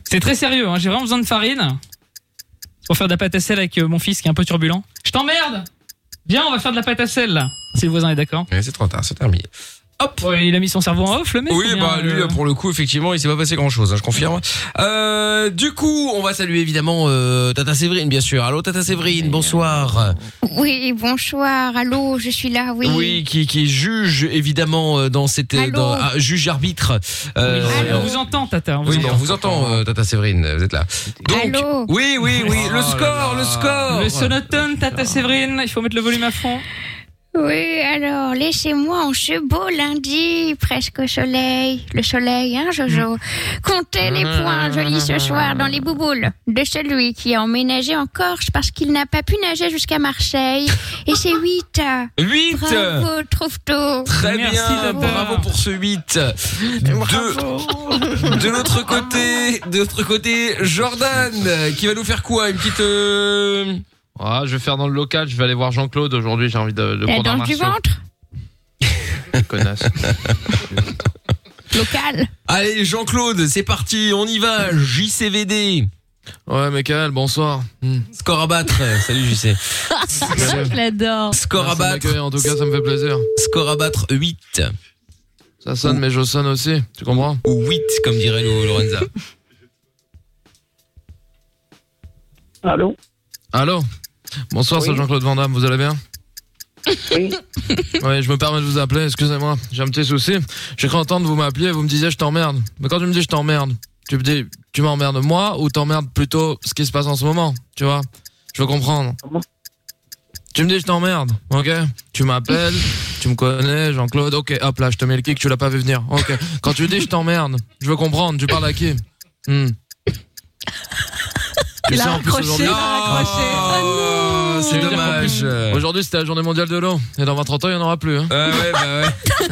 C'est très sérieux, hein, j'ai vraiment besoin de farine pour faire de la pâte à sel avec euh, mon fils qui est un peu turbulent. Je t'emmerde Viens, on va faire de la pâte à sel là, si le voisin est d'accord. c'est trop tard, c'est terminé. Hop Ouais, Il a mis son cerveau en off, le mec. Oui, ou bien, bah lui, euh, là, pour le coup, effectivement, il s'est pas passé grand chose, je confirme. Euh, du coup, on va saluer évidemment euh, Tata Séverine, bien sûr. Allô, Tata Séverine, bonsoir. Oui, bonsoir, allô, je suis là, oui. Oui, qui, qui est juge évidemment euh, dans cette euh, dans- ah, juge arbitre. Euh, on vous entend, Tata. on vous oui, bah, entend. on vous entend, euh, Tata Séverine, vous êtes là. Donc, Allô oui, oui, oui, Oh le score, le score. Le sonotone, Tata Séverine, il faut mettre le volume à fond. Oui, alors, laissez-moi en ce beau lundi, presque au soleil. Le soleil, hein, Jojo Comptez les points, je lis ce soir dans les bouboules de celui qui a emménagé en Corse parce qu'il n'a pas pu nager jusqu'à Marseille. Et c'est 8. 8 Bravo, trouve tôt Très bien, bravo pour ce 8. De, de l'autre côté, de l'autre côté, Jordan, euh, qui va nous faire quoi Une petite. euh, Ah, je vais faire dans le local, je vais aller voir Jean-Claude aujourd'hui, j'ai envie de, de La cours d'arts danse du martiaux. ventre, Connasse. local. Allez, Jean-Claude, c'est parti, on y va, JCVD. Ouais, Michael, bonsoir. Hmm. Score à battre, salut JC. Je l'adore. Score à battre. En tout cas, ça me fait plaisir. Score à battre 8. Ça sonne, mais je sonne aussi, tu comprends Ou 8, comme dirait Lo- Lorenza. Allô Allô Bonsoir, c'est Jean-Claude Van Damme, vous allez bien Oui. Oui, je me permets de vous appeler, excusez-moi, j'ai un petit souci. J'ai cru entendre vous m'appeliez, vous me disiez je t'emmerde. Mais quand tu me dis je t'emmerde, tu me dis tu m'emmerdes moi ou t'emmerdes plutôt ce qui se passe en ce moment, tu vois Je veux comprendre. Tu me dis je t'emmerde, ok Tu m'appelles, tu me connais, Jean-Claude, ok, hop là, je te mets le kick, tu l'as pas vu venir, ok. Quand tu dis je t'emmerde, je veux comprendre, tu parles à qui Hmm. Tu Il a sais, en plus, raccroché, aujourd'hui- il a raccroché. Oh, non. c'est Je veux dire qu'en dommage. plus, Aujourd'hui, c'était la journée mondiale de l'eau. Et dans 20-30 ans, il n'y en aura plus. Hein. ouais, bah ouais.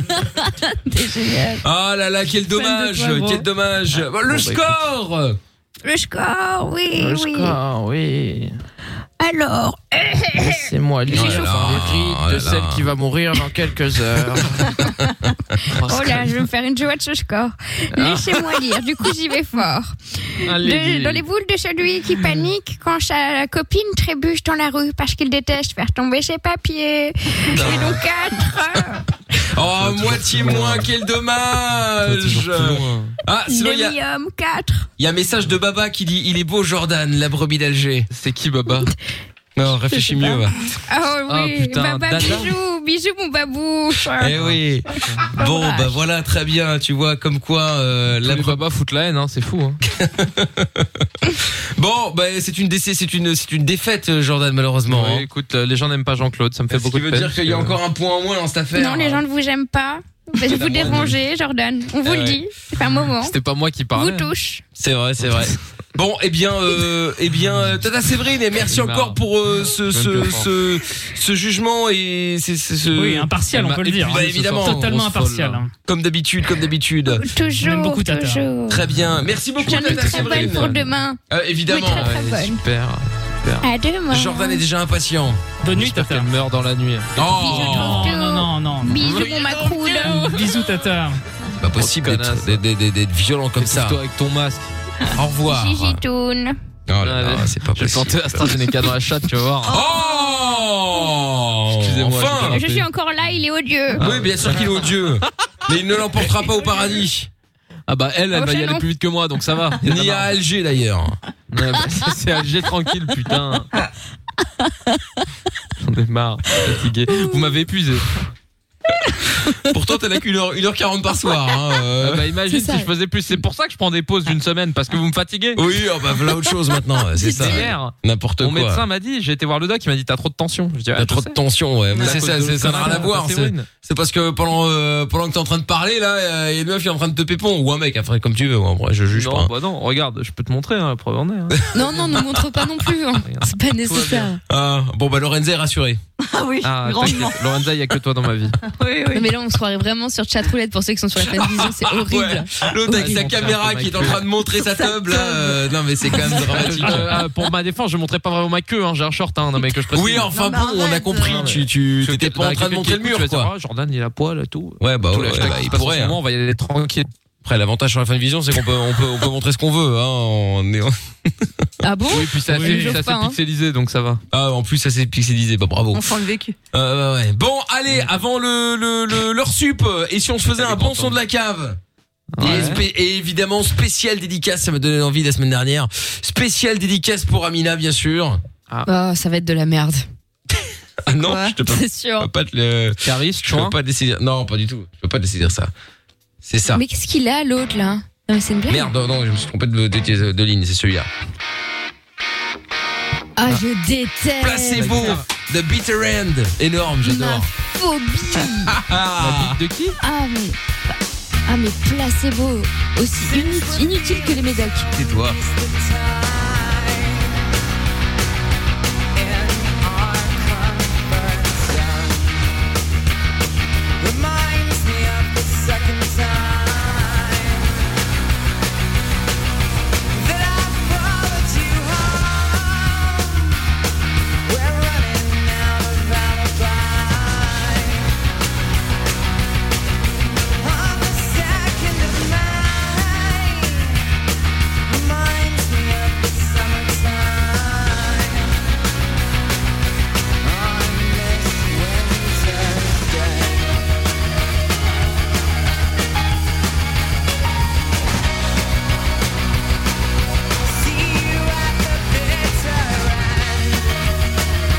T'es génial. Ah là là, quel dommage, Fan de toi, gros. quel dommage. Bah, Bon, Le bah, score Le score, oui, Eh oui. oui. Alors, Eh. C'est moi, Lily. Oh là là, Hérite de oh là celle là. qui va mourir dans quelques heures. Oh là, je vais me faire une joie de ce score. Ah. Laissez-moi lire, du coup j'y vais fort. Allez-y. De- dans les boules de celui qui panique quand sa copine trébuche dans la rue parce qu'il déteste faire tomber ses papiers. Ah. Et donc 4. Oh, moitié moins, quel dommage Ah, sinon il y a, Demi-homme 4. il y a un message de Baba qui dit Il est beau Jordan, la brebis d'Alger. C'est qui Baba Non, réfléchis mieux. va. Oh oui, Ah, putain, Baba, Dada. bisous, bisous mon babou. Eh oui. Ah, Bon, bah voilà, très bien. Tu vois, comme quoi euh, la hein, baba fout la haine, c'est fou. bon, bah c'est une décès, c'est une, c'est une défaite, euh, Jordan, malheureusement. Oui, écoute, euh, les gens n'aiment pas Jean-Claude, ça me fait beaucoup de peine, veut dire qu'il y a parce que- encore un point en moins dans cette affaire. Non, les gens ne vous aiment pas. Vous vous dérangez, Jordan. On vous Eh ouais. le dit. C'est pas un moment. C'était pas moi qui Vous parlais. touche. C'est vrai, c'est vrai. Bon, eh bien, euh, eh bien, euh, Tata Séverine, et merci encore pour euh, ce, ce, ce, ce jugement et c'est c'est- ce. Oui, impartial, on peut le dire. hein, Bah, évidemment, Totalement grosse folle, impartial, là. hein. Comme d'habitude, comme d'habitude. Toujours. toujours. Très bien, merci beaucoup, J'en ai Tata très bonne Séverine. pour demain. Euh, évidemment. Oui, très, très Ouais, bonne. Super, super. À demain. Jordan est déjà impatient. Bonne nuit, J'espère qu'elle meurt dans la nuit. Oh, Non, non, non, non. Bisous, mon macrou. Bisous, Tata. pas possible d'être- d'être d'être- d'être violent comme ça. Toi avec ton masque. Au revoir. Gigi Toon. Oh Ah, là là, c'est pas Je vais possible. planter AstraZeneca dans la chatte, tu vas voir. Oh Excusez-moi, Enfin Ah Je suis encore là, il est odieux. Oui, bien sûr qu'il est odieux. Mais il ne l'emportera pas au paradis. Ah bah elle, elle va y aller Enchaînons. plus vite que moi, donc ça va. Ni à Alger d'ailleurs. Ouais, bah, ça, c'est Alger tranquille, putain. J'en ai marre, je suis fatigué. Vous m'avez épuisé. Pourtant, t'as la qu'une heure, 1h40 par soir. hein, euh. Ah bah imagine si je faisais plus. C'est pour ça que je prends des pauses d'une semaine, parce que vous me fatiguez. Oui, oh bah voilà autre chose maintenant, ouais, c'est ça. Hier, N'importe quoi. Mon médecin m'a dit, j'ai été voir le doc, il m'a dit t'as trop de tension. Je dis, ah, T'as je trop de sais. tension, ouais. Mais À c'est cause ça, de c'est- ça n'a rien à Tata voir. c'est- Séverine. C'est parce que pendant euh, pendant que t'es en train de parler là, euh, il y a une meuf qui est en train de te pépon ou un mec, après comme tu veux. ouais, en vrai, je juge non, pas. hein. bah non, regarde, je peux te montrer, hein, la preuve en est. hein. Non, non, ne montre pas non plus. hein. C'est pas nécessaire. Ah, bon bah Lorenza est rassurée. Ah oui, Ah, grandement. t'inquiète, Lorenza, il n'y a que toi dans ma vie. Mais là, on se croirait vraiment sur chatroulette pour ceux qui sont sur la face vision, c'est Ah. horrible. L'autre avec sa caméra qui est en train de montrer sa table. là, euh, non mais c'est quand même dramatique. Euh, euh, pour ma défense, je montrais pas vraiment ma queue, hein, j'ai un short, hein, non mais que je précise. Oui, enfin bon, on a compris. Tu, tu t'étais pas en train de monter le mur, quoi. ah, Jordan, il a poil et tout. Ouais, bah, Tout le ouais, hashtag bah, qui il passe en pourrait, ce hein. moment, On va y aller tranquille. Après, l'avantage sur la fin de vision, c'est qu'on peut, on peut, on peut montrer ce qu'on veut. Hein, on est... Ah bon Oui, puis ça, Oui. ça, Je s'est pas, hein. pixelisé, donc ça va. Ah, en plus, ça s'est pixelisé, bah bravo. On sent le vécu. Euh, ouais, ouais. Bon, allez, Mm. avant le, le, le- leur sup, et si on se faisait un bon son de la cave et, spé- et évidemment, spécial dédicace, ça m'a donné envie la semaine dernière. Spécial dédicace pour Amina, bien sûr. Ah, Oh, ça va être de la merde. non, quoi je te peux, C'est sûr. je peux pas te le. je peux pas te laisser dire. Non, pas du tout. Je peux pas te laisser dire ça. C'est ça. Mais qu'est-ce qu'il a, l'autre, là Non, mais c'est une blague. Merde, non, non, je me suis trompé de, de- de ligne, c'est celui-là. Ah, je déteste. Placebo, The Bitter End. Énorme, j'adore. Phobie. Ah. De qui Ah, mais. Ah, mais placebo. Aussi inutile, inutile que les médocs. Tais-toi. Reminds me of the second time that I followed you home. We're running out of alibis. On the second of May reminds me of the summertime on this winter's day. See you at the bitter end.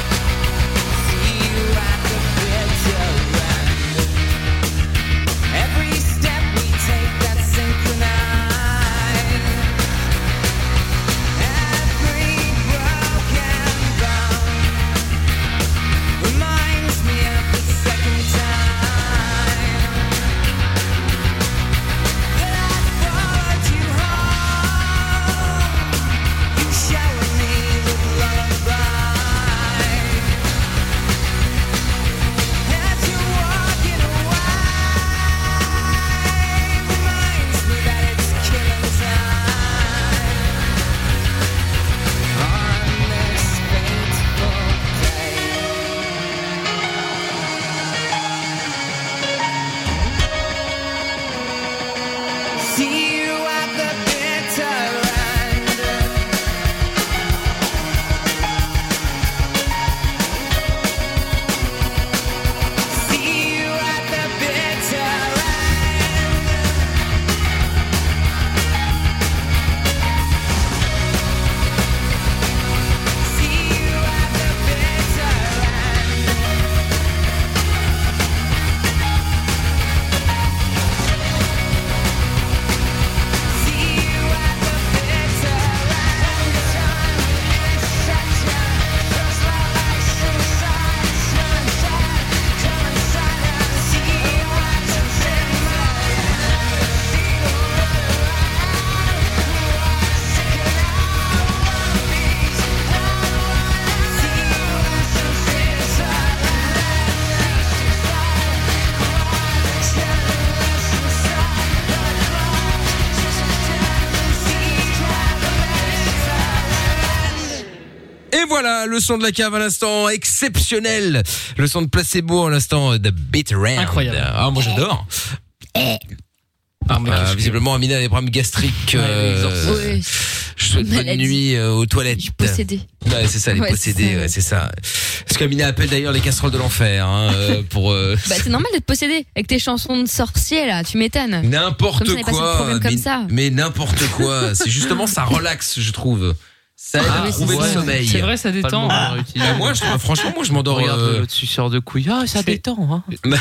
See you at the bitter end. Every step we take that's synchronized. Every broken bone reminds me of the second time. See you at the bitter end. See you at the bitter end. See you at the bitter end. Et voilà, le son de la cave à l'instant, exceptionnel. Le son de placebo à l'instant, euh, The Bitter End. Incroyable. Ah, moi j'adore. Ah, bah, visiblement, Amina a des problèmes gastriques. euh, Oui. Je souhaite bonne Maladie. nuit euh, aux toilettes. Possédé. Ouais, c'est ça, les Ouais, c'est possédés, ça. ouais, c'est ça. Ce qu'Amina appelle d'ailleurs les casseroles de l'enfer, hein, euh, pour euh, Bah, c'est normal d'être possédé. Avec tes chansons de sorcier, là, tu m'étonnes. n'importe Comme ça, on est pas sur le quoi. problème comme mais, ça. mais n'importe quoi. c'est justement, ça relaxe, je trouve. Ça aide Ah, à oui, trouver c'est le vrai. sommeil. C'est vrai, ça détend. Pas le mot Ah. Ah, moi, je, franchement, moi, je m'endors. Regarde euh, le suceur de couille. Ah, ça détend. Hein.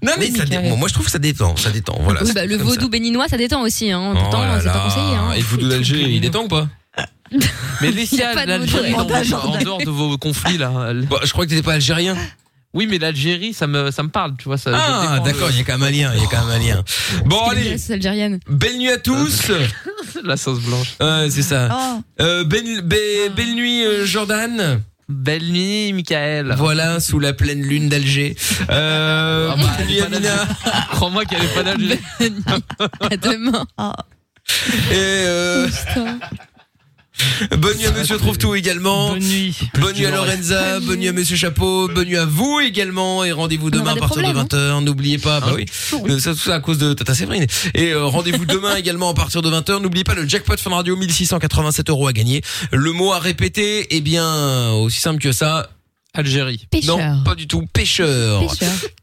Non, mais ça dé- moi, moi, je trouve que ça détend. Ça détend, voilà. Oui, bah, le Comme ça. vaudou béninois, ça détend aussi. Hein. Oh Pourtant, là c'est pas là. conseillé. Hein. Et le voodoo d'Alger, il détend ou pas Mais laissez Il y a pas de l'Algérie vaudou. dans vos- Jordan. en dehors de vos conflits là. Bah, je crois que t'étais pas algérien. Oui, mais l'Algérie, ça me, ça me parle, tu vois. Ça, je Ah, défends le- d'accord, il y a quand même un lien, il y a quand même un lien. Bon, allez, C'est algérienne. belle nuit à tous. c'est de la sauce blanche. Ouais, c'est ça. Oh. Euh, belle, be- belle nuit, euh, Jordan. Belle nuit, Michael. Voilà, sous la pleine lune d'Alger. Euh, belle nuit, Amina. Crois-moi qu'elle est pas d'Alger. À demain. Et euh, bonne nuit à Monsieur Trouve Tout également. Bonne nuit. Bonne nuit à Lorenza. Bonne nuit à Monsieur Chapeau. Bonne nuit à vous également. Et rendez-vous demain à partir de 20h. N'oubliez pas. Bah oui. Euh, Ça, tout ça à cause de Tata Séverine. Et euh, rendez-vous demain également à partir de 20h. N'oubliez pas le jackpot Fun Radio 1687 euros à gagner. Le mot à répéter, eh bien, aussi simple que ça. Algérie. Pêcheur. Non, pas du tout. Pêcheur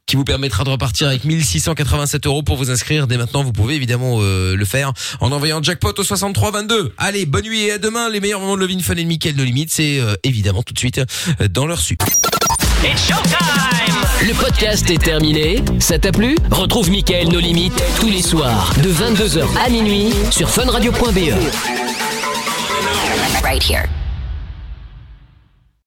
qui vous permettra de repartir avec 1687 euros pour vous inscrire. Dès maintenant, vous pouvez évidemment euh, le faire en envoyant jackpot au 63 22. Allez, bonne nuit et à demain. Les meilleurs moments de Levin Fun et de Mickaël de Limite, c'est euh, évidemment tout de suite euh, dans leur sup. Le podcast est terminé. Ça t'a plu Retrouve Mickaël nos limites tous les soirs E. de 22h à minuit sur funradio.be. Right here.